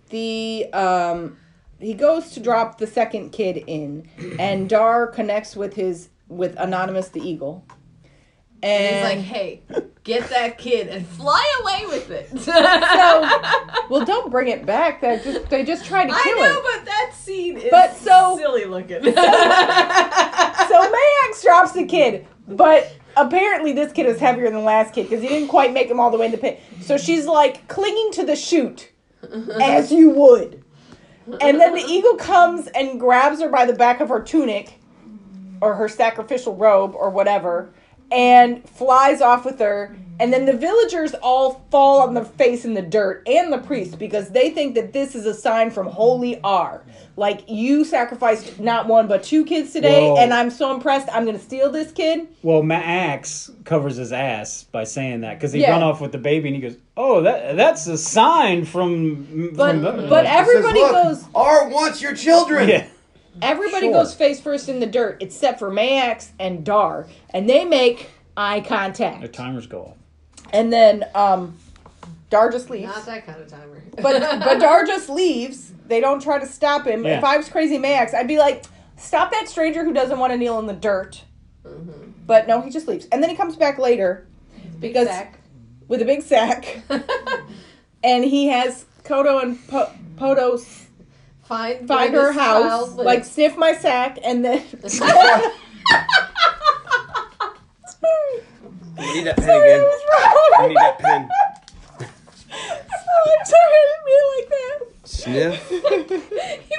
Speaker 1: the um he goes to drop the second kid in and Dar connects with his with Anonymous the Eagle.
Speaker 2: And he's
Speaker 1: And,
Speaker 2: like, hey, get that kid and fly away with it.
Speaker 1: So- well don't bring it back. They just they just tried to
Speaker 2: I
Speaker 1: kill
Speaker 2: know,
Speaker 1: it.
Speaker 2: but that scene is
Speaker 1: But so-
Speaker 2: silly looking.
Speaker 1: So Max drops the kid, but apparently this kid is heavier than the last kid because he didn't quite make him all the way in the pit. So she's like clinging to the chute as you would. And then the eagle comes and grabs her by the back of her tunic or her sacrificial robe or whatever and flies off with her. And then the villagers all fall on their face in the dirt and the priest because they think that this is a sign from Holy R. Like, you sacrificed not one but two kids today,
Speaker 4: Whoa.
Speaker 1: and I'm so impressed. I'm going to steal this kid.
Speaker 4: Well, Max covers his ass by saying that because he
Speaker 1: Yeah.
Speaker 4: run off with the baby and he goes, "Oh, that that's a sign from."
Speaker 1: But,
Speaker 4: from the-
Speaker 1: but
Speaker 4: like,
Speaker 1: everybody
Speaker 3: he says, Look,
Speaker 1: goes.
Speaker 3: R wants your children.
Speaker 4: yeah,
Speaker 1: Everybody
Speaker 4: Sure.
Speaker 1: goes face first in the dirt except for Max and Dar, and they make eye contact.
Speaker 4: the timers go off.
Speaker 1: And then um, Dar just leaves.
Speaker 2: not that kind of timer.
Speaker 1: But but Dar just leaves. They don't try to stop him.
Speaker 4: Yeah.
Speaker 1: If I was crazy Max, I'd be like, stop that stranger who doesn't want to kneel in the dirt. But no, he just leaves, and then he comes back later because-
Speaker 2: Zach.
Speaker 1: with a big sack, and he has Kodo and po- Podo s-
Speaker 2: find
Speaker 1: find
Speaker 2: where
Speaker 1: her
Speaker 2: this
Speaker 1: house,
Speaker 2: child lives.
Speaker 1: like sniff my sack, and then
Speaker 3: We need that pen
Speaker 1: sorry,
Speaker 3: again.
Speaker 1: I was wrong.
Speaker 3: We need that pen.
Speaker 1: I'm sorry, I didn't mean it like that.
Speaker 3: Sniff
Speaker 2: he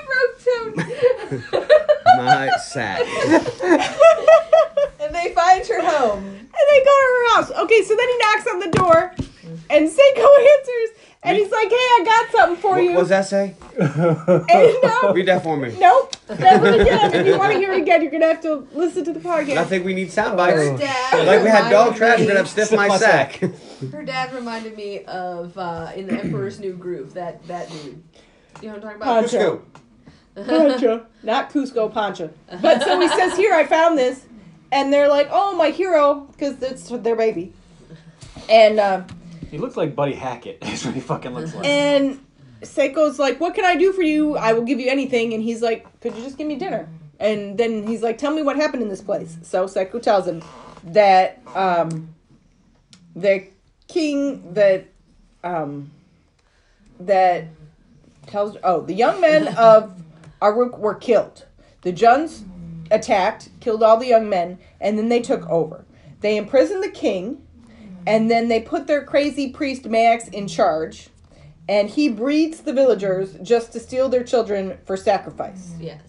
Speaker 2: broke Tony.
Speaker 3: my sack.
Speaker 2: and they find her home.
Speaker 1: And they go to her house. Okay, so then he knocks on the door, and Seiko answers,
Speaker 8: What does that say?
Speaker 1: And no,
Speaker 8: Read that for me.
Speaker 1: nope. That's what it did. If you want to hear it again, you're gonna have to listen to the podcast.
Speaker 8: I think we need sound bites.
Speaker 2: Her dad.
Speaker 8: Like we had dog
Speaker 2: reminded
Speaker 8: trash,
Speaker 2: me-
Speaker 8: we're gonna have stiff
Speaker 4: Stiff
Speaker 8: my
Speaker 4: my
Speaker 8: sack.
Speaker 2: Her dad reminded me of uh, in the Emperor's New Groove. That that dude. You know what I'm talking about?
Speaker 1: Poncho.
Speaker 3: Cusco.
Speaker 1: Pancha, not Cusco Pancha. But so he says, "Here, I found this," and they're like, "Oh, my hero," because it's their baby. And uh,
Speaker 4: He looks like Buddy Hackett. That's what he fucking looks like.
Speaker 1: and Seiko's like, "What can I do for you? I will give you anything." And he's like, "Could you just give me dinner?" And then he's like, "Tell me what happened in this place." So Seiko tells him that um, the king that um, that tells oh the young men of Aruk were killed. The Juns attacked, killed all the young men, and then they took over. They imprisoned the king, and then they put their crazy priest Max in charge, and he breeds the villagers just to steal their children for sacrifice.
Speaker 2: Yes.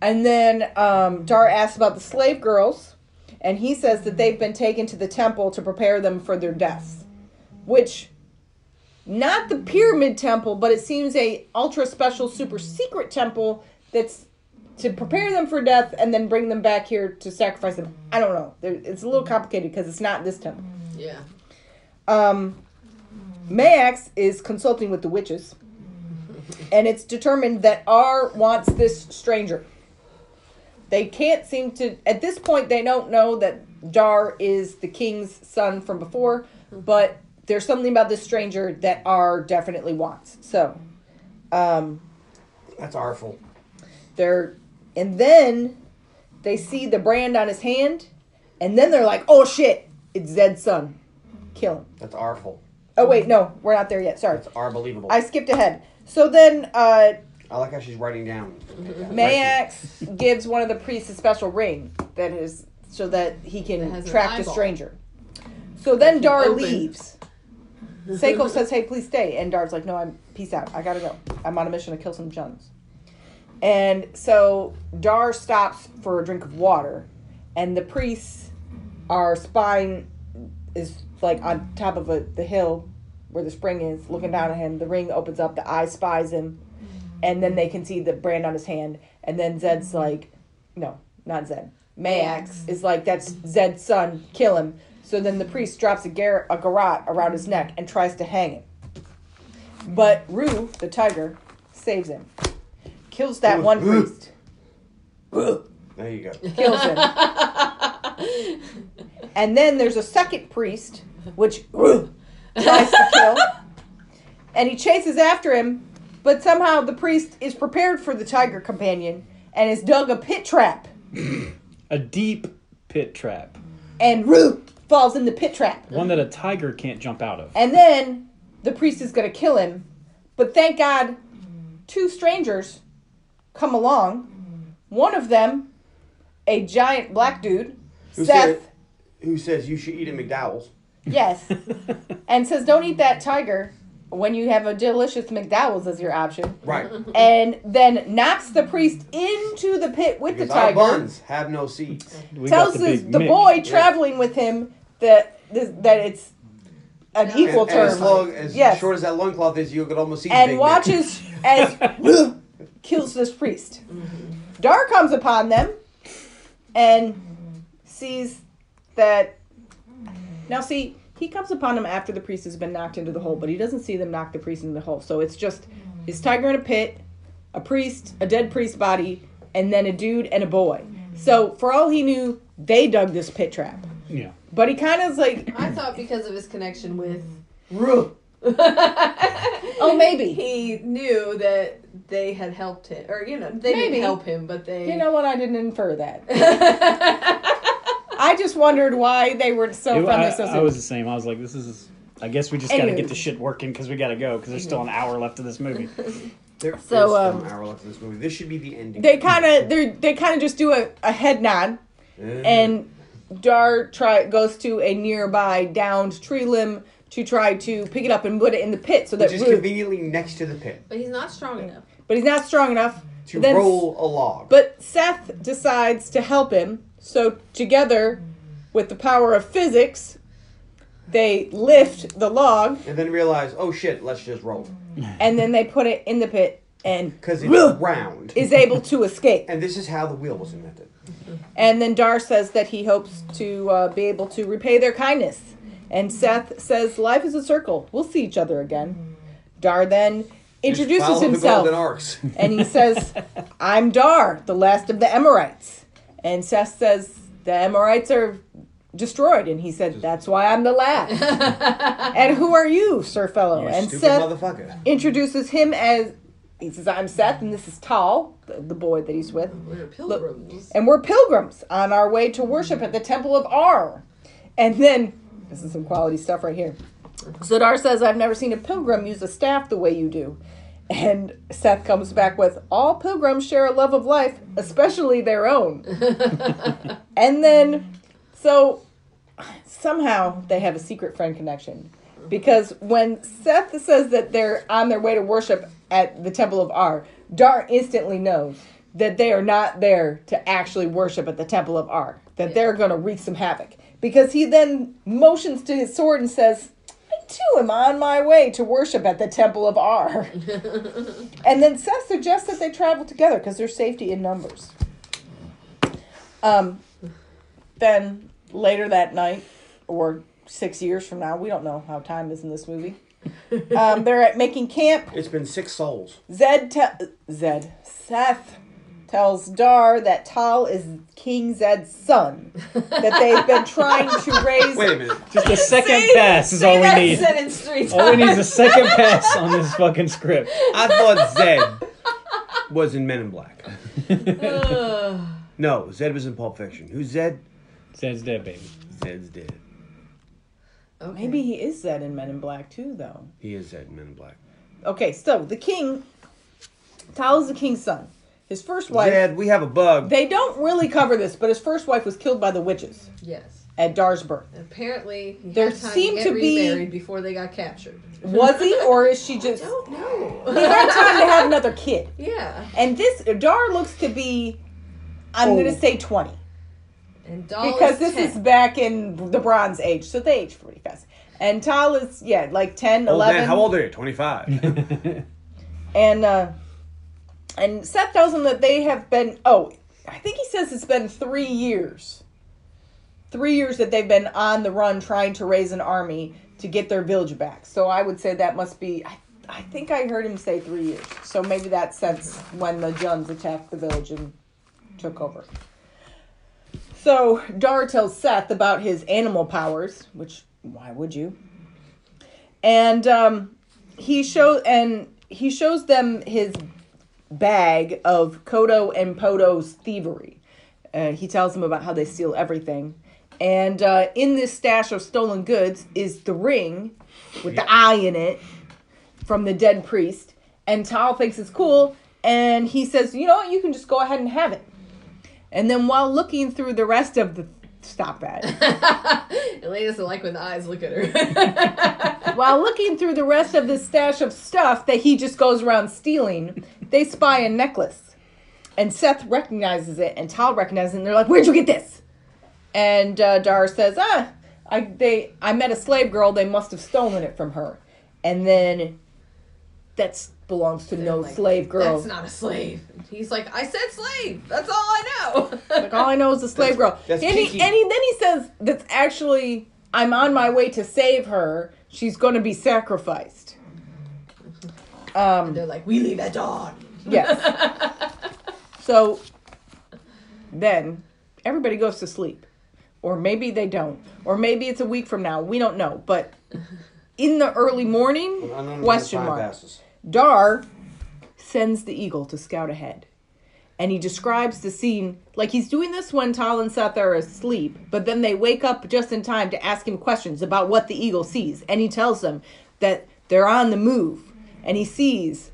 Speaker 1: And then um, Dar asks about the slave girls, and he says that they've been taken to the temple to prepare them for their deaths, which not the pyramid temple, but it seems a ultra special, super secret temple that's to prepare them for death and then bring them back here to sacrifice them. I don't know. There, it's a little complicated because it's not this temple.
Speaker 2: Yeah.
Speaker 1: Um, Max is consulting with the witches, and it's determined that R wants this stranger. They can't seem to. At this point, they don't know that Dar is the king's son from before, but there's something about this stranger that R definitely wants. So, um,
Speaker 3: That's artful.
Speaker 1: they're, and then they see the brand on his hand, and then they're like, "Oh shit, it's Zed's son, kill him."
Speaker 3: That's artful.
Speaker 1: Oh wait, no, we're not there yet. Sorry,
Speaker 3: That's are believable.
Speaker 1: I skipped ahead. So then, uh,
Speaker 3: I like how she's writing down.
Speaker 1: Mayax gives one of the priests a special ring that is so that he can
Speaker 2: That has an
Speaker 1: track the
Speaker 2: eyeball.
Speaker 1: stranger. So then Dar
Speaker 2: open.
Speaker 1: leaves. Seiko says, "Hey, please stay," and Dar's like, "No, I'm peace out. I gotta go. I'm on a mission to kill some Juns." And so Dar stops for a drink of water, and the priests are spying is like on top of a, the hill where the spring is, looking down at him. The ring opens up, the eye spies him, and then they can see the brand on his hand. And then Zed's like, no, not Zed. Mayax is like, that's Zed's son, kill him. So then the priest drops a, gar- a garrote around his neck and tries to hang him. But Rue, the tiger, saves him. Kills that one priest.
Speaker 3: There you go.
Speaker 1: Kills him. And then there's a second priest, which tries to kill. And he chases after him, but somehow the priest is prepared for the tiger companion and has dug a pit trap.
Speaker 4: A deep pit trap.
Speaker 1: And Root falls in the pit trap.
Speaker 4: One that a tiger can't jump out of.
Speaker 1: And then the priest is going to kill him. But thank God, two strangers come along. One of them, a giant black dude,
Speaker 3: Who
Speaker 1: Seth.
Speaker 3: said- Who says you should eat at McDowell's?
Speaker 1: Yes. and says, don't eat that tiger when you have a delicious McDowell's as your option.
Speaker 3: Right.
Speaker 1: And then knocks the priest into the pit with
Speaker 3: Because
Speaker 1: the
Speaker 3: our
Speaker 1: tiger.
Speaker 3: buns have no seats.
Speaker 4: We
Speaker 1: tells the,
Speaker 4: Big
Speaker 1: the
Speaker 4: Mick.
Speaker 1: boy traveling with him that this, that it's an
Speaker 2: Yeah.
Speaker 1: equal
Speaker 3: And- and
Speaker 1: term.
Speaker 3: As, long, as
Speaker 1: Yes.
Speaker 3: short as that loincloth is, you could almost see the Big
Speaker 1: and
Speaker 3: Mac.
Speaker 1: watches as kills this priest. Dar comes upon them and sees that. Now, see, he comes upon them after the priest has been knocked into the hole, but he doesn't see them knock the priest into the hole. So it's just his tiger in a pit, a priest, a dead priest body, and then a dude and a boy. So for all he knew, they dug this pit trap.
Speaker 4: Yeah.
Speaker 1: But he kind of is like,
Speaker 2: I thought because of his connection with.
Speaker 3: Ruh.
Speaker 1: oh, maybe.
Speaker 2: He knew that they had helped him, or you know, they
Speaker 1: Maybe.
Speaker 2: didn't help him, but they.
Speaker 1: You know what? I didn't infer that. I just wondered why they were so
Speaker 4: It-
Speaker 1: friendly.
Speaker 4: I,
Speaker 1: so
Speaker 4: I
Speaker 1: soon.
Speaker 4: was the same. I was like, this is. I guess we just got to
Speaker 1: Anyway.
Speaker 4: get the shit working because we got to go because there's still an hour left of this movie.
Speaker 3: There
Speaker 1: So,
Speaker 3: is still
Speaker 1: um,
Speaker 3: an hour left of this movie. This should be the ending.
Speaker 1: they kind of they they kind of just do a, a head nod, and Dar try goes to a nearby downed tree limb to try to pick it up and put it in the pit so that
Speaker 3: Which is
Speaker 1: Ruth-
Speaker 3: conveniently next to the pit
Speaker 2: But he's not strong enough.
Speaker 1: but he's not strong enough
Speaker 3: to
Speaker 1: But then-
Speaker 3: roll a log.
Speaker 1: But Seth decides to help him, so together, with the power of physics, they lift the log.
Speaker 3: and then realize, oh shit, let's just roll.
Speaker 1: and then they put it in the pit and
Speaker 3: Because it's round.
Speaker 1: is able to escape.
Speaker 3: and this is how the wheel was invented.
Speaker 1: And then Dar says that he hopes to uh, be able to repay their kindness. And Seth says, "Life is a circle. We'll see each other again." Dar then introduces
Speaker 3: Follow The golden
Speaker 1: himself
Speaker 3: arcs.
Speaker 1: and he says, "I'm Dar, the last of the Emirites." And Seth says, "The Emirites are destroyed," and he said, "That's why I'm the last." and who are you, Sir Fellow?
Speaker 3: You
Speaker 1: and
Speaker 3: stupid
Speaker 1: Seth
Speaker 3: motherfucker.
Speaker 1: introduces him as he says, "I'm Seth, and this is Tal, the, the boy that he's with."
Speaker 2: We're pilgrims.
Speaker 1: and we're pilgrims on our way to worship at the temple of R. And then this is some quality stuff right here. Zadar says, I've never seen a pilgrim use a staff the way you do. And Seth comes back with, All pilgrims share a love of life, especially their own. and then, so somehow they have a secret friend connection. Because when Seth says that they're on their way to worship at the Temple of R, Dar instantly knows that they are not there to actually worship at the Temple of R, that they're going to wreak some havoc. Because he then motions to his sword and says, I too am on my way to worship at the Temple of R. and then Seth suggests that they travel together because there's safety in numbers. Um, then later that night, or six years from now, we don't know how time is in this movie. Um, they're at making camp.
Speaker 3: It's been six souls.
Speaker 1: Zed, te- Zed, Seth tells Dar that Tal is King Zed's son. That they've been trying to raise.
Speaker 3: Wait a minute.
Speaker 4: Just a second pass is all we need.
Speaker 2: sentence three times.
Speaker 4: All we need is a second pass on this fucking script.
Speaker 3: I thought Zed was in Men in Black. No, Zed was in Pulp Fiction. Who's Zed?
Speaker 4: Zed's dead, baby.
Speaker 3: Zed's dead.
Speaker 1: Maybe he is Zed in Men in Black too, though.
Speaker 3: He is Zed in Men in Black.
Speaker 1: Okay, so the king, Tal is the king's son. His first wife.
Speaker 3: Zed, we have a bug.
Speaker 1: They don't really cover this, but his first wife was killed by the witches
Speaker 2: Yes.
Speaker 1: at Dar's birth.
Speaker 2: Apparently, he
Speaker 1: There
Speaker 2: had time
Speaker 1: seemed
Speaker 2: to,
Speaker 1: to
Speaker 2: get
Speaker 1: be-
Speaker 2: remarried before they got captured.
Speaker 1: Was he, or is she just?
Speaker 2: Oh no.
Speaker 1: He had time to have another kid.
Speaker 2: yeah.
Speaker 1: And this Dar looks to be, I'm gonna
Speaker 4: Old.
Speaker 1: say twenty,
Speaker 2: And Doll
Speaker 1: because this is back in the Bronze Age, so they age pretty fast. And Tal is yeah, like 10,
Speaker 3: Old
Speaker 1: 11.
Speaker 3: Oh, man, how old are you? 25.
Speaker 1: And uh, and Seth tells him that they have been. Oh, I think he says it's been three years. Three years that they've been on the run trying to raise an army to get their village back. So I would say that must be. I, I think I heard him say three years. So maybe that's since when the Juns attacked the village and took over. So Dar tells Seth about his animal powers, which why would you? And um, he show and he shows them his bag of Kodo and Podo's thievery. Uh, he tells them about how they steal everything, and uh, in this stash of stolen goods is the ring with the eye in it from the dead priest. And Tal thinks it's cool, and he says, "You know what? You can just go ahead and have it." And then while looking through the rest of the stop that.
Speaker 2: Elaine doesn't like when the eyes look at her.
Speaker 1: While looking through the rest of this stash of stuff that he just goes around stealing, they spy a necklace. And Seth recognizes it, and Tal recognizes it, and they're like, Where'd you get this? And uh, Dar says, Ah, I, they, I met a slave girl. They must have stolen it from her. And then that belongs to no
Speaker 2: like,
Speaker 1: slave girl.
Speaker 2: That's not a slave. He's like, I said slave. That's all I know.
Speaker 1: Like all I know is a slave girl.
Speaker 3: That's
Speaker 1: and, he,
Speaker 3: Kiki.
Speaker 1: and he, then he says, "That's actually I'm on my way to save her. She's going to be sacrificed." Um.
Speaker 2: They're like, we leave at dawn.
Speaker 1: Yes. so then everybody goes to sleep, or maybe they don't, or maybe it's a week from now. We don't know, but in the early morning, question mark. Dar sends the eagle to scout ahead. And he describes the scene like he's doing this when Tal and Seth are asleep, but then they wake up just in time to ask him questions about what the eagle sees. And he tells them that they're on the move. And he sees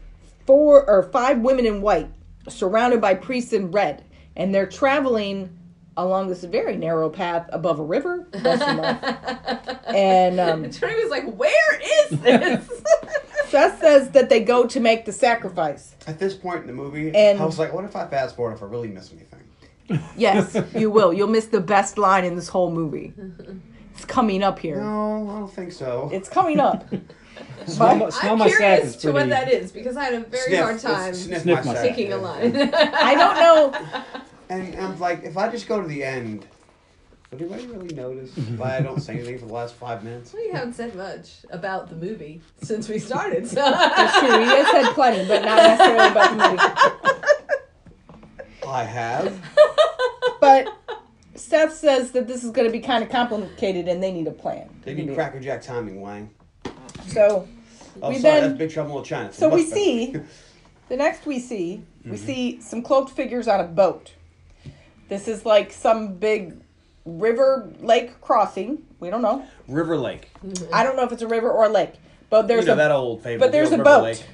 Speaker 1: four or five women in white surrounded by priests in red. And they're traveling along this very narrow path above a river. question mark. and um,
Speaker 2: Tony was like, where is this?
Speaker 1: Seth says that they go to make the sacrifice.
Speaker 3: At this point in the movie,
Speaker 1: And-
Speaker 3: I was like, what if I fast forward if I really miss anything?
Speaker 1: Yes, you will. You'll miss the best line in this whole movie. It's coming up here.
Speaker 3: No, I don't think so.
Speaker 1: It's coming up.
Speaker 4: Smell, my- smell
Speaker 2: I'm
Speaker 4: my sack is
Speaker 2: curious to
Speaker 4: pretty.
Speaker 2: what that is because I had a very
Speaker 3: Sniff.
Speaker 2: hard time
Speaker 3: It's Sniff,
Speaker 4: Sniff
Speaker 3: my
Speaker 4: my
Speaker 3: sack.
Speaker 2: picking a line.
Speaker 1: I don't know.
Speaker 3: And I'm like, if I just go to the end, would anybody really notice why I don't say anything for the last five minutes?
Speaker 2: We haven't said much about the movie since we started. So.
Speaker 1: That's true. You guys had plenty, but not necessarily about the movie.
Speaker 3: I have.
Speaker 1: But Seth says that this is going to be kind of complicated, and they need a plan.
Speaker 3: They need Cracker Jack timing, Wang.
Speaker 1: So,
Speaker 3: Oh,
Speaker 1: We
Speaker 3: sorry,
Speaker 1: then-
Speaker 3: that's Big Trouble in China.
Speaker 1: so we
Speaker 3: Much better.
Speaker 1: see the next we see we see some cloaked figures on a boat. This is like some big river lake crossing. We don't know.
Speaker 3: River Lake.
Speaker 1: I don't know if it's a river or a lake, but there's
Speaker 3: you know
Speaker 1: a
Speaker 3: that old favorite.
Speaker 1: but there's a boat.
Speaker 3: Lake.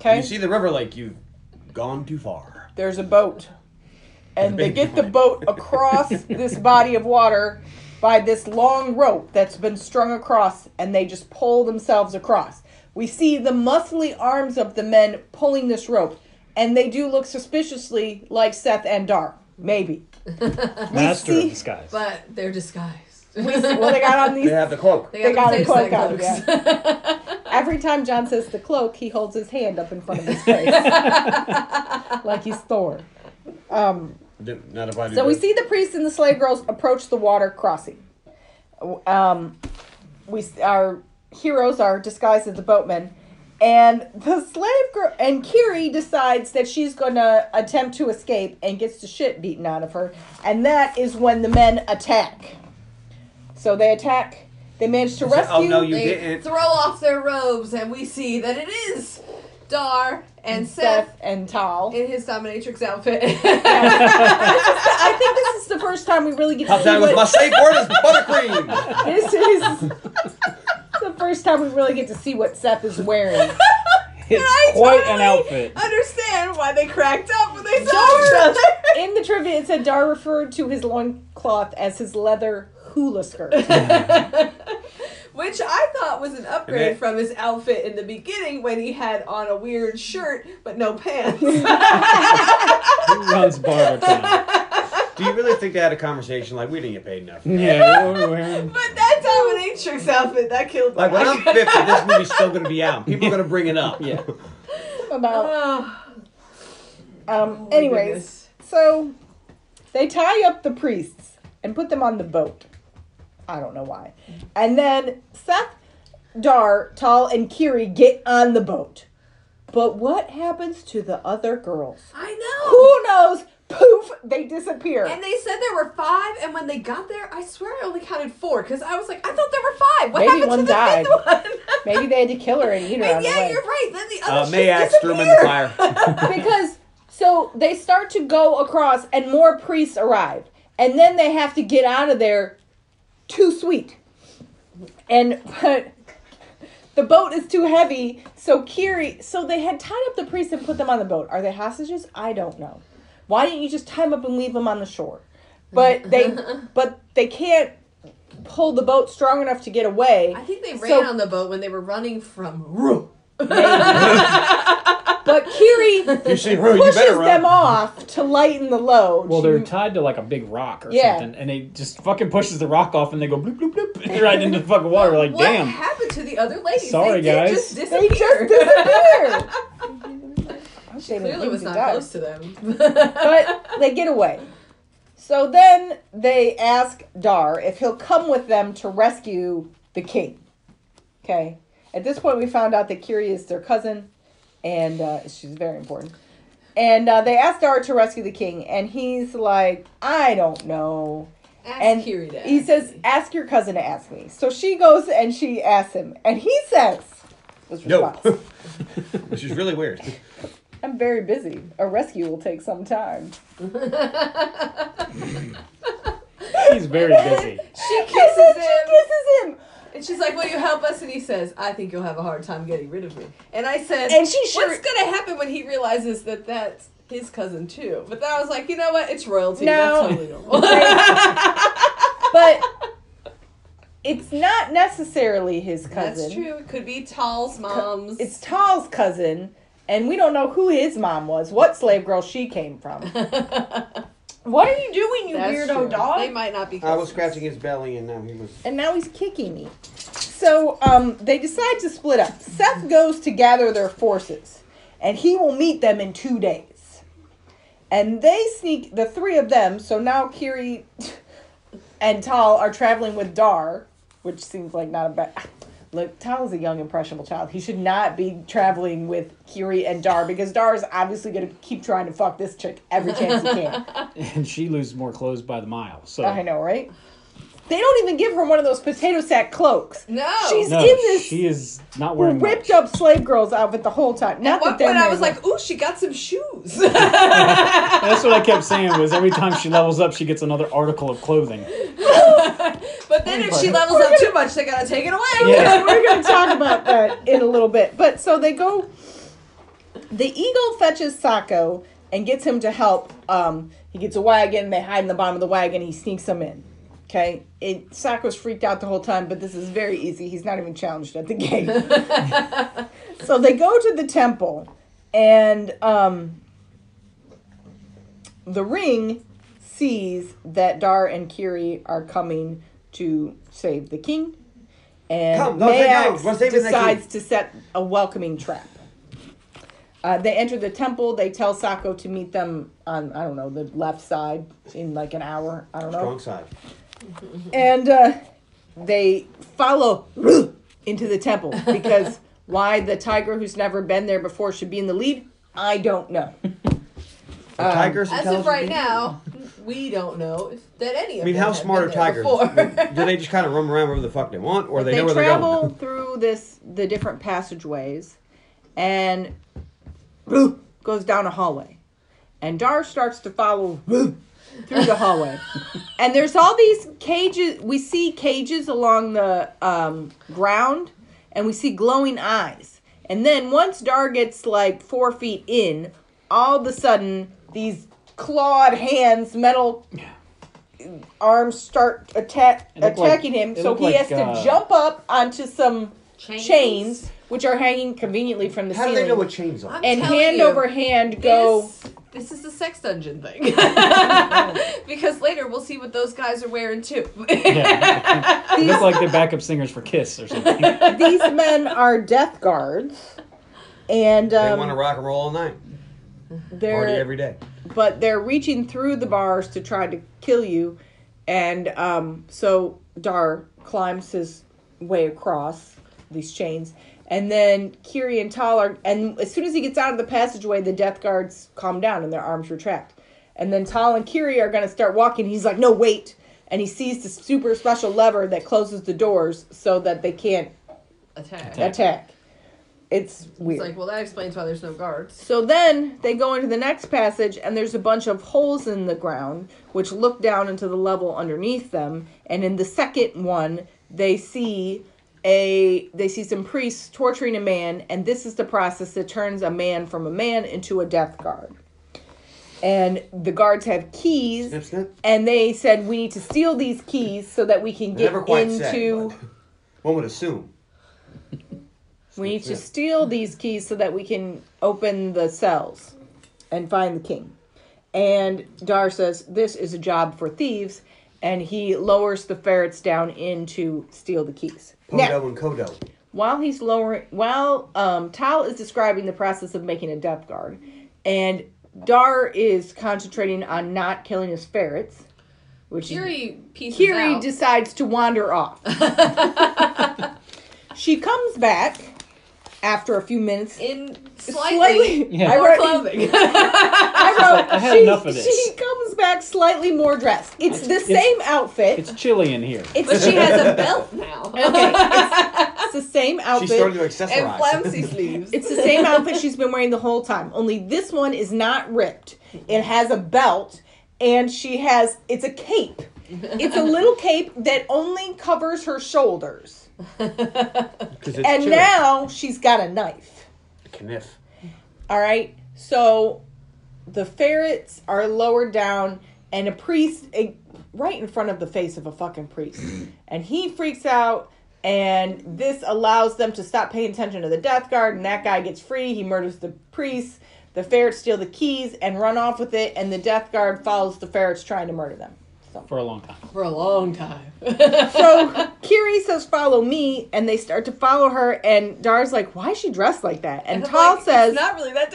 Speaker 1: okay.
Speaker 3: You see the River Lake, you've gone too far.
Speaker 1: there's a boat and they get the boat across this body of water by this long rope that's been strung across and they just pull themselves across we see the muscly arms of the men pulling this rope and they do look suspiciously like seth and dar maybe
Speaker 4: Master of
Speaker 1: see-
Speaker 4: disguise.
Speaker 2: but they're disguised.
Speaker 1: well they got on
Speaker 3: They
Speaker 1: these
Speaker 3: have the cloak.
Speaker 1: they got a
Speaker 2: potato
Speaker 1: cloak
Speaker 2: sack
Speaker 1: on
Speaker 2: cloaks.
Speaker 1: every time john says the cloak he holds his hand up in front of his face like he's thor um,
Speaker 3: Do- Not if I do
Speaker 1: So we
Speaker 3: this.
Speaker 1: see the priest and the slave girls approach the water crossing. Um, we s- our heroes are disguised as the boatmen, and the slave girl and Kiri decides that she's going to attempt to escape and gets the shit beaten out of her, and that is when the men attack. So they attack. They manage to
Speaker 3: They say,
Speaker 1: rescue.
Speaker 3: Oh no, you
Speaker 2: They
Speaker 3: didn't.
Speaker 2: throw off their robes, and we see that it is Dar and Seth
Speaker 1: and Tal.
Speaker 2: in his dominatrix outfit.
Speaker 1: I think this is the first time we really get to
Speaker 3: Top
Speaker 1: see
Speaker 3: down with
Speaker 1: what
Speaker 3: my safe word is buttercream.
Speaker 1: this is. the first time we really get to see what Seth is wearing.
Speaker 2: I
Speaker 4: it's quite an
Speaker 2: totally
Speaker 4: outfit.
Speaker 2: Understand why they cracked up when they saw
Speaker 1: Dar
Speaker 2: each
Speaker 1: in the trivia it said Dar referred to his loincloth as his leather hula skirt.
Speaker 2: other. Which I thought was an upgrade
Speaker 3: And they-
Speaker 2: from his outfit in the beginning when he had on a weird shirt but no pants.
Speaker 4: Who runs Barber Town?
Speaker 3: Do you really think they had a conversation like we didn't get paid enough?
Speaker 4: Yeah, we're wearing.
Speaker 2: But that dominatrix outfit that killed
Speaker 3: Like
Speaker 2: me.
Speaker 3: when I'm 50, this movie's still gonna be out. People are gonna bring it up.
Speaker 4: Yeah.
Speaker 1: About
Speaker 2: Oh,
Speaker 1: um
Speaker 2: my
Speaker 1: anyways,
Speaker 2: goodness.
Speaker 1: so they tie up the priests and put them on the boat. I don't know why. And then Seth, Dar, Tal, and Kiri get on the boat. But what happens to the other girls?
Speaker 2: I know.
Speaker 1: Who knows? Poof, they disappear.
Speaker 2: And they said there were five, and when they got there, I swear I only counted four because I was like, I thought there were five. What
Speaker 1: Maybe
Speaker 2: happened
Speaker 1: one
Speaker 2: to the
Speaker 1: died.
Speaker 2: fifth one?
Speaker 1: Maybe they had to kill her and eat her on
Speaker 2: and
Speaker 1: the
Speaker 2: yeah,
Speaker 1: way.
Speaker 2: you're right. Then the other
Speaker 3: Uh,
Speaker 2: uh,
Speaker 3: Mayax
Speaker 2: disappeared.
Speaker 3: threw him in the fire.
Speaker 1: because so they start to go across and more priests arrive and then they have to get out of there too sweet and but the boat is too heavy so kiri so they had tied up the priests and put them on the boat are they hostages i don't know why didn't you just tie them up and leave them on the shore but they but they can't pull the boat strong enough to get away
Speaker 2: I think they ran
Speaker 1: So-
Speaker 2: on the boat when they were running from Roo.
Speaker 1: but kiri
Speaker 3: You see, Rue, you
Speaker 1: pushes
Speaker 3: better
Speaker 1: them
Speaker 3: run.
Speaker 1: off to lighten the load
Speaker 4: Well,
Speaker 1: She
Speaker 4: they're tied to like a big rock or
Speaker 1: Yeah.
Speaker 4: something, and they just fucking pushes the rock off, and they go bloop bloop bloop right into the fucking water. Like,
Speaker 2: what
Speaker 4: damn.
Speaker 2: happened to the other ladies?
Speaker 4: Sorry,
Speaker 2: they did just
Speaker 4: guys.
Speaker 1: They
Speaker 2: disappeared.
Speaker 1: just disappear.
Speaker 2: She clearly was not close to them.
Speaker 1: But they get away. So then they ask Dar if he'll come with them to rescue the king. Okay. At this point, we found out that Kiri is their cousin, and uh, she's very important. And uh, they ask Dar to rescue the king, and he's like, I don't know.
Speaker 2: Ask
Speaker 1: And
Speaker 2: Kiri to
Speaker 1: he
Speaker 2: ask
Speaker 1: says,
Speaker 2: me.
Speaker 1: Ask your cousin to ask me. So she goes and she asks him, and he says, his response,
Speaker 3: Nope. Which is really weird.
Speaker 1: I'm very busy. A rescue will take some time.
Speaker 4: He's very busy.
Speaker 2: she
Speaker 1: And
Speaker 2: kisses
Speaker 1: then
Speaker 2: him,
Speaker 1: she kisses him.
Speaker 2: and she's like, "Will you help us?" And he says, "I think you'll have a hard time getting rid of me." And I said,
Speaker 1: And she sure-
Speaker 2: "What's gonna happen when he realizes that that's his cousin too?" But then I was like, "You know what? It's royalty.
Speaker 1: No.
Speaker 2: That's totally normal."
Speaker 1: but it's not necessarily his cousin.
Speaker 2: That's true. It could be Tall's mom's.
Speaker 1: It's Tal's cousin, and we don't know who his mom was, what slave girl she came from. what are you doing, you
Speaker 2: That's
Speaker 1: weirdo
Speaker 2: true.
Speaker 1: dog?
Speaker 2: They might not be.
Speaker 3: I
Speaker 2: cousins.
Speaker 3: was scratching his belly and now he was.
Speaker 1: and now he's kicking me. so um, they decide to split up. Seth goes to gather their forces, and he will meet them in two days. And they sneak the three of them. So now Kiri and Tal are traveling with Dar, which seems like not a bad. Look, Tal's a young impressionable child. He should not be traveling with Kiri and Dar because Dar is obviously going to keep trying to fuck this chick every chance he can.
Speaker 4: and she loses more clothes by the mile. So
Speaker 1: I know, right? They don't even give her one of those potato sack cloaks.
Speaker 2: No.
Speaker 1: She's
Speaker 4: No,
Speaker 1: in this
Speaker 4: she is not wearing
Speaker 1: ripped
Speaker 4: much.
Speaker 1: up slave girl's outfit the whole time. Not
Speaker 2: At one
Speaker 1: that
Speaker 2: point, I was like, "Ooh, she got some shoes."
Speaker 4: That's what I kept saying was every time she levels up, she gets another article of clothing.
Speaker 2: But then if she levels up too much, they gotta take it away.
Speaker 4: Yeah.
Speaker 1: we're going to talk about that in a little bit. But so they go. The eagle fetches Sako and gets him to help. Um, he gets a wagon. They hide in the bottom of the wagon. He sneaks them in. Okay, it Sako's freaked out the whole time, but this is very easy. He's not even challenged at the game. so they go to the temple, and um, the ring sees that Dar and Kiri are coming to save the king, and
Speaker 3: Come, don't say no. We're
Speaker 1: Mayax
Speaker 3: saving the king.
Speaker 1: decides to set a welcoming trap. Uh, they enter the temple. They tell Sako to meet them on I don't know the left side in like an hour. I don't know
Speaker 3: Strong side.
Speaker 1: and uh, they follow into the temple because why the tiger who's never been there before should be in the lead i don't know Um,
Speaker 3: Are tigers
Speaker 2: As of
Speaker 3: intelligent
Speaker 2: right
Speaker 3: beings?
Speaker 2: now, we don't know if- that any of.
Speaker 3: I mean,
Speaker 2: them
Speaker 3: how
Speaker 2: have
Speaker 3: smart
Speaker 2: been
Speaker 3: are
Speaker 2: there
Speaker 3: tigers?
Speaker 2: Before.
Speaker 3: Do they just kind of roam around wherever the fuck they want, or they,
Speaker 1: they
Speaker 3: know where they're
Speaker 1: travel
Speaker 3: going?
Speaker 1: through this the different passageways and goes down a hallway and dar starts to follow through the hallway and there's all these cages we see cages along the um, ground and we see glowing eyes and then once dar gets like four feet in all of a sudden these clawed hands metal arms start attack
Speaker 4: It looked
Speaker 1: attacking
Speaker 4: like-
Speaker 1: him
Speaker 4: it
Speaker 1: so
Speaker 4: looked
Speaker 1: he has
Speaker 4: like,
Speaker 1: to
Speaker 4: uh,
Speaker 1: jump up onto some chains,
Speaker 2: Chains?
Speaker 1: which are hanging conveniently from the
Speaker 3: How do
Speaker 1: ceiling
Speaker 3: they know what chains are?
Speaker 2: I'm
Speaker 1: and
Speaker 2: telling
Speaker 1: hand
Speaker 2: you,
Speaker 1: over hand go
Speaker 2: This, this is the sex dungeon thing. because later we'll see what those guys are wearing too.
Speaker 4: Yeah. they look like they're backup singers for Kiss or something.
Speaker 1: these men are death guards and
Speaker 3: They want to
Speaker 1: um,
Speaker 3: rock and roll all night,
Speaker 1: they
Speaker 3: party
Speaker 1: are
Speaker 3: every day.
Speaker 1: but they're reaching through the bars to try to kill you and um, so dar climbs his way across these chains and then kiri and tal are and as soon as he gets out of the passageway the death guards calm down and their arms retract and then tal and kiri are going to start walking he's like no wait and he sees the super special lever that closes the doors so that they can't
Speaker 2: Attack.
Speaker 1: attack it's weird
Speaker 2: It's like, well, that explains why there's no guards.
Speaker 1: so then they go into the next passage, and there's a bunch of holes in the ground, which look down into the level underneath them. And in the second one, they see a they see some priests torturing a man, and this is the process that turns a man from a man into a death guard. And the guards have keys,
Speaker 3: Snip, snip.
Speaker 1: and they said we need to steal these keys so that we can
Speaker 3: They
Speaker 1: get
Speaker 3: Never quite
Speaker 1: into.
Speaker 3: said. but One would assume.
Speaker 1: We need to
Speaker 3: Yeah.
Speaker 1: steal these keys so that we can open the cells and find the king. And Dar says, This is a job for thieves. And he lowers the ferrets down in to steal the keys.
Speaker 3: Podo
Speaker 1: Now,
Speaker 3: and Kodo.
Speaker 1: while he's lowering, while um, Tal is describing the process of making a death guard, and Dar is concentrating on not killing his ferrets, which is-
Speaker 2: Kiri pieces
Speaker 1: Kiri
Speaker 2: out.
Speaker 1: decides to wander off. she comes back after a few minutes.
Speaker 2: in
Speaker 1: Slightly-
Speaker 2: slightly,
Speaker 4: Yeah.
Speaker 2: more
Speaker 1: I wrote-
Speaker 2: clothing.
Speaker 1: I wrote,
Speaker 4: I had
Speaker 1: she,
Speaker 4: enough of this.
Speaker 1: she comes back slightly more dressed. It's the
Speaker 4: It's-
Speaker 1: same outfit.
Speaker 4: It's
Speaker 1: It's,
Speaker 4: chilly in here.
Speaker 2: but she has a belt now
Speaker 1: okay, it's, it's the same
Speaker 3: She's starting
Speaker 1: outfit.
Speaker 3: to
Speaker 2: and
Speaker 3: accessorize.
Speaker 2: flouncy sleeves.
Speaker 1: It's the same outfit she's been wearing the whole time. Only this one is not ripped. It has a belt and she has it's a cape. It's a little cape that only covers her shoulders.
Speaker 3: 'Cause it's
Speaker 1: And
Speaker 3: chilly.
Speaker 1: now she's got a knife.
Speaker 3: Kniff.
Speaker 1: All right. So the ferrets are lowered down, and a priest, a, right in front of the face of a fucking priest, and he freaks out. And this allows them to stop paying attention to the death guard, and that guy gets free. He murders the priest. The ferrets steal the keys and run off with it, and the death guard follows the ferrets trying to murder them.
Speaker 4: for a long time.
Speaker 2: for a long time.
Speaker 1: So Kiri says, "Follow me," and they start to follow her. And Dar's like, "Why is she dressed like that?" And,
Speaker 2: I'm
Speaker 1: Tal
Speaker 2: like, it's
Speaker 1: says,
Speaker 2: not really that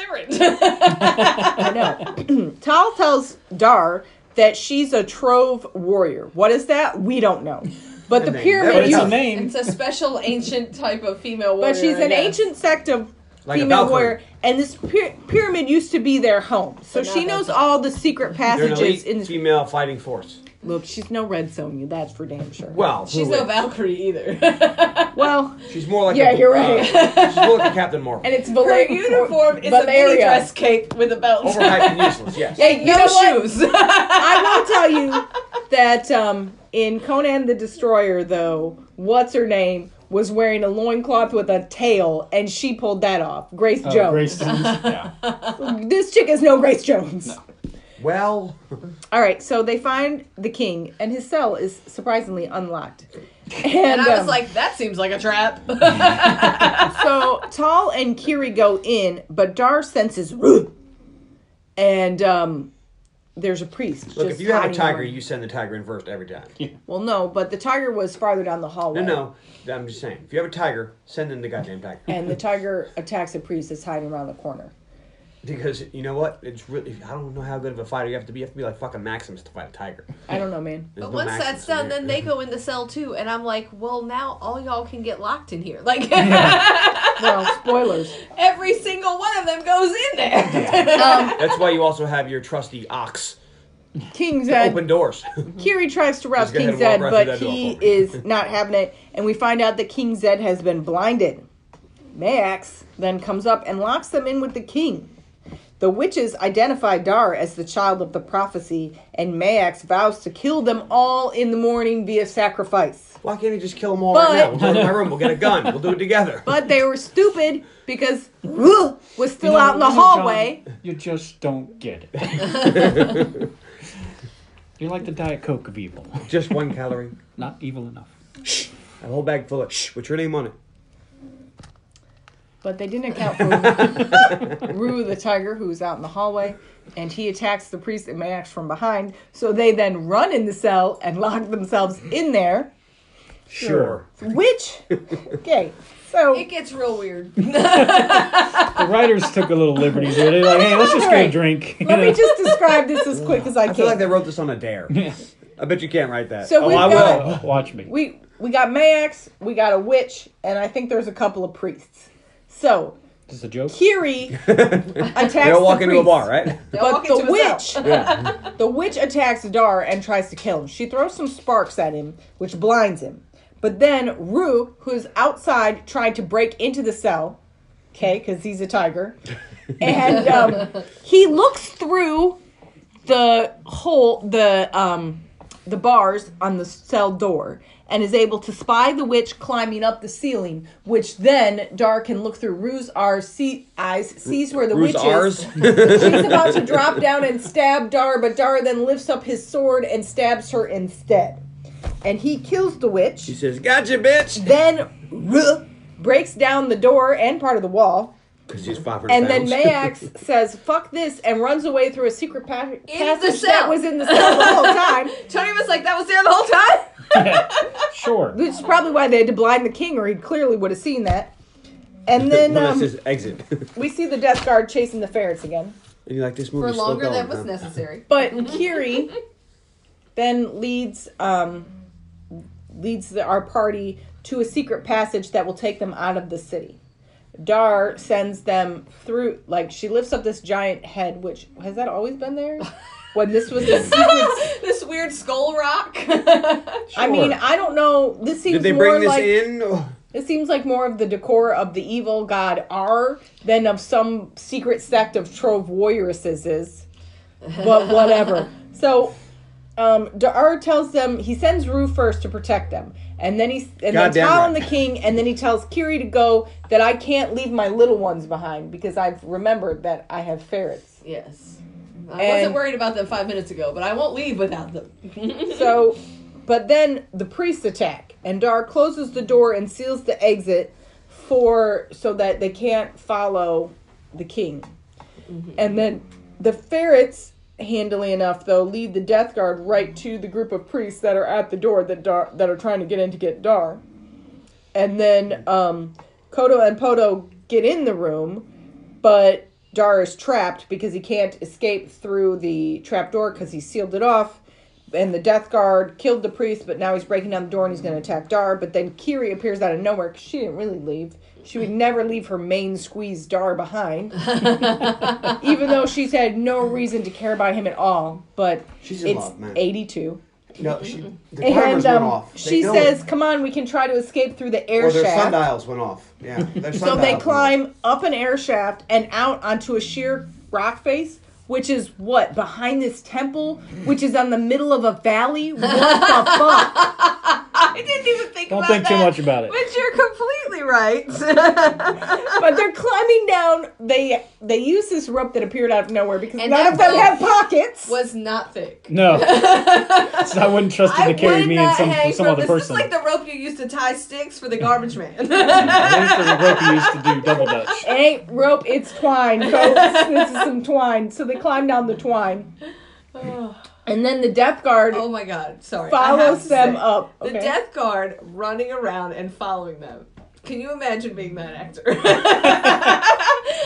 Speaker 2: different.
Speaker 1: "I know." Tal tells Dar that she's a Trove warrior. What is that? We don't know. But the
Speaker 3: they
Speaker 4: But
Speaker 1: pyramid,
Speaker 4: it's
Speaker 1: you,
Speaker 4: a name.
Speaker 2: it's a special ancient type of female warrior.
Speaker 1: but she's
Speaker 2: I
Speaker 1: an
Speaker 2: guess.
Speaker 1: ancient sect of
Speaker 3: Like a
Speaker 1: female
Speaker 3: Valkyrie.
Speaker 1: warrior, and this pyr- pyramid used to be their home. So
Speaker 2: But now
Speaker 1: she
Speaker 2: they're
Speaker 1: knows
Speaker 2: not.
Speaker 1: all the secret
Speaker 3: They're an
Speaker 1: passages
Speaker 3: elite
Speaker 1: in this.
Speaker 3: female fighting force.
Speaker 1: Look, she's no Red Sonja. That's for damn sure.
Speaker 3: Well,
Speaker 2: She's
Speaker 3: who
Speaker 2: no
Speaker 3: is?
Speaker 2: Valkyrie either.
Speaker 1: well,
Speaker 3: She's more like
Speaker 1: Yeah,
Speaker 3: a,
Speaker 1: you're
Speaker 3: uh,
Speaker 1: right.
Speaker 3: she's more like a Captain Marvel.
Speaker 1: and it's
Speaker 2: Her
Speaker 1: Valer-
Speaker 2: uniform is a mini
Speaker 1: Valeria.
Speaker 2: dress cape with a belt.
Speaker 3: Overhyped and useless. Yes.
Speaker 1: Hey, you
Speaker 2: no
Speaker 1: know what?
Speaker 2: shoes.
Speaker 1: I will tell you that um, in Conan the Destroyer, though, what's her name was wearing a loincloth with a tail, and she pulled that off. Grace
Speaker 4: Oh, Grace
Speaker 1: Jones.
Speaker 4: Jones. Yeah.
Speaker 1: This chick is no Grace Jones.
Speaker 3: Well,
Speaker 1: All right, so they find the king, and his cell is surprisingly unlocked. And,
Speaker 2: and I was
Speaker 1: um,
Speaker 2: like, that seems like a trap.
Speaker 1: so Tal and Kiri go in, but Dar senses, "Ruh!" and um, there's a priest.
Speaker 3: look,
Speaker 1: just
Speaker 3: if you have a
Speaker 1: hiding
Speaker 3: tiger,
Speaker 1: around.
Speaker 3: you send the tiger in first every time.
Speaker 1: well, no, but the tiger was farther down the hallway.
Speaker 3: No, no. I'm just saying. If you have a tiger, send in the goddamn tiger.
Speaker 1: and the tiger attacks a priest that's hiding around the corner.
Speaker 3: Because you know what? It's really I don't know how good of a fighter you have to be. You have to be like fucking Maximus to fight a tiger.
Speaker 1: I don't know, man.
Speaker 3: There's
Speaker 2: but
Speaker 3: no
Speaker 2: once
Speaker 3: Maximus
Speaker 2: that's
Speaker 3: in
Speaker 2: done,
Speaker 3: there.
Speaker 2: then they go into cell two, and I'm like, well, now all y'all can get locked in here. Like
Speaker 1: Well, spoilers.
Speaker 2: every single one of them goes in there.
Speaker 3: That's why you also have your trusty ox.
Speaker 1: King Zed.
Speaker 3: Open doors.
Speaker 1: Kiri tries to rouse
Speaker 3: Just go ahead
Speaker 1: King
Speaker 3: and walk
Speaker 1: Zed,
Speaker 3: right
Speaker 1: but
Speaker 3: through that
Speaker 1: he
Speaker 3: door.
Speaker 1: is not having it. And we find out that King Zed has been blinded. Max then comes up and locks them in with the king. The witches identify Dar as the child of the prophecy, and Max vows to kill them all in the morning via sacrifice.
Speaker 3: why can't he just kill them all right now? We'll go to my room. We'll get a gun. We'll do it together.
Speaker 1: But they were stupid because "Ugh" was still
Speaker 4: You know,
Speaker 1: out in the
Speaker 4: you know, John,
Speaker 1: hallway.
Speaker 4: you just don't get it. You're like the Diet Coke of evil.
Speaker 3: just one calorie.
Speaker 4: Not evil enough.
Speaker 3: A whole bag full of shh. What's your name on it?
Speaker 1: But they didn't account for Rue the tiger, who's out in the hallway, and he attacks the priest and Max from behind. So they then run in the cell and lock themselves in there.
Speaker 3: Sure.
Speaker 1: Which, okay, so
Speaker 2: It gets real weird.
Speaker 4: The writers took a little liberties there. They're like, hey, let's just get a
Speaker 1: Alright.
Speaker 4: drink.
Speaker 1: let me just describe this as quick as I
Speaker 3: I feel like
Speaker 1: can.
Speaker 3: they wrote this on a dare.
Speaker 4: just.
Speaker 3: I bet you can't write that.
Speaker 1: So
Speaker 3: oh,
Speaker 1: we've
Speaker 3: I
Speaker 1: got-
Speaker 3: will.
Speaker 4: Watch me.
Speaker 1: We we got Max, we got a witch, and I think there's a couple of priests. So
Speaker 4: Just a joke.
Speaker 1: Kiri attacks.
Speaker 3: They all walk
Speaker 1: the
Speaker 3: into a
Speaker 1: priest.
Speaker 3: bar, right?
Speaker 1: But
Speaker 2: walk into
Speaker 1: the
Speaker 2: a
Speaker 1: witch,
Speaker 2: cell.
Speaker 1: the witch attacks Dar and tries to kill him. She throws some sparks at him, which blinds him. But then Rue, who's outside trying to break into the cell, okay, because he's a tiger, and um, he looks through the hole, the um, the bars on the cell door, and is able to spy the witch climbing up the ceiling. Which then Dar can look through Rue's R- see- eyes, sees where the
Speaker 3: Bruce
Speaker 1: witch is.
Speaker 3: R's.
Speaker 1: She's about to drop down and stab Dar, but Dar then lifts up his sword and stabs her instead. And he kills the
Speaker 3: She
Speaker 1: witch.
Speaker 3: says, "Gotcha, bitch."
Speaker 1: Then Ruh breaks down the door and part of the wall.
Speaker 3: Because she's five hundred.
Speaker 1: And then Mayax says, fuck this, and runs away through a secret pa- passage that
Speaker 2: cell.
Speaker 1: was in the cell the whole time.
Speaker 2: Tony was like, that was there the whole time.
Speaker 4: Sure.
Speaker 1: Which is probably why they had to blind the king, or he clearly would have seen that. And then
Speaker 3: well, that's
Speaker 1: um,
Speaker 3: his exit. and
Speaker 1: we see the Death Guard chasing the ferrets again.
Speaker 3: you're like, "This movie
Speaker 2: For longer than was necessary.
Speaker 1: But Kiri then leads um, leads the, our party to a secret passage that will take them out of the city. Dar sends them through. Like she lifts up this giant head, which has that always been there? When this was the secret,
Speaker 2: this weird skull rock.
Speaker 1: I mean, I don't know. This seems
Speaker 3: Did they
Speaker 1: more
Speaker 3: bring this
Speaker 1: like
Speaker 3: in? Oh,
Speaker 1: it seems like more of the decor of the evil god R than of some secret sect of Trove warrioresses. But whatever. so, um, Dar tells them he sends Rue first to protect them, and then he and then
Speaker 3: Goddamn
Speaker 1: Tal
Speaker 3: right.
Speaker 1: and the king, and then he tells Kiri to go. That I can't leave my little ones behind because I've remembered that I have ferrets.
Speaker 2: yes. I
Speaker 1: And-
Speaker 2: wasn't worried about them five minutes ago, but I won't leave without them.
Speaker 1: So, but then the priests attack, and Dar closes the door and seals the exit for so that they can't follow the king. And then the ferrets handily enough, though, lead the Death Guard right to the group of priests that are at the door that Dar, that are trying to get in to get Dar. And then um, Kodo and Podo get in the room, but Dar is trapped because he can't escape through the trapdoor because he sealed it off. And the Death Guard killed the priest, but now he's breaking down the door and he's going to attack Dar. But then Kiri appears out of nowhere 'cause she didn't really leave. She would never leave her main squeeze Dar behind, even though she's had no reason to care about him at all. But
Speaker 3: She's in
Speaker 1: it's
Speaker 3: love, man.
Speaker 1: 82.
Speaker 3: No, she, the
Speaker 1: And
Speaker 3: timers went
Speaker 1: um,
Speaker 3: off. They
Speaker 1: she
Speaker 3: know
Speaker 1: says,
Speaker 3: it.
Speaker 1: "Come on, we can try to escape through the air
Speaker 3: or their
Speaker 1: shaft."
Speaker 3: sundials went off. Yeah, their
Speaker 1: So
Speaker 3: sundials
Speaker 1: they
Speaker 3: went
Speaker 1: climb up an air shaft and out onto a sheer rock face, which is what behind this temple, which is on the middle of a valley. What the fuck?
Speaker 2: I didn't even think
Speaker 4: Don't
Speaker 2: about
Speaker 4: think too
Speaker 2: that,
Speaker 4: much Uh, about it.
Speaker 2: But you're completely right.
Speaker 1: But they're climbing down. They they use this rope that appeared out of nowhere because
Speaker 2: And
Speaker 1: none
Speaker 2: that
Speaker 1: of them
Speaker 2: rope
Speaker 1: have pockets.
Speaker 2: was not thick.
Speaker 4: No, So I wouldn't trust
Speaker 2: I
Speaker 4: him to
Speaker 2: would
Speaker 4: carry me and
Speaker 2: not
Speaker 4: some
Speaker 2: hang
Speaker 4: some
Speaker 2: from
Speaker 4: other
Speaker 2: this.
Speaker 4: person.
Speaker 2: This is like the rope you used to tie sticks for the garbage man.
Speaker 4: That's the rope you used to do double dutch.
Speaker 1: It ain't rope, it's twine, folks. this is some twine. So they climb down the twine, and then the death guard
Speaker 2: oh my god! Sorry. I have
Speaker 1: follows
Speaker 2: to
Speaker 1: them
Speaker 2: say,
Speaker 1: up.
Speaker 2: The
Speaker 1: Okay.
Speaker 2: Death Guard running around and following them. Can you imagine being that actor?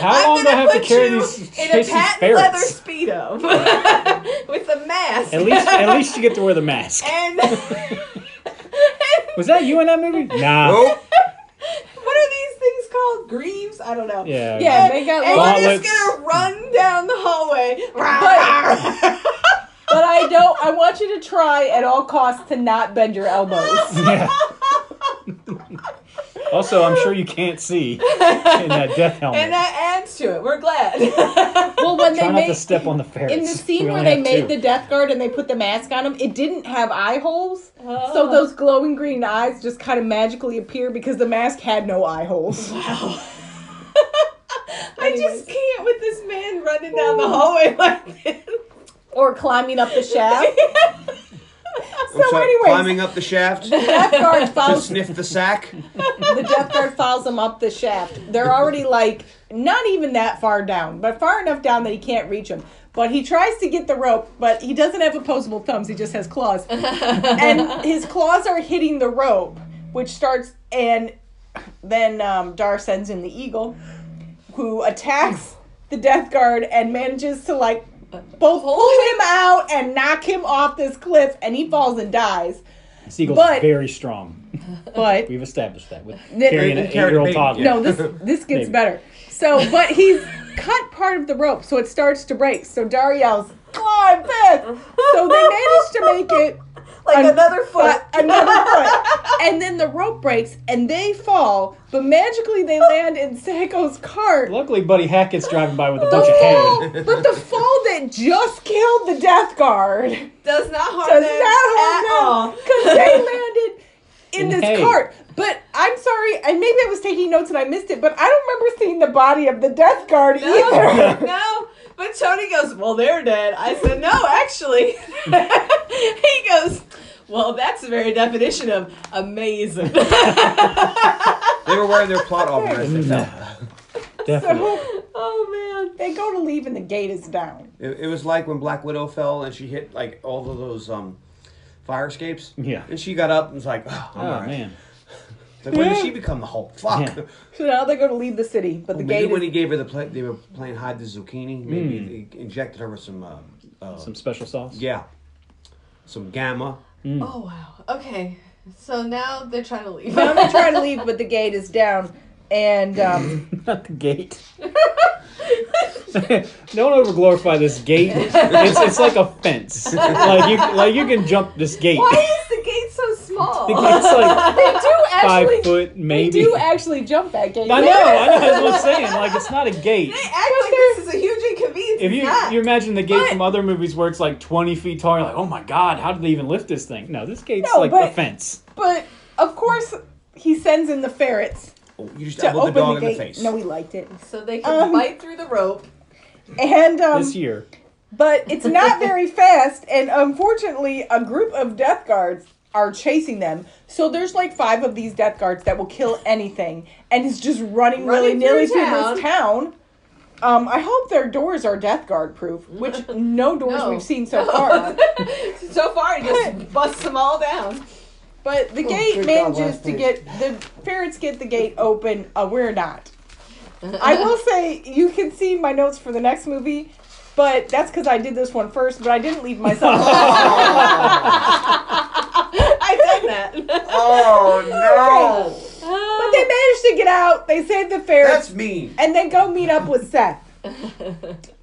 Speaker 4: How
Speaker 2: I'm
Speaker 4: long do I
Speaker 2: gonna
Speaker 4: have to
Speaker 2: put
Speaker 4: carry
Speaker 2: you
Speaker 4: these
Speaker 2: in a
Speaker 4: chasing
Speaker 2: patent leather
Speaker 4: ferrets?
Speaker 2: speedo with a mask?
Speaker 4: At least, at least you get to wear the mask.
Speaker 2: and
Speaker 4: Was that you in that movie? Nah.
Speaker 8: Nope.
Speaker 2: what are these things called? Greaves? I don't know.
Speaker 4: Yeah.
Speaker 1: Yeah, they got
Speaker 2: And
Speaker 1: lost.
Speaker 2: you're
Speaker 4: Gauntlets.
Speaker 2: just gonna run down the hallway.
Speaker 1: But I don't. I want you to try at all costs to not bend your elbows.
Speaker 4: Yeah. also, I'm sure you can't see in that death helmet.
Speaker 2: and that adds to it. We're glad.
Speaker 1: Well, when
Speaker 4: Try
Speaker 1: they
Speaker 4: not
Speaker 1: made
Speaker 4: to step on the ferrets.
Speaker 1: in the
Speaker 4: We
Speaker 1: scene where
Speaker 4: only
Speaker 1: they
Speaker 4: have
Speaker 1: made
Speaker 4: two.
Speaker 1: the death guard and they put the mask on him, it didn't have eye holes. So
Speaker 2: Oh.
Speaker 1: those glowing green eyes just kind of magically appear because the mask had no eye holes.
Speaker 2: I just can't with this man running down the hallway like this.
Speaker 1: or climbing up the shaft.
Speaker 8: I'm
Speaker 4: uh,
Speaker 1: so,
Speaker 8: sorry,
Speaker 1: anyways,
Speaker 8: climbing up the shaft to
Speaker 1: death guard follows
Speaker 8: sniff the sack.
Speaker 1: the death guard follows him up the shaft. They're already like not even that far down, but far enough down that he can't reach him. But he tries to get the rope, but he doesn't have opposable thumbs. He just has claws, and his claws are hitting the rope, which starts. And then um, Dar sends in the eagle, who attacks the death guard and manages to like both pull him out and knock him off this cliff, and he falls and dies.
Speaker 4: Seagull's
Speaker 1: but-
Speaker 4: very strong.
Speaker 1: But
Speaker 4: We've established that with
Speaker 1: They-
Speaker 4: carrying an
Speaker 8: They carried a
Speaker 4: eight-year-old
Speaker 8: baby,
Speaker 4: toddler.
Speaker 8: yeah.
Speaker 1: No, this this gets
Speaker 4: Maybe.
Speaker 1: better. So, but he's cut part of the rope, so it starts to break. So Dar yells, "Climb, Beth!" So they managed to make it
Speaker 2: Like
Speaker 1: an-
Speaker 2: another foot.
Speaker 1: but another foot, and then the rope breaks and they fall. But magically, they land in Sago's cart.
Speaker 4: Luckily, Buddy Hackett's driving by with a
Speaker 1: The
Speaker 4: bunch of
Speaker 1: fall,
Speaker 4: hay.
Speaker 1: but the fall that just killed the death guard
Speaker 2: Does not harm
Speaker 1: does
Speaker 2: them
Speaker 1: not
Speaker 2: at
Speaker 1: harm
Speaker 2: all.
Speaker 1: them because they landed in this
Speaker 4: Hey.
Speaker 1: cart. But I'm sorry, and maybe I was taking notes and I missed it, but I don't remember seeing the body of the death guard either.
Speaker 2: No, no. But Tony goes, Well, they're dead. I said, No, actually. he goes, Well, that's the very definition of amazing.
Speaker 8: They were wearing their plot armor.
Speaker 4: No. Definitely.
Speaker 2: oh, man.
Speaker 1: They go to leave and the gate is down.
Speaker 8: It, it was like when Black Widow fell and she hit like all of those um, fire escapes.
Speaker 4: Yeah.
Speaker 8: And she got up and was like, "Oh, I'm
Speaker 4: Oh
Speaker 8: all right."
Speaker 4: man.
Speaker 8: Like, when did she become the Hulk? Fuck.
Speaker 4: Yeah.
Speaker 1: So now they go to leave the city, but the
Speaker 8: Maybe
Speaker 1: gate
Speaker 8: when
Speaker 1: is
Speaker 8: he gave her the play, they were playing hide the zucchini. Maybe
Speaker 1: Hmm.
Speaker 8: they injected her with some, uh, uh,
Speaker 4: Some special sauce.
Speaker 8: yeah, some gamma.
Speaker 2: Oh, wow. Okay. So now they're trying to leave.
Speaker 1: now they try to leave, but the gate is down. And um,
Speaker 4: Not the gate. Don't over glorify this gate. It's, it's like a fence. Like you like you can jump this gate.
Speaker 2: Why is the gate so small?
Speaker 4: It's like
Speaker 1: they do
Speaker 4: five
Speaker 1: actually,
Speaker 4: foot
Speaker 1: they
Speaker 4: maybe.
Speaker 1: do actually jump that gate.
Speaker 4: I know, I know that's what I'm saying. Like it's not a gate.
Speaker 2: They act like this is a huge inconvenience.
Speaker 4: If you
Speaker 2: It's not.
Speaker 4: you imagine the gate
Speaker 2: But-
Speaker 4: from other movies where it's like twenty feet tall, you're like, oh my god, how did they even lift this thing? No, this gate's
Speaker 1: No,
Speaker 4: like
Speaker 1: but-
Speaker 4: a fence.
Speaker 1: But of course, he sends in the ferrets
Speaker 8: Oh, you just
Speaker 1: to
Speaker 8: elbowed the
Speaker 1: open
Speaker 8: dog
Speaker 1: the
Speaker 8: in the
Speaker 1: gate.
Speaker 8: face.
Speaker 1: No, he liked it.
Speaker 2: so they can
Speaker 1: Um,
Speaker 2: bite through the rope.
Speaker 1: And um,
Speaker 4: this year.
Speaker 1: but it's not very fast and unfortunately a group of death guards are chasing them so there's like five of these death guards that will kill anything and is just running
Speaker 2: Running
Speaker 1: willy-nilly
Speaker 2: through
Speaker 1: through this town Um, I hope their doors are death guard proof, which no doors
Speaker 2: No.
Speaker 1: we've seen so far.
Speaker 2: so far, he just busts them all down.
Speaker 1: But the
Speaker 3: Oh, good
Speaker 1: gate
Speaker 3: God,
Speaker 1: manages
Speaker 3: last
Speaker 1: to
Speaker 3: week.
Speaker 1: get the ferrets get the gate open. Uh, we're not. I will say you can see my notes for the next movie, but that's because I did this one first. But I didn't leave myself. I did that.
Speaker 3: Oh
Speaker 1: no. But they managed to get out. They save the ferrets.
Speaker 3: That's mean.
Speaker 1: and they go meet up with Seth.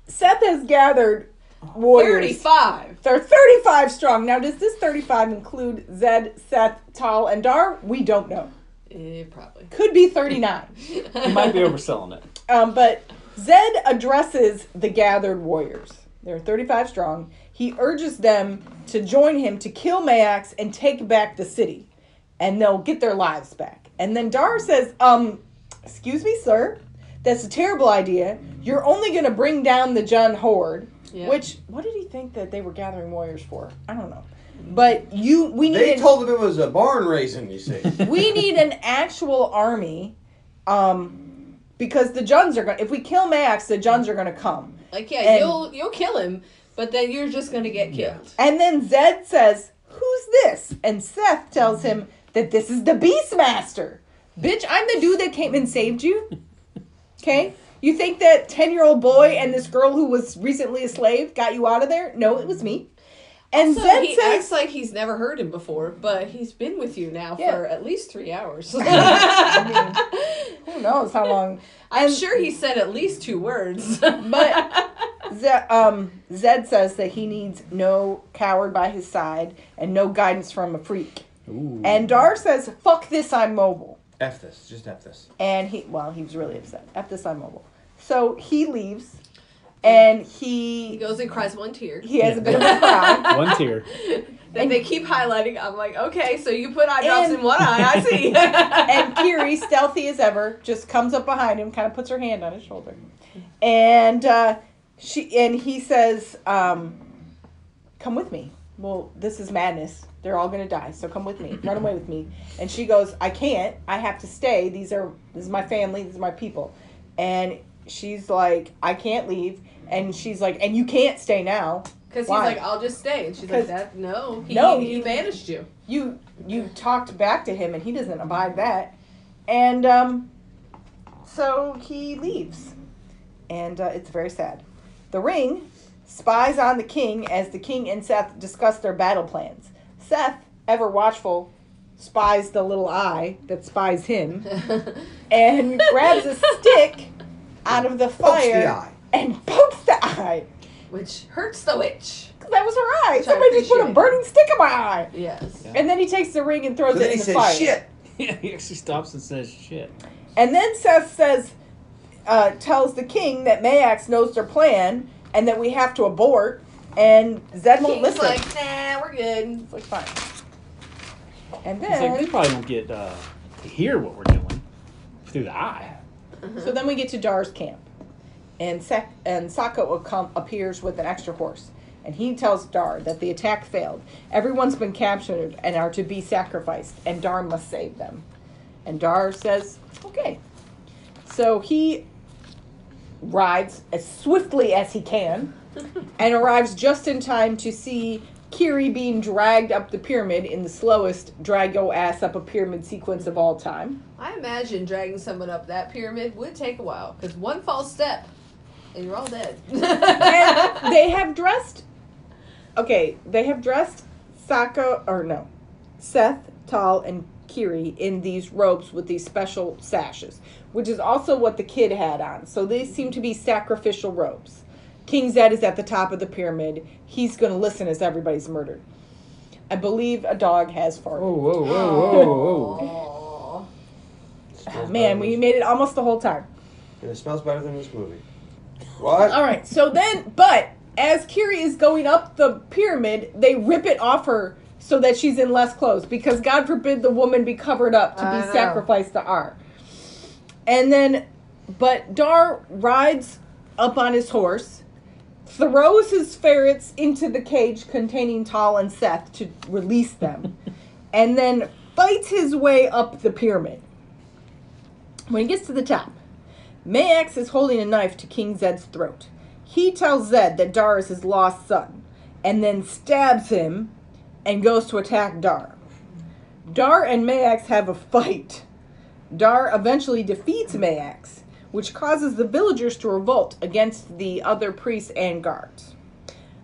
Speaker 1: Seth has gathered warriors.
Speaker 2: 35.
Speaker 1: They're 35 strong. Now, does this 35 include Zed, Seth, Tal, and Dar? We don't know.
Speaker 2: Eh, probably.
Speaker 1: Could be 39.
Speaker 4: You might be overselling it.
Speaker 1: Um, but Zed addresses the gathered warriors. They're 35 strong. He urges them to join him to kill Mayax and take back the city, and they'll get their lives back. And then Dar says, um, Excuse me, sir. That's a terrible idea. You're only going to bring down the Jun Horde,
Speaker 2: Yeah.
Speaker 1: which, what did he think that they were gathering warriors for? I don't know. But you, we need
Speaker 3: They
Speaker 1: an-
Speaker 3: told him it was a barn raising. You see,
Speaker 1: we need an actual army um because the Juns are going to if we kill Max the Juns are going to come.
Speaker 2: Like, yeah,
Speaker 1: And-
Speaker 2: you'll you'll kill him, but then you're just gonna get killed.
Speaker 1: And then Zed says, "Who's this?" And Seth tells him that this is the Beastmaster. Bitch, I'm the dude that came and saved you. Okay? You think that 10-year-old boy and this girl who was recently a slave got you out of there? No, it was me. And
Speaker 2: So
Speaker 1: Zed
Speaker 2: he
Speaker 1: says,
Speaker 2: acts like he's never heard him before, but he's been with you now
Speaker 1: Yeah.
Speaker 2: for at least three hours.
Speaker 1: "Who knows how long?"
Speaker 2: I'm
Speaker 1: And-
Speaker 2: sure he said at least two words.
Speaker 1: But Zed, um, Zed says that he needs no coward by his side and no guidance from a freak.
Speaker 4: Ooh.
Speaker 1: And Dar says, "Fuck this, I'm mobile."
Speaker 3: f this. Just f this.
Speaker 1: And he, well, he was really upset. F this, I'm mobile. So he leaves, and
Speaker 2: he
Speaker 1: he
Speaker 2: goes and cries one tear.
Speaker 1: he has a bit of a cry.
Speaker 4: One tear.
Speaker 2: Then they keep highlighting. I'm like, okay, so you put eye drops
Speaker 1: And-
Speaker 2: in one eye. I see.
Speaker 1: And Kiri, stealthy as ever, just comes up behind him, kind of puts her hand on his shoulder, and uh, she and he says, um, "Come with me." Well, this is madness. They're all gonna die, so come with me. Run away with me. And she goes, "I can't. I have to stay. These are this is my family. These are my people." And she's like, "I can't leave." And she's like, "And you can't stay now.
Speaker 2: Because he's
Speaker 1: Why?
Speaker 2: like, I'll just stay. And she's
Speaker 1: 'Cause-
Speaker 2: like, that no, he,
Speaker 1: No,
Speaker 2: he
Speaker 1: he-
Speaker 2: managed you.
Speaker 1: You you talked back to him, and he doesn't abide that." And um, so he leaves, and uh, it's very sad. The ring spies on the king as the king and Seth discuss their battle plans. Seth, ever watchful, spies the little eye that spies him and grabs a stick out of the
Speaker 3: Pokes
Speaker 1: fire
Speaker 3: the eye.
Speaker 1: and pokes the eye.
Speaker 2: Which hurts the witch.
Speaker 1: 'Cause That was her eye.
Speaker 2: Which I
Speaker 1: Somebody just put a
Speaker 2: appreciate.
Speaker 1: burning stick in my eye.
Speaker 2: Yes.
Speaker 1: And then he takes the ring and throws
Speaker 3: So
Speaker 1: it
Speaker 3: then
Speaker 1: in
Speaker 3: he
Speaker 1: the
Speaker 3: says,
Speaker 1: fire.
Speaker 3: "Shit."
Speaker 4: Yeah, he actually stops and says shit.
Speaker 1: And then Seth says, uh, tells the king that Mayax knows their plan and that we have to abort. And Zed won't
Speaker 2: King's
Speaker 1: listen.
Speaker 2: like, nah, we're good.
Speaker 1: It's like, fine. And
Speaker 4: It's
Speaker 1: then,
Speaker 4: like they probably won't get uh, to hear what we're doing through the eye.
Speaker 1: so then we get to Dar's camp, and Sek- and Sako accom- appears with an extra horse, and he tells Dar that the attack failed. Everyone's been captured and are to be sacrificed, and Dar must save them. And Dar says, "Okay." So he rides as swiftly as he can, and arrives just in time to see Kiri being dragged up the pyramid in the slowest drag your ass up a pyramid sequence of all time.
Speaker 2: I imagine dragging someone up that pyramid would take a while because one false step and you're all dead.
Speaker 1: and they have dressed. Okay, they have dressed Sako or no, Seth, Tal, and Kiri in these robes with these special sashes, which is also what the kid had on. So these seem to be sacrificial robes. King Zed is at the top of the pyramid. He's going to listen as everybody's murdered. I believe a dog has farted.
Speaker 4: Whoa, whoa, whoa, whoa, whoa.
Speaker 2: Aw.
Speaker 1: Ah,
Speaker 3: Oh.
Speaker 1: Man, we made it almost the whole time.
Speaker 3: And it smells better than this movie. What?
Speaker 1: All right. So then, but as Kiri is going up the pyramid, they rip it off her so that she's in less clothes because God forbid the woman be covered up to
Speaker 2: I
Speaker 1: be
Speaker 2: know.
Speaker 1: sacrificed to R. And then, but Dar rides up on his horse, throws his ferrets into the cage containing Tal and Seth to release them, and then fights his way up the pyramid. When he gets to the top, Mayax is holding a knife to King Zed's throat. He tells Zed that Dar is his lost son, and then stabs him and goes to attack Dar. Dar and Mayax have a fight. Dar eventually defeats Mayax, which causes the villagers to revolt against the other priests and guards.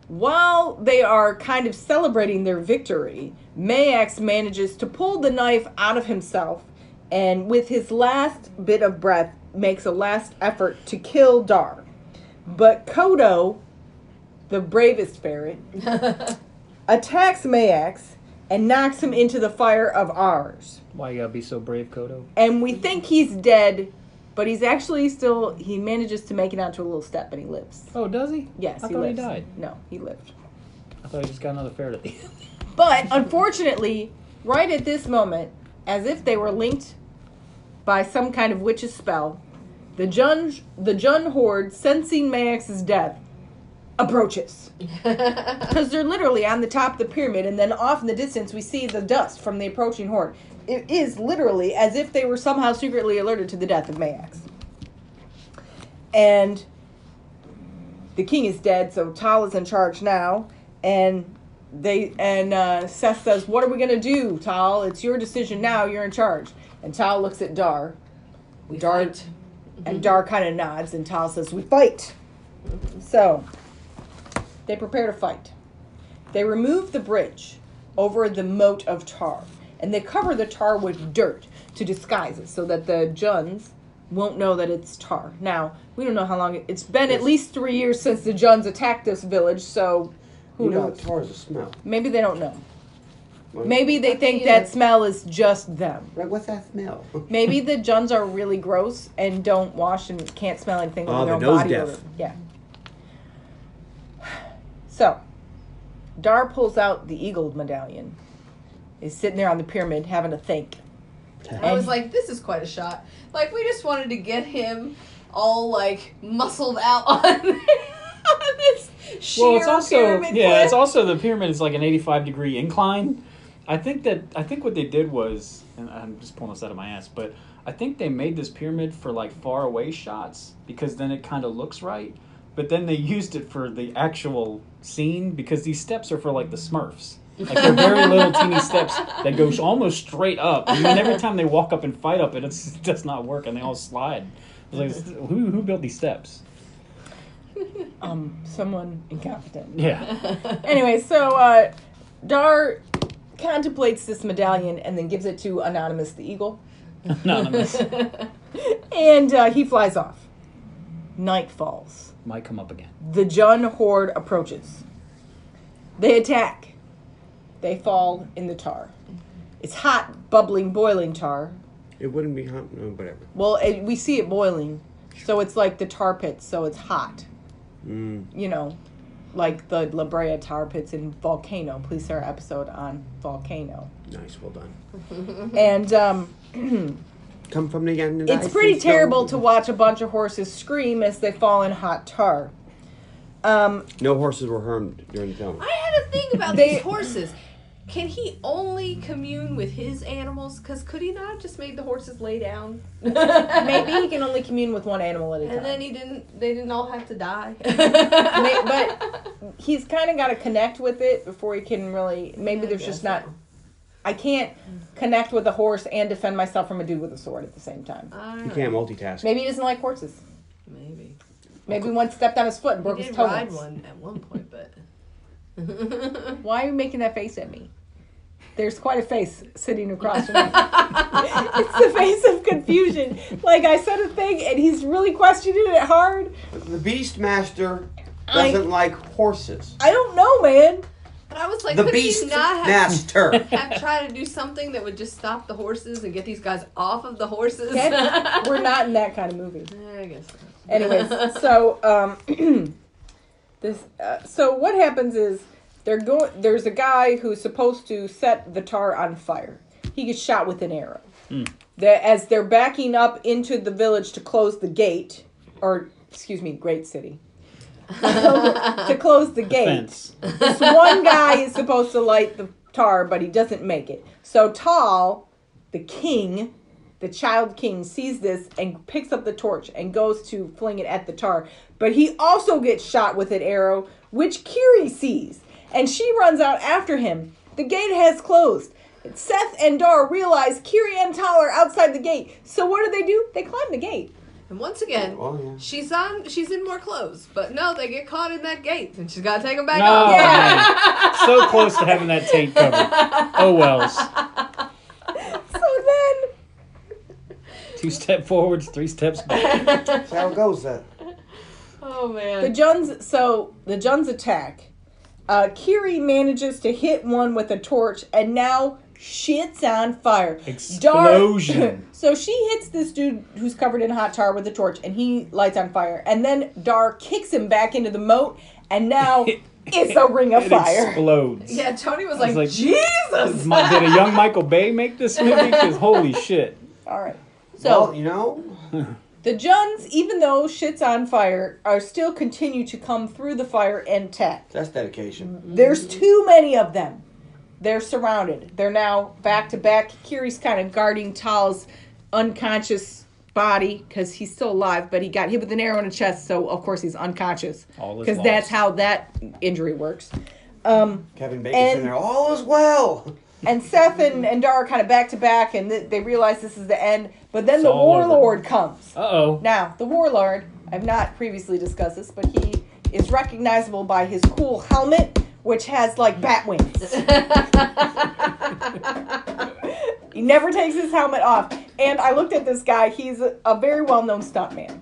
Speaker 1: While they are kind of celebrating their victory, Mayax manages to pull the knife out of himself and, with his last bit of breath, makes a last effort to kill Dar. But Kodo, the bravest ferret, attacks Mayax and knocks him into the fire of ours.
Speaker 4: Why you gotta be so brave, Kodo?
Speaker 1: And we think he's dead, but he's actually still, he manages to make it onto a little step and he lives.
Speaker 4: Oh, does he?
Speaker 1: Yes,
Speaker 4: I
Speaker 1: he
Speaker 4: thought
Speaker 1: lives.
Speaker 4: he died.
Speaker 1: No, he lived.
Speaker 4: I thought he just got another ferret at the end.
Speaker 1: But unfortunately, right at this moment, as if they were linked by some kind of witch's spell, the Jun the Jun horde, sensing Mayax's death, approaches. Because they're literally on the top of the pyramid, and then off in the distance we see the dust from the approaching horde. It is literally as if they were somehow secretly alerted to the death of Mayax. And the king is dead, so Tal is in charge now, and they and uh, Seth says, "What are we gonna do, Tal? It's your decision now. You're in charge." And Tal looks at Dar,
Speaker 2: We
Speaker 1: Dar,
Speaker 2: fight.
Speaker 1: and Dar kind of nods, and Tal says, "We fight." So they prepare to fight. They remove the bridge over the moat of tar, and they cover the tar with dirt to disguise it, so that the Juns won't know that it's tar. Now we don't know how long it, it's been. At least three years since the Juns attacked this village, so who
Speaker 3: You know,
Speaker 1: knows?
Speaker 3: tar is a smell.
Speaker 1: Maybe they don't know.
Speaker 3: Like,
Speaker 1: Maybe they think that smell is just them.
Speaker 3: Like, what's that smell?
Speaker 1: Maybe the Juns are really gross and don't wash and can't smell anything
Speaker 8: Oh,
Speaker 1: over their own
Speaker 8: they're nose
Speaker 1: body.
Speaker 8: deaf.
Speaker 1: odor. Yeah. So, Dar pulls out the eagle medallion. Is sitting there on the pyramid having a think.
Speaker 2: I was like, this is quite a shot. Like, we just wanted to get him all like muscled out on, on this sheer
Speaker 4: Well, it's also
Speaker 2: pyramid
Speaker 4: yeah,
Speaker 2: cliff.
Speaker 4: it's also the pyramid is like an 85 degree incline. I think that I think what they did was, and I'm just pulling this out of my ass, but I think they made this pyramid for like far away shots because then it kind of looks right. But then they used it for the actual scene because these steps are for like the Smurfs. Like they're very little teeny steps that go almost straight up. And then every time they walk up and fight up it, it's, it does not work, and they all slide. It's like, who who built these steps?
Speaker 1: Um, someone incompetent.
Speaker 4: Yeah.
Speaker 1: Anyway, so uh, Dar contemplates this medallion and then gives it to Anonymous the eagle.
Speaker 4: Anonymous
Speaker 1: And uh, he flies off. Night falls.
Speaker 4: might come up again.
Speaker 1: The Jun horde approaches. They attack. They fall in the tar. It's hot, bubbling, boiling tar.
Speaker 3: it wouldn't be hot. No, whatever.
Speaker 1: Well, it, we see it boiling, so it's like the tar pits, so it's hot. You know, like the La Brea tar pits in Volcano. Please, our episode on Volcano.
Speaker 3: Nice, well done.
Speaker 1: And um,
Speaker 3: Come from the end. of the
Speaker 1: It's
Speaker 3: ice
Speaker 1: pretty
Speaker 3: and snow.
Speaker 1: terrible to watch a bunch of horses scream as they fall in hot tar. Um,
Speaker 3: No horses were harmed during the film.
Speaker 2: I had a thing about
Speaker 1: They-
Speaker 2: these horses. Can he only commune with his animals? Because could he not have just made the horses lay down?
Speaker 1: maybe he can only commune with one animal at a time.
Speaker 2: And then he didn't. They didn't all have to die.
Speaker 1: May- but he's kind of got to connect with it before he can really. Maybe
Speaker 2: Yeah, I
Speaker 1: there's just
Speaker 2: guess
Speaker 1: not. I can't connect with a horse and defend myself from a dude with a sword at the same time.
Speaker 3: You can't multitask.
Speaker 1: Maybe he doesn't like horses.
Speaker 2: Maybe.
Speaker 1: Maybe one stepped on his foot and
Speaker 2: He
Speaker 1: broke his
Speaker 2: did
Speaker 1: toe.
Speaker 2: ride
Speaker 1: once.
Speaker 2: one at one point, but
Speaker 1: Why are you making that face at me? There's quite a face sitting across from me. it's the face of confusion. Like I said a thing and he's really questioning it hard.
Speaker 3: The Beastmaster
Speaker 1: I-
Speaker 3: doesn't like horses.
Speaker 1: I don't know, man.
Speaker 2: but I was like,
Speaker 3: The
Speaker 2: could he not have,
Speaker 3: Beastmaster.
Speaker 2: have tried to do something that would just stop the horses and get these guys off of the horses?
Speaker 1: That- we're not in that kind of movie.
Speaker 2: I guess. so.
Speaker 1: Anyways, so um, this uh, so what happens is they're going. There's a guy who's supposed to set the tar on fire. He gets shot with an arrow. They're- as they're backing up into the village to close the gate, or excuse me, great city, to close the gate.
Speaker 4: Fence.
Speaker 1: This one guy is supposed to light the tar, but he doesn't make it. So Tal, the king, The child king sees this and picks up the torch and goes to fling it at the tar. But he also gets shot with an arrow, which Kiri sees, and she runs out after him. The gate has closed. Seth and Dar realize Kiri and Tal are outside the gate. So what do they do? They climb the gate.
Speaker 2: And once again,
Speaker 3: Oh, yeah.
Speaker 2: she's on. She's in more clothes, but no, they get caught in that gate, and she's got to take them back
Speaker 4: No,
Speaker 2: off.
Speaker 4: Oh, man. so close to having that taint covered. Oh wells.
Speaker 1: So then
Speaker 4: Two step forwards, three steps back.
Speaker 3: That's how it goes. That
Speaker 2: Oh
Speaker 1: The
Speaker 2: man.
Speaker 1: Juns, so the Juns attack. Uh, Kiri manages to hit one with a torch, and now shit's on fire. Dar-
Speaker 4: Explosion.
Speaker 1: so she hits this dude who's covered in hot tar with a torch, and he lights on fire. And then Dar kicks him back into the moat, and now it's a ring of
Speaker 4: It
Speaker 1: fire.
Speaker 4: explodes.
Speaker 2: Yeah, Tony was like,
Speaker 4: like,
Speaker 2: Jesus.
Speaker 4: My- Did a young Michael Bay make this movie? 'Cause holy shit.
Speaker 1: All right. So
Speaker 3: well, you know,
Speaker 1: the Juns, even though shit's on fire, are still continue to come through the fire and attack.
Speaker 3: that's dedication.
Speaker 1: There's too many of them. They're surrounded. They're now back to back. Kiri's kind of guarding Tal's unconscious body because he's still alive, but he got hit with an arrow in the chest, so of course he's unconscious.
Speaker 4: All is
Speaker 1: Because that's
Speaker 4: lost.
Speaker 1: how that injury works.
Speaker 3: Kevin Bacon's in
Speaker 1: And-
Speaker 3: there. All is well.
Speaker 1: And Seth and, and Dar are kind of back to back, and th- they realize this is the end. But then
Speaker 4: It's
Speaker 1: the
Speaker 4: all over.
Speaker 1: warlord comes.
Speaker 4: Uh oh.
Speaker 1: Now, the warlord, I've not previously discussed this, but he is recognizable by his cool helmet, which has like bat wings. he never takes his helmet off. And I looked at this guy, he's a, a very well known stuntman.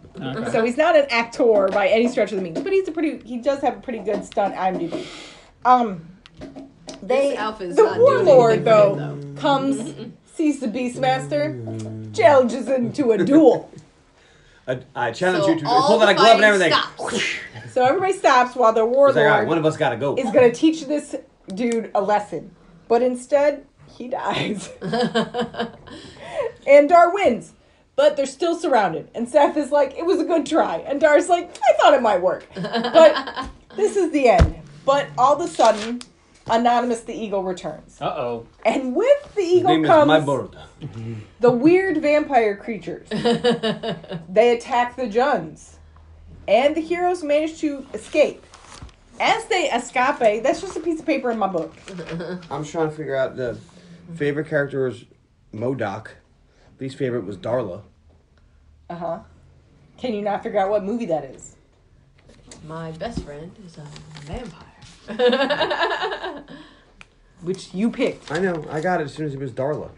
Speaker 1: So he's not an actor by any stretch of the means, but he's a pretty he does have a pretty good stunt IMDb. Um they
Speaker 2: This elf is
Speaker 1: the
Speaker 2: not doing
Speaker 1: warlord
Speaker 2: anything for
Speaker 1: though,
Speaker 2: him,
Speaker 1: comes sees the beastmaster, challenges him to a duel.
Speaker 3: I, I challenge
Speaker 2: So
Speaker 3: you to
Speaker 2: all
Speaker 3: pull out a
Speaker 2: the
Speaker 3: glove and
Speaker 2: fighting
Speaker 3: everything.
Speaker 2: stops.
Speaker 1: So everybody stops while the
Speaker 3: He's like, all right,
Speaker 1: warlord
Speaker 3: one of us got to go.
Speaker 1: is going to teach this dude a lesson. But instead, he dies. and Dar wins. But they're still surrounded. And Seth is like, it was a good try. And Dar's like, I thought it might work. But this is the end. But all of a sudden, Anonymous the Eagle returns.
Speaker 4: Uh oh.
Speaker 1: And with the
Speaker 3: His
Speaker 1: Eagle
Speaker 3: name is my
Speaker 1: comes
Speaker 3: bird.
Speaker 1: the weird vampire creatures. they attack the Juns. And the heroes manage to escape. As they escape, that's just a piece of paper in my book.
Speaker 3: I'm trying to figure out the favorite character was Modoc. Least favorite was Darla.
Speaker 1: Uh huh. Can you not figure out what movie that is?
Speaker 2: My best friend is a vampire.
Speaker 1: Which you picked.
Speaker 3: I know. I got it as soon as it was Darla.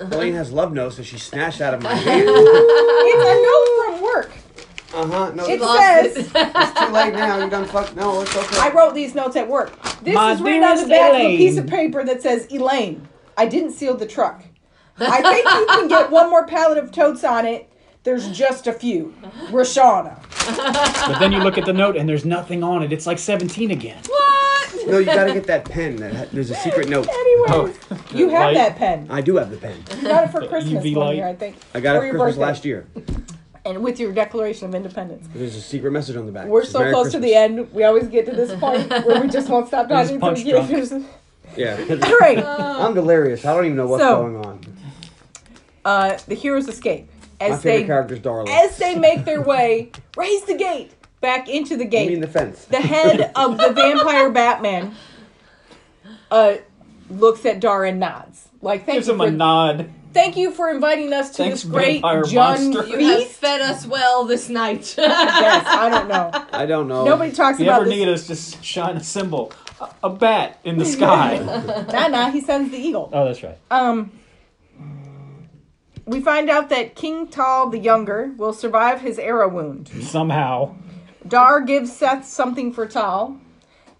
Speaker 3: Elaine has love notes that she snatched out of my hand.
Speaker 1: It's a note from work.
Speaker 3: Uh huh. No,
Speaker 1: It
Speaker 3: it's
Speaker 2: lost
Speaker 1: says,
Speaker 3: too late now. You done fucked. No, it's okay.
Speaker 1: I wrote these notes at work. This
Speaker 4: My
Speaker 1: is written on the
Speaker 4: dearest
Speaker 1: back of a piece of
Speaker 4: Elaine.
Speaker 1: paper that says, Elaine, I didn't seal the truck. I think you can get one more pallet of totes on it. There's just a few. Rashana.
Speaker 4: But then you look at the note and there's nothing on it. It's like 17 again.
Speaker 3: no, you gotta get that pen. That ha- there's a secret note.
Speaker 1: Anyways, you have
Speaker 4: Oh. Light.
Speaker 1: that pen.
Speaker 3: I do have the pen.
Speaker 1: You got it for
Speaker 4: The
Speaker 1: Christmas
Speaker 4: UV
Speaker 1: one
Speaker 4: light.
Speaker 1: year, I think.
Speaker 3: I got it
Speaker 1: Or
Speaker 3: for
Speaker 1: your
Speaker 3: Christmas
Speaker 1: birthday.
Speaker 3: last year.
Speaker 1: And with your Declaration of Independence.
Speaker 3: There's a secret message on the back.
Speaker 1: We're
Speaker 3: It says,
Speaker 1: so
Speaker 3: "Merry
Speaker 1: close to
Speaker 3: Christmas."
Speaker 1: the end. We always get to this point where we just won't stop
Speaker 4: just
Speaker 1: talking.
Speaker 4: punch
Speaker 1: for
Speaker 4: drunk.
Speaker 1: years.
Speaker 3: Yeah.
Speaker 1: All right.
Speaker 3: I'm delirious. I don't even know what's
Speaker 1: So-
Speaker 3: going on.
Speaker 1: Uh, the heroes escape
Speaker 3: My
Speaker 1: as
Speaker 3: favorite
Speaker 1: they
Speaker 3: character's Darla.
Speaker 1: as they make their way. Raise the gate back into the
Speaker 3: I
Speaker 1: gate.
Speaker 3: mean the fence.
Speaker 1: the head of the vampire Batman uh, looks at Dar and nods. Like thank
Speaker 4: Gives
Speaker 1: you
Speaker 4: him a
Speaker 1: for
Speaker 4: nod.
Speaker 1: thank you for inviting us to
Speaker 4: Thanks,
Speaker 1: this great
Speaker 4: vampire
Speaker 1: Jun
Speaker 4: monster.
Speaker 2: you have
Speaker 1: feast.
Speaker 2: fed us well this night.
Speaker 1: yes, I don't know.
Speaker 3: I don't know.
Speaker 1: Nobody talks
Speaker 4: If you
Speaker 1: about
Speaker 4: ever
Speaker 1: this.
Speaker 4: need us, just shine a symbol. A, a bat in the sky.
Speaker 1: Nah, nah. He sends the eagle.
Speaker 4: oh, that's right.
Speaker 1: Um, we find out that King Tal the Younger will survive his arrow wound.
Speaker 4: Somehow.
Speaker 1: Dar gives Seth something for Tal,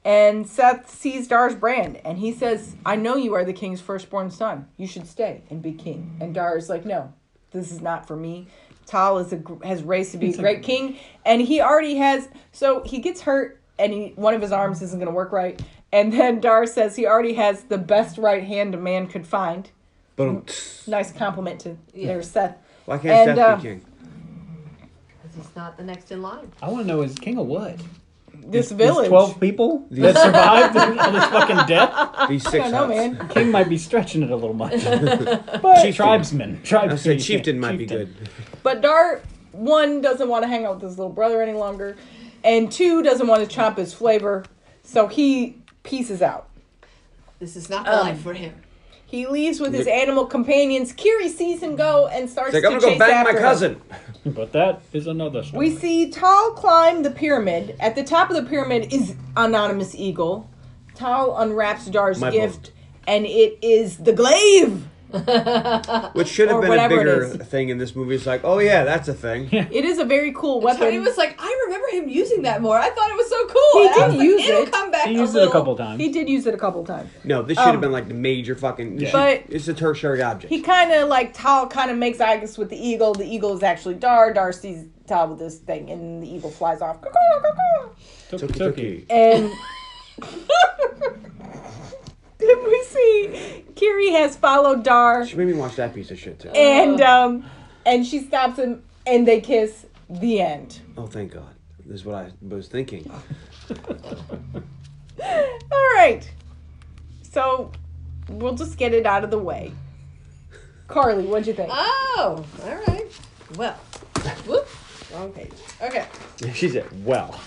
Speaker 1: and Seth sees Dar's brand, and he says, I know you are the king's firstborn son. You should stay and be king. And Dar is like, No, this is not for me. Tal is a, gr- has raised to be a great king, and he already has. So he gets hurt, and he, one of his arms isn't going to work right. And then Dar says he already has the best right hand a man could find.
Speaker 3: Boom.
Speaker 1: Nice compliment to their Seth.
Speaker 3: Why can't
Speaker 1: And,
Speaker 3: Seth
Speaker 1: uh,
Speaker 3: be king?
Speaker 2: He's not the next in line.
Speaker 4: I want to know is king of what?
Speaker 1: this village.
Speaker 4: Twelve people that survived all this fucking death.
Speaker 8: These six
Speaker 1: I don't know,
Speaker 8: huts.
Speaker 1: man.
Speaker 4: King might be stretching it a little much.
Speaker 1: But
Speaker 4: Tribesman, tribesman.
Speaker 8: I said
Speaker 4: you
Speaker 8: chieftain
Speaker 4: can't-
Speaker 8: might be
Speaker 4: chieftain.
Speaker 8: good.
Speaker 1: But Dart, one, doesn't want to hang out with his little brother any longer, and two, doesn't want to chomp his flavor, so he pieces out.
Speaker 2: This is not the life for him.
Speaker 1: He leaves with his animal companions. Kiri sees him go and starts
Speaker 8: It's like I'm
Speaker 1: to
Speaker 8: gonna go
Speaker 1: chase
Speaker 8: bang
Speaker 1: after
Speaker 8: my
Speaker 1: him.
Speaker 8: cousin.
Speaker 4: But that is another. Story.
Speaker 1: We see Tal climb the pyramid. At the top of the pyramid is Anonymous Eagle. Tal unwraps Dar's
Speaker 8: My
Speaker 1: gift, and it is the glaive.
Speaker 8: Which should have
Speaker 1: Or
Speaker 8: been a
Speaker 1: whatever it
Speaker 8: bigger
Speaker 1: is.
Speaker 8: thing in this movie. It's like, oh yeah, that's a thing.
Speaker 1: It is a very cool weapon.
Speaker 2: Tony was like, I remember him using that more. I thought it was so cool.
Speaker 1: He
Speaker 2: and I was
Speaker 1: did
Speaker 2: like,
Speaker 1: use
Speaker 2: It'll
Speaker 1: it.
Speaker 2: come back
Speaker 4: He used
Speaker 2: a
Speaker 4: it a
Speaker 2: little.
Speaker 4: couple times.
Speaker 1: he did use it a couple times.
Speaker 8: No, this should have
Speaker 1: Um,
Speaker 8: been like the major fucking.
Speaker 4: Yeah.
Speaker 1: But-
Speaker 8: it's a tertiary object.
Speaker 1: He kind of like Tal kind of makes eye contact with the eagle. The eagle is actually Dar. Dar sees Tal with this thing, and the eagle flies off.
Speaker 4: Tookie,
Speaker 8: Tookie,
Speaker 4: tookie.
Speaker 8: tookie.
Speaker 1: And then we see Kiri has followed Dar,
Speaker 8: She made me watch that piece of shit too.
Speaker 1: and um, and she stops him, and they kiss. The end.
Speaker 8: Oh, thank God. This is what I was thinking.
Speaker 1: All right. So we'll just get it out of the way. Carly, what'd you think?
Speaker 2: Oh, all right. Well, whoop, wrong page. Okay,
Speaker 8: she said, well.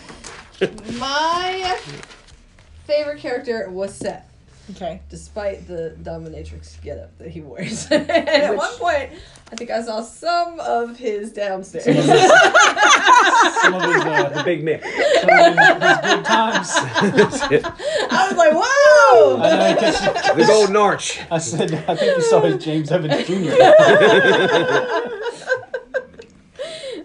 Speaker 2: my favorite character was Seth.
Speaker 1: Okay.
Speaker 2: despite the dominatrix getup that he wears. and at
Speaker 1: Which-
Speaker 2: one point, I think I saw some of his downstairs.
Speaker 4: Some of his, uh,
Speaker 8: Big Mick.
Speaker 4: some of his good times.
Speaker 2: I was like, whoa!
Speaker 4: I, know, I guess-
Speaker 8: The Golden Arch.
Speaker 4: I said I think you saw his James Evans Jr.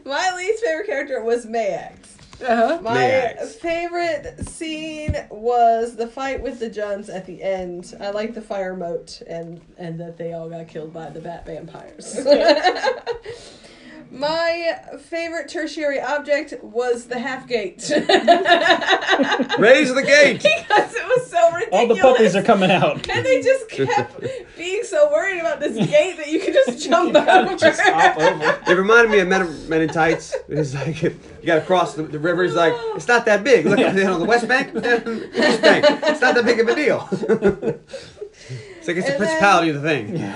Speaker 2: My least favorite character was Mayax.
Speaker 1: Uh-huh.
Speaker 2: My
Speaker 8: Mayax.
Speaker 2: favorite scene was the fight with the Juns at the end. I like the fire moat and and that they all got killed by the bat vampires. My favorite tertiary object was the half gate.
Speaker 8: Raise the gate.
Speaker 2: because it was so ridiculous.
Speaker 4: All the puppies are coming out.
Speaker 2: And they just kept being so worried about this gate that you could just jump over.
Speaker 4: Just hop over.
Speaker 8: It reminded me of Men, in- Men in Tights. It's like you gotta cross the, the river. It's like
Speaker 2: Oh.
Speaker 8: it's not that big. Look at it on the West Bank, East Bank. It's not that big of a deal. it's like it's the
Speaker 2: then-
Speaker 8: principality of the thing.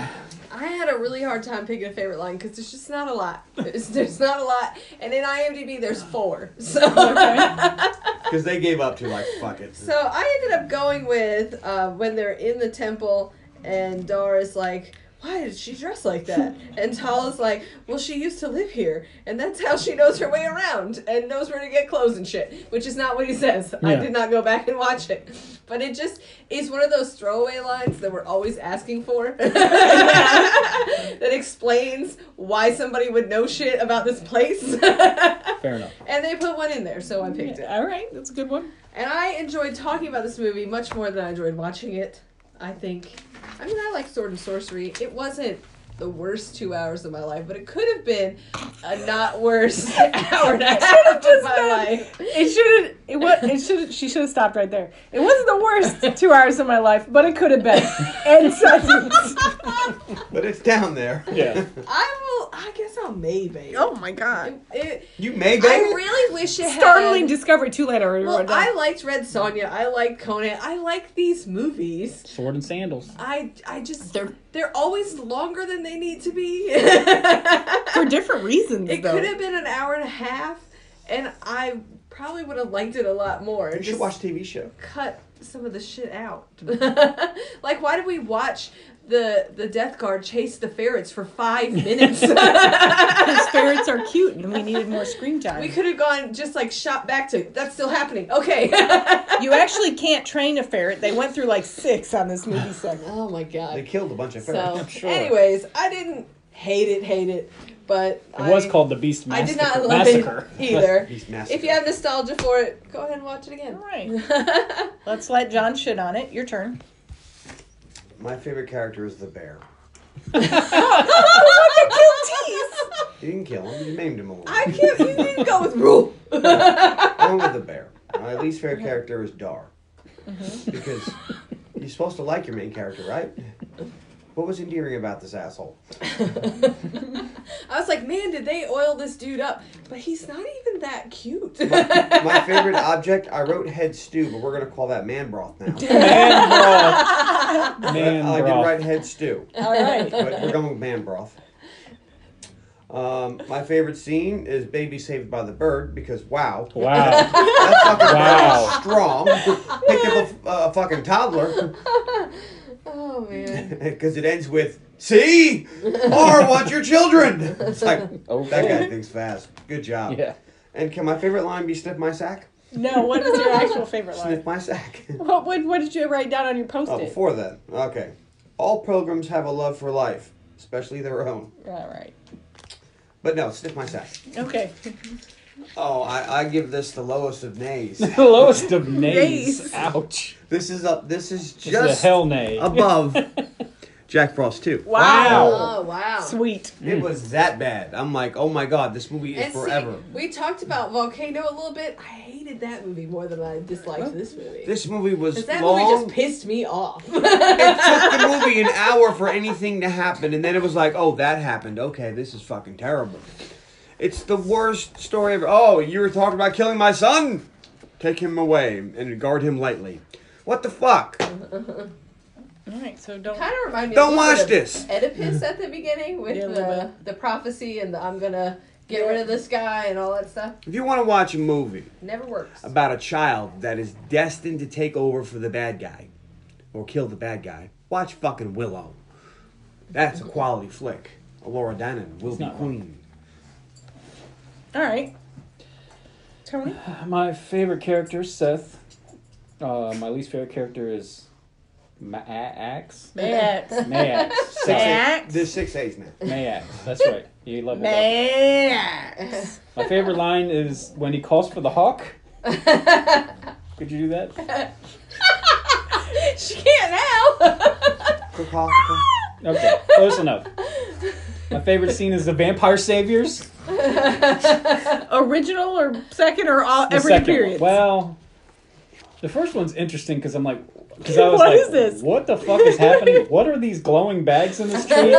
Speaker 2: I had a really hard time picking a favorite line because there's just not a lot. There's, there's not a lot, and in IMDb there's four. So,
Speaker 8: Because they gave up to like fuck it.
Speaker 2: so I ended up going with uh, when they're in the temple and Dara's like. Why did she dress like that? And Tal is like, well, she used to live here, and that's how she knows her way around and knows where to get clothes and shit, which is not what he says. I
Speaker 4: Yeah.
Speaker 2: did not go back and watch it. But it just is one of those throwaway lines that we're always asking for that explains why somebody would know shit about this place. and
Speaker 4: Fair enough.
Speaker 2: they put one in there, so I picked it.
Speaker 1: All right, that's a good one.
Speaker 2: And I enjoyed talking about this movie much more than I enjoyed watching it. I think. I mean, I like Sword and Sorcery. It wasn't the worst two hours of my life, but it could have been a not worse hour and a half of my life.
Speaker 1: It shouldn't. It was. It should. She should have stopped right there. It wasn't the worst two hours of my life, but it could have been. And so,
Speaker 8: But it's down there.
Speaker 4: Yeah.
Speaker 2: I will. I guess I'll maybe.
Speaker 1: oh my god!
Speaker 2: It,
Speaker 8: You may
Speaker 2: I
Speaker 8: bang it.
Speaker 2: really wish it
Speaker 1: Startling
Speaker 2: had.
Speaker 1: discovery too late. I already
Speaker 2: well,
Speaker 1: wrote it down.
Speaker 2: I liked Red Sonja. I liked Conan. I like these movies.
Speaker 4: Sword and sandals.
Speaker 2: I I just they're they're always longer than they need to be.
Speaker 1: for different reasons.
Speaker 2: It
Speaker 1: though.
Speaker 2: could have been an hour and a half, and I probably would have liked it a lot more.
Speaker 8: You should watch TV show.
Speaker 2: Cut some of the shit out. like, why did we watch the the Death Guard chase the ferrets for five minutes?
Speaker 1: His ferrets are cute, and we needed more screen time.
Speaker 2: we could have gone just like shot back to that's still happening. Okay.
Speaker 1: you actually can't train a ferret. They went through like six on this movie segment.
Speaker 2: oh my
Speaker 8: They
Speaker 2: god.
Speaker 8: killed a bunch of ferrets.
Speaker 2: So,
Speaker 4: sure.
Speaker 2: anyways, I didn't hate it, hate it, but
Speaker 4: It was called the Beast
Speaker 2: I
Speaker 4: Massacre.
Speaker 2: did not love
Speaker 4: Massacre.
Speaker 2: it either.
Speaker 8: Beast Massacre.
Speaker 2: If you have nostalgia for it, go ahead and watch it again.
Speaker 1: All right, let's let John shit on it. Your turn.
Speaker 8: My favorite character is the bear. He didn't kill him. He maimed him a little.
Speaker 2: I can't. You didn't go with rule.
Speaker 8: Along with the bear. My least favorite
Speaker 9: Mm-hmm.
Speaker 8: character is Dar. Because you're supposed to like your main character, right?
Speaker 3: What was endearing about this asshole?
Speaker 2: I was like, man, did they oil this dude up? But he's not even that cute.
Speaker 3: My favorite object. I wrote head stew, but we're gonna call that man broth now.
Speaker 4: Man broth. Man
Speaker 3: I did
Speaker 4: broth.
Speaker 3: write head stew,
Speaker 9: All right.
Speaker 3: but we're going with man broth. Um, my favorite scene is baby saved by the bird because wow,
Speaker 4: Wow.
Speaker 3: that fucking bird
Speaker 4: Wow.
Speaker 3: is strong. Picked up a, a fucking toddler
Speaker 2: oh man.
Speaker 3: because it ends with see or watch your children. It's like that guy thinks fast. Good job.
Speaker 4: Yeah.
Speaker 3: And can my favorite line be sniff my sack?
Speaker 1: No, what is your actual favorite line?
Speaker 3: Sniff my sack.
Speaker 1: What, what, what did you write down on your post
Speaker 3: Oh,
Speaker 1: it?
Speaker 3: before then. Okay. All pilgrims have a love for life, especially their own.
Speaker 1: All right.
Speaker 3: But no, sniff my sack.
Speaker 1: Okay.
Speaker 3: Oh, I, I give this the lowest of nays.
Speaker 4: The lowest of nays. Ouch.
Speaker 3: this is up. This is
Speaker 4: This is
Speaker 3: just
Speaker 4: a hell nay.
Speaker 3: above Jack Frost Two.
Speaker 4: Wow.
Speaker 2: Oh wow.
Speaker 1: Sweet.
Speaker 3: It was that bad. I'm like, oh my god, this movie is
Speaker 2: And
Speaker 3: forever.
Speaker 2: see, we talked about Volcano a little bit. I hated that movie more than I disliked this movie.
Speaker 3: this movie was
Speaker 2: 'Cause that
Speaker 3: long.
Speaker 2: movie just pissed me off.
Speaker 3: it took the movie an hour for anything to happen, and then it was like, oh, that happened. Okay, this is fucking terrible. It's the worst story ever. Oh, you were talking about killing my son? Take him away and guard him lightly. What the fuck?
Speaker 1: All right, so don't.
Speaker 2: kind of reminded me.
Speaker 3: Don't
Speaker 2: a little
Speaker 3: watch
Speaker 2: bit of
Speaker 3: this.
Speaker 2: Oedipus at the beginning with
Speaker 1: Yeah, a little
Speaker 2: the, the prophecy and the I'm gonna get rid of this guy and all that stuff.
Speaker 3: If you want to watch a movie
Speaker 2: Never works.
Speaker 3: about a child that is destined to take over for the bad guy or kill the bad guy, watch fucking Willow. That's a quality flick. Laura Dannon will be
Speaker 4: not wrong.
Speaker 3: queen.
Speaker 1: All right. Tony?
Speaker 4: My favorite character is Seth. Uh, my least favorite character is Max.
Speaker 1: Max.
Speaker 4: Max. Sorry.
Speaker 1: Max.
Speaker 3: There's six A's now.
Speaker 4: Max. That's right. You leveled up.
Speaker 1: Max.
Speaker 4: My favorite line is when he calls for the hawk. Could you do that?
Speaker 2: she can't now.
Speaker 4: Okay, close enough. My favorite scene is the Vampire Saviors.
Speaker 1: Original or second or all,
Speaker 4: The
Speaker 1: every
Speaker 4: second
Speaker 1: period?
Speaker 4: One. Well, the first one's interesting because I'm like, because I was
Speaker 1: What
Speaker 4: like,
Speaker 1: is this?
Speaker 4: what the fuck is happening? what are these glowing bags in this tree?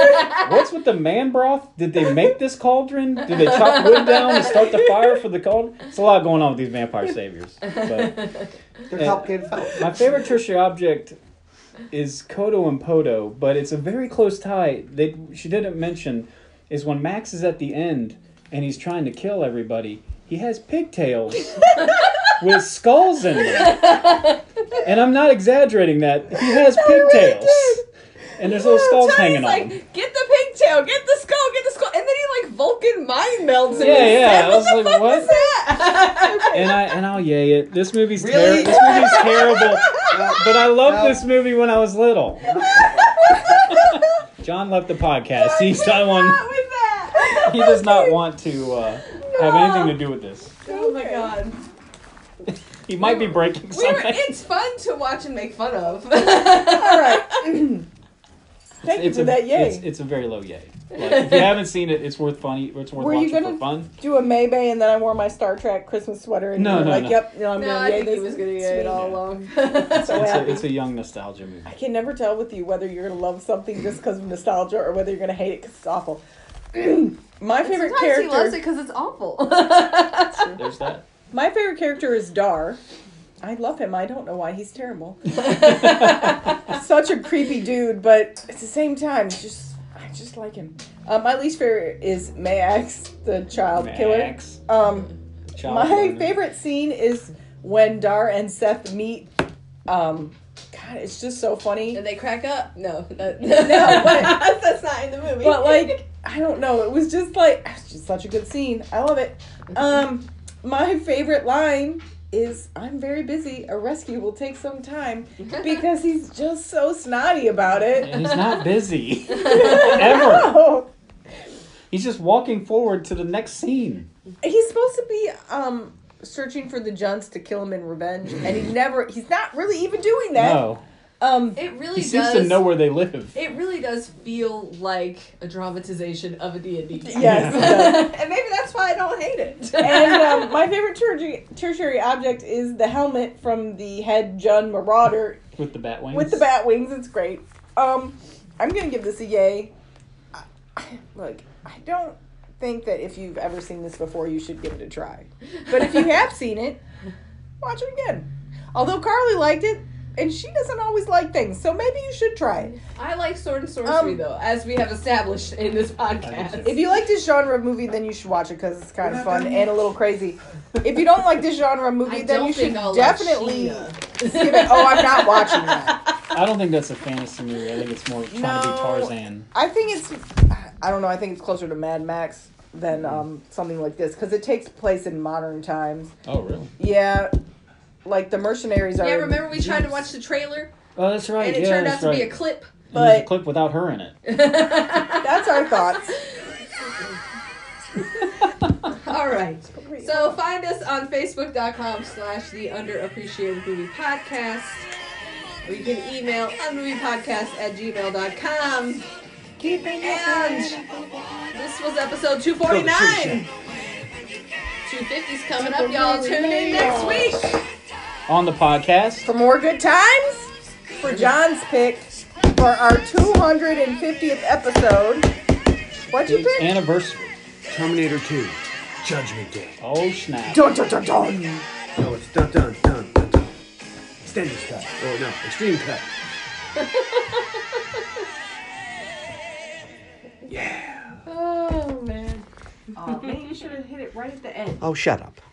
Speaker 4: What's with the man broth? Did they make this cauldron? Did they chop wood down and start the fire for the cauldron? It's a lot going on with these vampire saviors. But
Speaker 3: They're
Speaker 4: Yeah.
Speaker 3: complicated fellas.
Speaker 4: My favorite tertiary object is Kodo and Podo, but it's a very close tie that she didn't mention is when Max is at the end and he's trying to kill everybody, he has pigtails with skulls in them. And I'm not exaggerating that. He has pigtails. And there's little skulls hanging on. them.
Speaker 2: like, get the pigtail, get the skull, get the skull, and then he like Vulcan mind melds him.
Speaker 4: Yeah, yeah. I was like,
Speaker 2: What's
Speaker 4: what?
Speaker 2: that?
Speaker 4: And I and I'll yay it. This movie's
Speaker 3: Really?
Speaker 4: terrible. This movie's terrible.
Speaker 3: Uh,
Speaker 4: But I loved
Speaker 3: No.
Speaker 4: this movie when I was little. John left the podcast. He's not one.
Speaker 2: Not with that.
Speaker 4: He does not want to uh, have anything to do with this.
Speaker 2: Oh my god.
Speaker 4: He might be breaking
Speaker 2: We were,
Speaker 4: something.
Speaker 2: it's fun to watch and make fun of.
Speaker 1: All right. Thank you
Speaker 4: It's
Speaker 1: for
Speaker 4: a,
Speaker 1: that yay.
Speaker 4: It's, it's a very low yay. Like, if you haven't seen it, it's worth funny. It's worth
Speaker 1: Were you
Speaker 4: watching
Speaker 1: gonna-
Speaker 4: for fun.
Speaker 1: Do a Maybay and then I wore my Star Trek Christmas sweater and you
Speaker 4: No,
Speaker 1: were
Speaker 4: no,
Speaker 1: like,
Speaker 4: no.
Speaker 1: yep, no, I'm
Speaker 2: no,
Speaker 1: gonna
Speaker 2: I
Speaker 1: yay
Speaker 2: think
Speaker 1: this.
Speaker 2: he was gonna get
Speaker 1: Sweet.
Speaker 2: it all along.
Speaker 1: So
Speaker 4: It's
Speaker 1: happy.
Speaker 4: a, it's a young nostalgia movie.
Speaker 1: I can never tell with you whether you're gonna love something just because of nostalgia or whether you're gonna hate it because it's awful. my favorite
Speaker 2: Sometimes he loves it
Speaker 1: character.
Speaker 2: because it's awful.
Speaker 4: There's that.
Speaker 1: My favorite character is Dar. I love him. I don't know why he's terrible. Such a creepy dude, but at the same time, just I just like him. Uh, my least favorite is Max, the child killer.
Speaker 4: Max,
Speaker 1: Um,
Speaker 4: Child
Speaker 1: My
Speaker 4: Burner.
Speaker 1: favorite scene is when Dar and Seth meet. Um, God, it's just so funny.
Speaker 2: Did they crack up? No, that,
Speaker 1: No, but-
Speaker 2: that's not in the movie.
Speaker 1: But like, I don't know. It was just like it's just such a good scene. I love it. Um, my favorite line is "I'm very busy. A rescue will take some time" because he's just so snotty about it.
Speaker 4: And he's not busy ever.
Speaker 1: No.
Speaker 4: He's just walking forward to the next scene.
Speaker 1: He's supposed to be um searching for the Junts to kill him in revenge, and he never. He's not really even doing that.
Speaker 4: No,
Speaker 1: Um,
Speaker 2: it really
Speaker 4: he
Speaker 2: does.
Speaker 4: seems to know where they live.
Speaker 2: it really does feel like a dramatization of a D&D. game.
Speaker 1: yes.
Speaker 4: Yeah.
Speaker 1: no.
Speaker 2: and maybe that's why I don't hate it.
Speaker 1: and um, my favorite tertiary, tertiary object is the helmet from the head Jun Marauder
Speaker 4: With the bat wings.
Speaker 1: with the bat wings. It's great. Um, I'm gonna give this a yay. I- Look, I don't think that if you've ever seen this before, you should give it a try. But if you have seen it, watch it again. Although Carly liked it, and she doesn't always like things, so maybe you should try it.
Speaker 2: I like sword and sorcery
Speaker 1: Um,
Speaker 2: though, as we have established in this podcast.
Speaker 1: If you like this genre of movie, then you should watch it because it's kind of fun and a little crazy. If you don't like this genre of movie,
Speaker 2: I
Speaker 1: then
Speaker 2: don't
Speaker 1: you should
Speaker 2: think I'll like
Speaker 1: definitely
Speaker 2: Sheena.
Speaker 1: give it. Oh, I'm not watching that.
Speaker 4: I don't think that's a fantasy movie. I think it's more trying to
Speaker 1: No.
Speaker 4: be Tarzan.
Speaker 1: I think it's, I don't know. I think it's closer to Mad Max than um, something like this because it takes place in modern times.
Speaker 4: Oh, really?
Speaker 1: Yeah, like the mercenaries are.
Speaker 2: Yeah, remember we tried to watch the trailer
Speaker 4: Oh, that's right.
Speaker 2: and it
Speaker 4: yeah,
Speaker 2: turned out
Speaker 4: that's
Speaker 2: to
Speaker 4: right.
Speaker 2: be a clip.
Speaker 4: And there's a
Speaker 1: but-
Speaker 4: clip without her in it.
Speaker 1: That's our thoughts.
Speaker 2: All right. So find us on Facebook.com slash the underappreciated movie podcast. Or you can email unmoviepodcast at gmail.com. Keeping and this was episode 249. 250's coming up, y'all. Tune in next week.
Speaker 4: On the podcast.
Speaker 1: for more good times for John's pick for our 250th episode. What'd you
Speaker 4: It's
Speaker 1: pick?
Speaker 4: anniversary.
Speaker 3: Terminator 2, Judgment Day.
Speaker 4: Oh, snap.
Speaker 1: Dun, dun, dun, dun.
Speaker 3: No, Oh, it's dun dun dun dun dun. Extended cut. Oh no, extreme cut.
Speaker 2: Oh, man.
Speaker 10: Oh, man, you should have hit it right at the end.
Speaker 3: Oh, shut up.